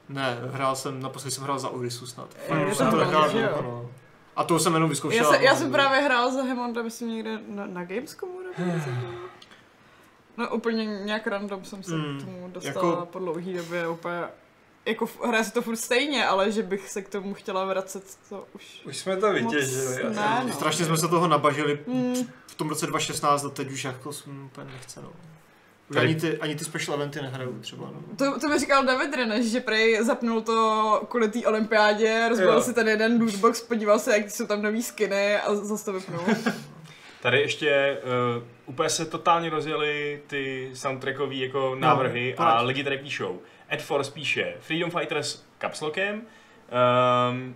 Speaker 3: Ne, hrál jsem, naposledy jsem hrál za Urisu snad.
Speaker 4: Je
Speaker 3: Fakt,
Speaker 4: to
Speaker 3: už jsem to
Speaker 4: hrozný,
Speaker 3: nehrál
Speaker 4: že jo?
Speaker 3: dlouho, no. A to už jsem jenom
Speaker 4: Já,
Speaker 3: vyzkoušel.
Speaker 4: se, já jsem právě hrál za Hemonda, myslím někde na, na Gamescomu nebo něco takového. No úplně nějak random jsem se
Speaker 3: Mm,
Speaker 4: k tomu dostala
Speaker 3: jako-
Speaker 4: po dlouhý době úplně... Jako f- hraje se to furt stejně, ale že bych se k tomu chtěla vracet, to už...
Speaker 2: Už jsme to vytěžili.
Speaker 4: Moc
Speaker 2: já jsem-
Speaker 4: ne, no.
Speaker 3: Strašně jsme se toho nabažili
Speaker 4: Mm,
Speaker 3: v tom roce 2016 a teď už jako jsem úplně nechce, no. Už
Speaker 1: Tady-
Speaker 3: ani ty, ani ty special eventy nehraju třeba, no.
Speaker 4: to, to mi říkal David Reneš, že prej zapnul to kvůli té olympiádě,
Speaker 2: Jo.
Speaker 4: rozbil si ten jeden lootbox, podíval se, jak jsou tam nový skiny a zase to vypnul.
Speaker 8: Tady ještě uh, úplně se totálně rozjeli ty soundtrackové jako návrhy no,
Speaker 3: pojď.
Speaker 8: a lidi tady píšou. Ed Force píše Freedom Fighters kapslokem, um,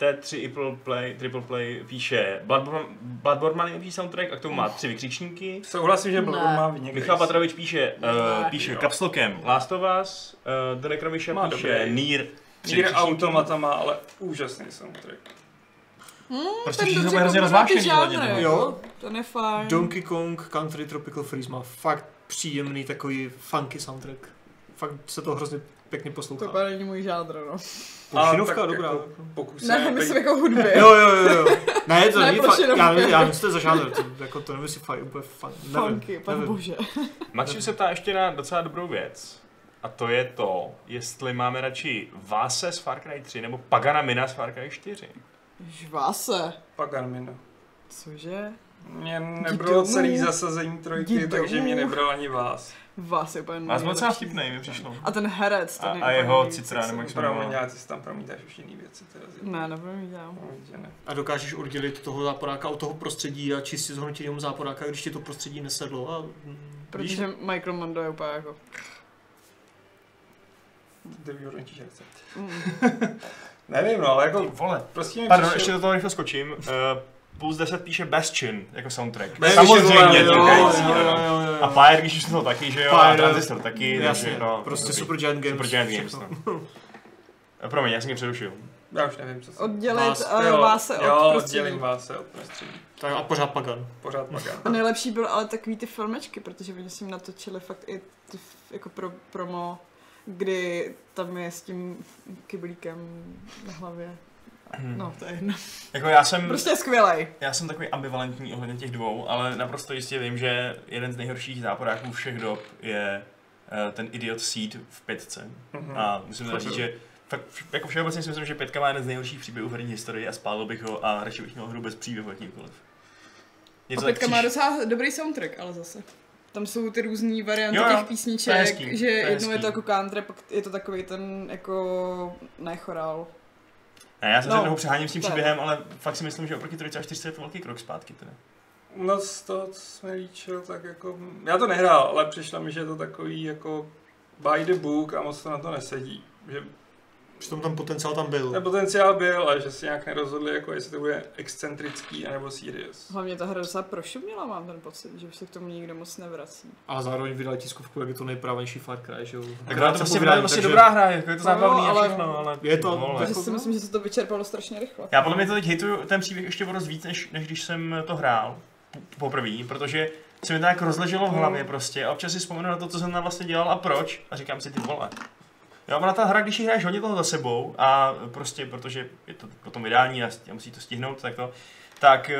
Speaker 8: T3 Triple Play, Triple Play píše Bloodborne, Bloodborne má nejlepší soundtrack a k tomu má tři vykřičníky.
Speaker 2: Souhlasím, že Bloodborne
Speaker 4: Ne.
Speaker 2: má vynikající.
Speaker 8: Michal Patrovič píše, uh,
Speaker 4: Ne.
Speaker 8: píše
Speaker 2: Jo.
Speaker 8: kapslokem Last of Us, uh, The Necromisha
Speaker 2: Má
Speaker 8: píše
Speaker 2: dobrý.
Speaker 8: Nier, tři
Speaker 2: Nier
Speaker 8: vykřičníky.
Speaker 2: Automata má ale úžasný soundtrack.
Speaker 1: Prostě
Speaker 4: Ten
Speaker 1: všichni jsou
Speaker 4: dobře
Speaker 1: úplně hrozně
Speaker 4: kombinuje ty
Speaker 1: rozvášení.
Speaker 4: žánry,
Speaker 1: hlavně, no.
Speaker 3: Jo.
Speaker 4: To je fajn.
Speaker 3: Donkey Kong Country Tropical Freeze má fakt příjemný takový funky soundtrack. Fakt se to hrozně pěkně
Speaker 4: To
Speaker 3: poslouchá.
Speaker 4: úplně není můj žánr, no.
Speaker 3: Plošinovka
Speaker 2: A tak
Speaker 3: dobrá.
Speaker 2: jako Pokusím.
Speaker 4: Ne, [LAUGHS] myslím jako hudby.
Speaker 3: Jo, jo, jo, jo. Ne, to
Speaker 4: [LAUGHS] Ne,
Speaker 3: není fa-
Speaker 4: plošinovka.
Speaker 3: já, nevím- já nevím, co to je za žánr, to, jako to nevím, jestli fakt úplně fun, nevím,
Speaker 4: Funky, pan
Speaker 3: nevím.
Speaker 4: bože.
Speaker 8: Maxim se ptá ještě na docela dobrou věc. A to je to, jestli máme radši Vase z Far Cry 3 nebo Pagana Mina z Far Cry 4.
Speaker 4: Žvá se.
Speaker 2: Pagan Mina.
Speaker 4: Cože?
Speaker 2: Mě
Speaker 4: domů.
Speaker 2: nebylo celý zasazení trojky,
Speaker 4: Jdi
Speaker 2: takže
Speaker 4: domů.
Speaker 2: mě nebral ani vás.
Speaker 4: Vás je pan
Speaker 9: Vás byl docela vtipnej, mi přišlo.
Speaker 4: A ten herec, ten
Speaker 9: A-
Speaker 4: je
Speaker 9: a
Speaker 4: úplně
Speaker 9: jeho
Speaker 4: nejvíc
Speaker 9: citra,
Speaker 4: sexy.
Speaker 9: nebo
Speaker 1: No.
Speaker 9: jak se-
Speaker 2: Proměňá, ty si tam promítáš už jiný věci teda.
Speaker 4: Ne, nepromítám.
Speaker 2: Určitě No, ne.
Speaker 3: A dokážeš oddělit toho záporáka od toho prostředí a čistě zhodnotit jenom záporáka, když ti to prostředí nesedlo. A... mm, víš?
Speaker 4: Protože Michael Mando je úplně jako...
Speaker 2: Ty vyhodnotíš herce.
Speaker 4: Mm.
Speaker 2: Nevím, no, ale
Speaker 1: Ty
Speaker 2: jako
Speaker 1: vole.
Speaker 2: prostě mi
Speaker 1: Pardon,
Speaker 2: přišel-
Speaker 1: ještě do toho rychle skočím. Uh, plus 10 píše Bastion jako soundtrack.
Speaker 3: Ne,
Speaker 1: Samozřejmě,
Speaker 3: jo, jo,
Speaker 1: týkající.
Speaker 3: jo, jo,
Speaker 1: ano.
Speaker 3: jo, jo.
Speaker 1: A Fire, když už jsme to taky, že jo? A
Speaker 3: Fire,
Speaker 1: Transistor taky.
Speaker 3: Jasně,
Speaker 1: takže, no,
Speaker 3: prostě
Speaker 1: dobrý.
Speaker 3: Super Giant Games.
Speaker 1: Supergiant Games. No. Eh, Promiň, já jsem mě přerušil.
Speaker 2: Já už nevím, co jsem.
Speaker 4: Oddělit
Speaker 3: Vás-
Speaker 4: vás, vás se
Speaker 2: jo,
Speaker 4: od
Speaker 2: oddělím
Speaker 4: prostředí.
Speaker 2: vás se od prostředí.
Speaker 3: Tak a pořád Pagan.
Speaker 2: Pořád pakám.
Speaker 4: [LAUGHS] A nejlepší byl ale takový ty filmečky, protože oni s ním natočili fakt i ty f- jako pro, promo, kdy tam je s tím kyblíkem na hlavě.
Speaker 9: Hmm.
Speaker 4: No, to je jedno.
Speaker 1: Jako já jsem,
Speaker 4: Prostě je skvělej.
Speaker 1: já jsem takový ambivalentní ohledně těch dvou, ale naprosto jistě vím, že jeden z nejhorších záporáků všech dob je eh, ten Idiot Seed v pětce.
Speaker 3: Hmm.
Speaker 2: Mhm.
Speaker 1: A musím teda
Speaker 2: Fakt
Speaker 1: říct,
Speaker 2: jo.
Speaker 1: že fakt, vš- jako všeobecně si myslím, že pětka má jeden z nejhorších příběhů v herní historii a spálil bych ho a radši bych měl hru bez příběhu jakýmkoliv. Je
Speaker 4: A
Speaker 1: to tak
Speaker 4: teďka má
Speaker 1: příš...
Speaker 4: docela dobrý soundtrack, ale zase. Tam jsou ty různé varianty
Speaker 1: Jo, jo,
Speaker 4: těch písniček,
Speaker 1: to je hezký,
Speaker 4: že
Speaker 1: to je
Speaker 4: jednou je
Speaker 1: hezký.
Speaker 4: to jako country, pak je to takový ten jako ne chorál.
Speaker 1: Ne, já se
Speaker 4: no,
Speaker 1: no, přeháním s tím
Speaker 4: to je.
Speaker 1: příběhem, ale fakt si myslím, že oproti trojce a čtyřce je to velký krok zpátky teda.
Speaker 2: No z toho, co jsme líčil, tak jako... Já to nehrál, ale přišlo mi, že je to takový jako by the book a moc to na to nesedí. Že
Speaker 3: Přitom tam potenciál tam byl.
Speaker 2: ten potenciál byl a že si nějak nerozhodli, jako jestli to bude excentrický anebo serious.
Speaker 4: Hlavně ta hra docela prošuměla, mám ten pocit, že už se k tomu nikdo moc nevrací.
Speaker 3: A zároveň vydal tiskovku, jak je to nejprávější Far Cry, že jo.
Speaker 1: Tak
Speaker 3: Akorát
Speaker 1: to prostě, povídání,
Speaker 3: povídání,
Speaker 1: prostě
Speaker 3: takže-
Speaker 1: dobrá hra, jako je to
Speaker 4: No,
Speaker 1: zábavný no,
Speaker 4: ale-
Speaker 1: a všechno, ale...
Speaker 3: Je to-
Speaker 1: Vole.
Speaker 4: Takže si myslím, že se to vyčerpalo strašně rychle.
Speaker 1: Já podle mě to teď hituju ten příběh ještě o dost víc, než, než když jsem to hrál p- poprvé, protože se mi to tak rozleželo v hlavě prostě a občas si vzpomenu na to, co jsem tam vlastně dělal a proč a říkám si ty vole. Jo, ona ta hra, když ji hraješ hodně toho za sebou a prostě, protože je to po tom vydání a, sti- a musí to stihnout, tak to, tak eh,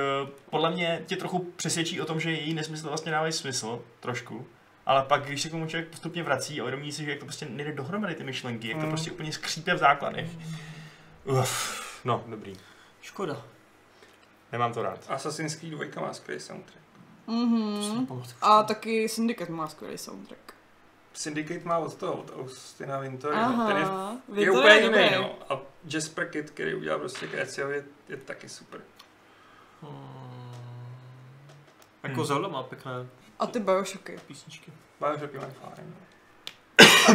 Speaker 1: podle mě tě trochu přesvědčí o tom, že její nesmysl vlastně dávají smysl, trošku. Ale pak, když se k tomu člověk postupně vrací a uvědomí si, že jak to prostě nejde dohromady ty myšlenky, jak to
Speaker 2: Mm.
Speaker 1: prostě úplně skřípe v základech. Uf, no, dobrý.
Speaker 3: Škoda.
Speaker 1: Nemám to rád.
Speaker 2: Assassin's Creed 2 má skvělý soundtrack.
Speaker 3: Prostě To si
Speaker 4: Mhm.
Speaker 3: nepamatuju.
Speaker 4: A taky Syndicate má skvělý soundtrack.
Speaker 2: Syndicate má od toho, od Austina Wintory,
Speaker 4: Aha,
Speaker 2: ten je,
Speaker 4: Vy
Speaker 2: je
Speaker 4: to
Speaker 2: úplně
Speaker 4: dobrý.
Speaker 2: jiný, no. A Jasper Kidd, který udělal prostě Casio, je, je taky super.
Speaker 3: Hmm. Jako Zelda má pěkné
Speaker 4: A ty Biošoky.
Speaker 3: písničky.
Speaker 2: Bioshock je fajn. no.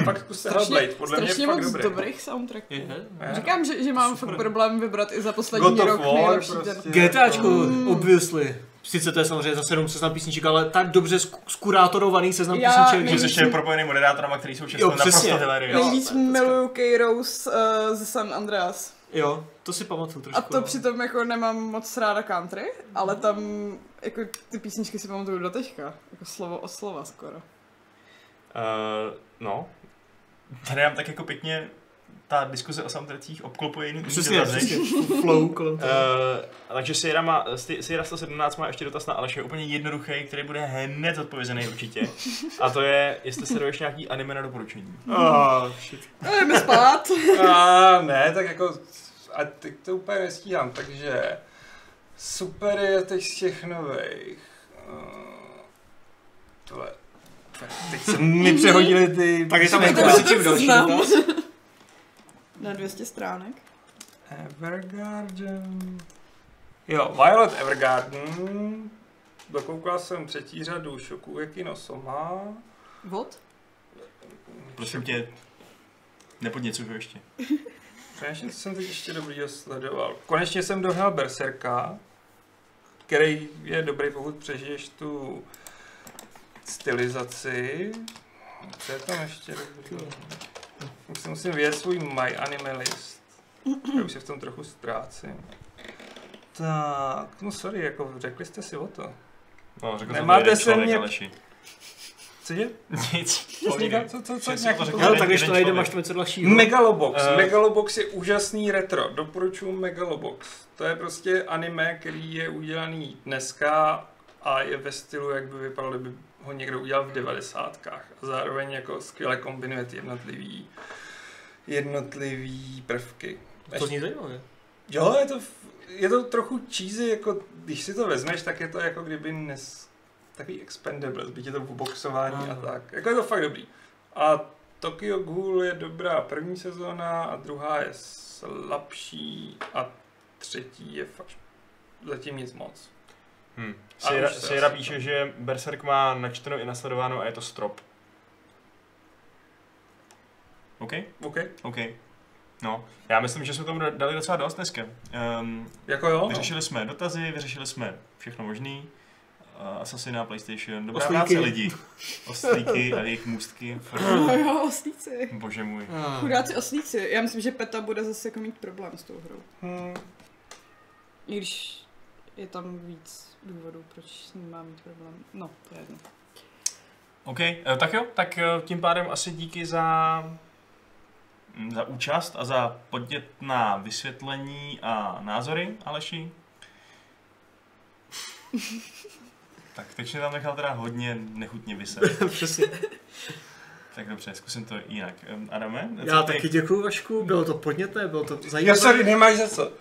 Speaker 2: A pak zkuste Hellblade,
Speaker 4: Strašně,
Speaker 2: podle mě je
Speaker 4: strašně
Speaker 2: fakt
Speaker 4: moc
Speaker 2: dobrý. no.
Speaker 4: dobrých soundtracků.
Speaker 3: Je.
Speaker 2: Ne?
Speaker 4: Říkám, že, že mám
Speaker 3: Super.
Speaker 4: fakt problém vybrat i za poslední rok nejlepší
Speaker 2: prostě.
Speaker 4: ten.
Speaker 3: GTAčko,
Speaker 4: Mm.
Speaker 3: obviously. Hmm. Sice to je samozřejmě zase jenom seznam písniček, ale tak dobře sk- skurátorovaný seznam
Speaker 4: Já
Speaker 3: písniček.
Speaker 1: Že
Speaker 3: že-
Speaker 1: jsi ještě propojený moderátorama, který jsou často
Speaker 3: Jo, přesně.
Speaker 1: naprosto hilarious.
Speaker 4: Nejvíc
Speaker 2: Jo, to je
Speaker 4: miluju K-Rose uh, ze San Andreas.
Speaker 3: Jo, to si pamatuju trošku.
Speaker 4: A to
Speaker 3: no.
Speaker 4: přitom jako nemám moc ráda country, ale tam jako ty písničky si pamatuju do teďka. Jako slovo o slova skoro.
Speaker 1: Uh, no. Tady nám tak jako pěkně ta diskuze o soundtrackích obklopuje jiný
Speaker 3: Přesně, přesně. Flow kolem toho.
Speaker 1: Uh, takže Sierra, má, Sti- Sierra 117 má ještě dotaz na Aleše, úplně jednoduchý, který bude hned odpovězený určitě. A to je, jestli sleduješ nějaký anime na doporučení.
Speaker 3: Ah, shit.
Speaker 4: No, jdeme
Speaker 2: [LAUGHS]
Speaker 4: spát.
Speaker 3: [LAUGHS]
Speaker 2: jako- A ne, tak jako, a teď to úplně nestíhám, takže super je teď z těch nových. eh, Tohle. Teď
Speaker 3: [LAUGHS]
Speaker 2: se mi přehodili ty...
Speaker 3: Tak je tam
Speaker 4: To
Speaker 3: jako
Speaker 4: je
Speaker 3: mezi
Speaker 4: ten
Speaker 3: tím další
Speaker 4: seznam.
Speaker 3: dotaz.
Speaker 2: no.
Speaker 4: Na 200 stránek.
Speaker 2: Evergarden. Jo, Violet Evergarden. Dokoukal jsem třetí řadu Shokugeki no Soma.
Speaker 4: Vod?
Speaker 1: Prosím tě, nepodněcuj ho ještě.
Speaker 2: Konečně co jsem teď ještě dobrýho sledoval. Konečně jsem dohnal Berserka, který je dobrý, pokud přežiješ tu stylizaci. Co je tam ještě dobrý? Už si musím vědět svůj My Anime List. Já už se v tom trochu ztrácím. Tak, no sorry, jako řekli jste si o to.
Speaker 1: No, řekl
Speaker 2: Nemáte
Speaker 1: jsem to jeden člověk,
Speaker 2: se mě-
Speaker 1: Aleši.
Speaker 2: Cože?
Speaker 1: Nic.
Speaker 2: Co,
Speaker 1: povídej.
Speaker 2: co, co, co,
Speaker 1: Že si
Speaker 2: nějaký
Speaker 1: to řekl.
Speaker 3: Hele,
Speaker 1: Jeden-
Speaker 3: tak když to
Speaker 1: jeden
Speaker 3: najdeme,
Speaker 1: člověk.
Speaker 3: až to něco dalšího.
Speaker 2: Megalobox.
Speaker 1: Eh.
Speaker 2: Megalobox je úžasný retro. Doporučuji Megalobox. To je prostě anime, který je udělaný dneska a je ve stylu, jak by vypadalo, kdyby ho někdo udělal v devadesátkách. A zároveň jako skvěle kombinuje ty jednotlivý, jednotlivý prvky.
Speaker 3: To zní zajímavě.
Speaker 2: Jo, je to, f- je to trochu cheesy, jako když si to vezmeš, tak je to jako kdyby nes, takový expendable, byť je to v boxování a tak. Jako je to fakt dobrý. A Tokyo Ghoul je dobrá první sezóna a druhá je slabší a třetí je fakt zatím nic moc.
Speaker 5: Hm.
Speaker 2: Hmm. A
Speaker 5: Sejra,
Speaker 2: už se
Speaker 5: Sejra
Speaker 2: asi-
Speaker 5: píše, že Berserk má načteno i nasledováno a je to strop.
Speaker 1: OK,
Speaker 2: OK,
Speaker 1: OK. No, já myslím, že jsme tomu dali docela dost dneska. Um,
Speaker 2: jako jo, no.
Speaker 1: Vyřešili jsme dotazy, vyřešili jsme všechno možný. Uh, Assassina, PlayStation, dobrá
Speaker 3: Oslíky.
Speaker 1: práce lidi. Oslíky a jejich můstky. Fakt,
Speaker 4: No jo, oslíci.
Speaker 1: Bože můj.
Speaker 6: Ah.
Speaker 4: Chudáci oslíci. Já myslím, že Peta bude zase jako mít problém s tou hrou.
Speaker 2: Hmm.
Speaker 4: I když je tam víc důvodů, proč s ním mám mít problém. No, to je jedno.
Speaker 1: OK, eh, tak jo, tak eh, tím pádem asi díky za mm, za účast a za podnět na vysvětlení a názory, Aleši.
Speaker 3: [LAUGHS]
Speaker 1: tak teď mě tam nechal teda hodně nechutně vyset.
Speaker 3: [LAUGHS] Přesně.
Speaker 1: Tak dobře, zkusím to jinak. Em, Adame? co
Speaker 3: Já
Speaker 1: ty?
Speaker 3: taky děkuju, Vašku, bylo to podnětné, bylo to
Speaker 2: Jo,
Speaker 3: zajímavé.
Speaker 2: sorry, nemáš za co.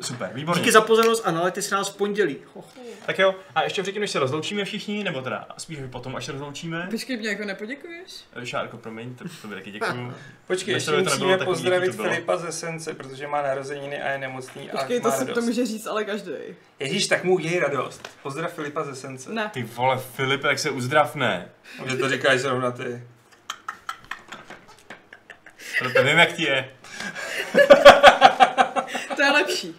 Speaker 1: Super, výborně.
Speaker 3: Díky za pozornost a nalaďte si nás v pondělí. Ho, ho.
Speaker 1: Tak jo, a ještě předtím, než se rozloučíme všichni, nebo teda spíš potom, až se rozloučíme.
Speaker 4: Počkej, mě jako nepoděkuješ?
Speaker 1: Eh, Šárko, promiň, to, to by taky
Speaker 3: [LAUGHS]
Speaker 1: děkuju.
Speaker 2: Počkej,
Speaker 1: Bez
Speaker 2: ještě
Speaker 1: tebe to nebylo
Speaker 2: musíme
Speaker 1: takový, jaký to
Speaker 2: pozdravit
Speaker 1: bylo.
Speaker 2: Filipa ze Sence, protože má narozeniny a je nemocný
Speaker 4: Počkej,
Speaker 2: a
Speaker 4: to,
Speaker 2: má
Speaker 4: se, to
Speaker 2: radost.
Speaker 4: může říct ale každý.
Speaker 2: Ježíš, tak mu udělej radost. Pozdrav Filipa ze Sence.
Speaker 4: Ne.
Speaker 1: Ty vole, Filip, jak se uzdravne.
Speaker 2: Že to říkáš zrovna ty.
Speaker 1: Proto vím, jak ti je.
Speaker 4: To je lepší.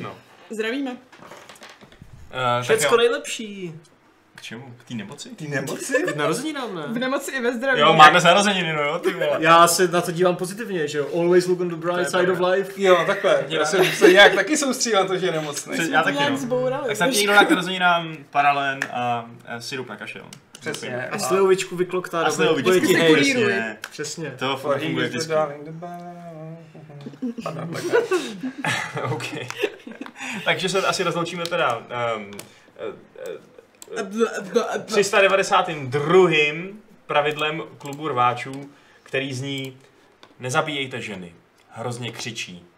Speaker 1: No.
Speaker 4: Zdravíme.
Speaker 1: Uh,
Speaker 6: Všecko nejlepší.
Speaker 1: K čemu? K té nemoci?
Speaker 2: Ty nemoci?
Speaker 6: K narozeninám,
Speaker 4: V
Speaker 6: ne?
Speaker 4: nemoci i ve zdraví.
Speaker 1: Jo, máme narozeniny, no jo, ty vole.
Speaker 3: Já se na to dívám pozitivně, že jo? Always look on the
Speaker 1: To je
Speaker 3: bright side of
Speaker 1: pravda.
Speaker 3: life.
Speaker 2: Jo, no takhle. Já jsem se nějak taky soustředil na to, že je nemocný.
Speaker 1: Přes-
Speaker 4: Jsme
Speaker 1: Já
Speaker 4: to
Speaker 1: taky,
Speaker 4: nějak
Speaker 1: no.
Speaker 4: zbourali.
Speaker 1: Tak snad ti někdo dá k narozeninám paralen a, eh, a sirup na kašel.
Speaker 2: Přesně.
Speaker 3: A slivovičku vykloktá.
Speaker 1: A
Speaker 3: do
Speaker 1: slivovi
Speaker 3: bude
Speaker 1: vždycky
Speaker 3: ti
Speaker 1: funguje,
Speaker 3: hej.
Speaker 4: hej.
Speaker 1: přesně.
Speaker 3: Přesně.
Speaker 1: To
Speaker 2: For he
Speaker 1: funguje
Speaker 2: is the
Speaker 1: vždycky.
Speaker 2: darling, the banana. Pardon, takhle.
Speaker 1: [LAUGHS] OK. Takže se asi rozloučíme teda eh, um,
Speaker 4: A dl- a dl- a dl-
Speaker 1: 392. pravidlem klubu rváčů, který zní Nezabíjejte ženy. Hrozně křičí.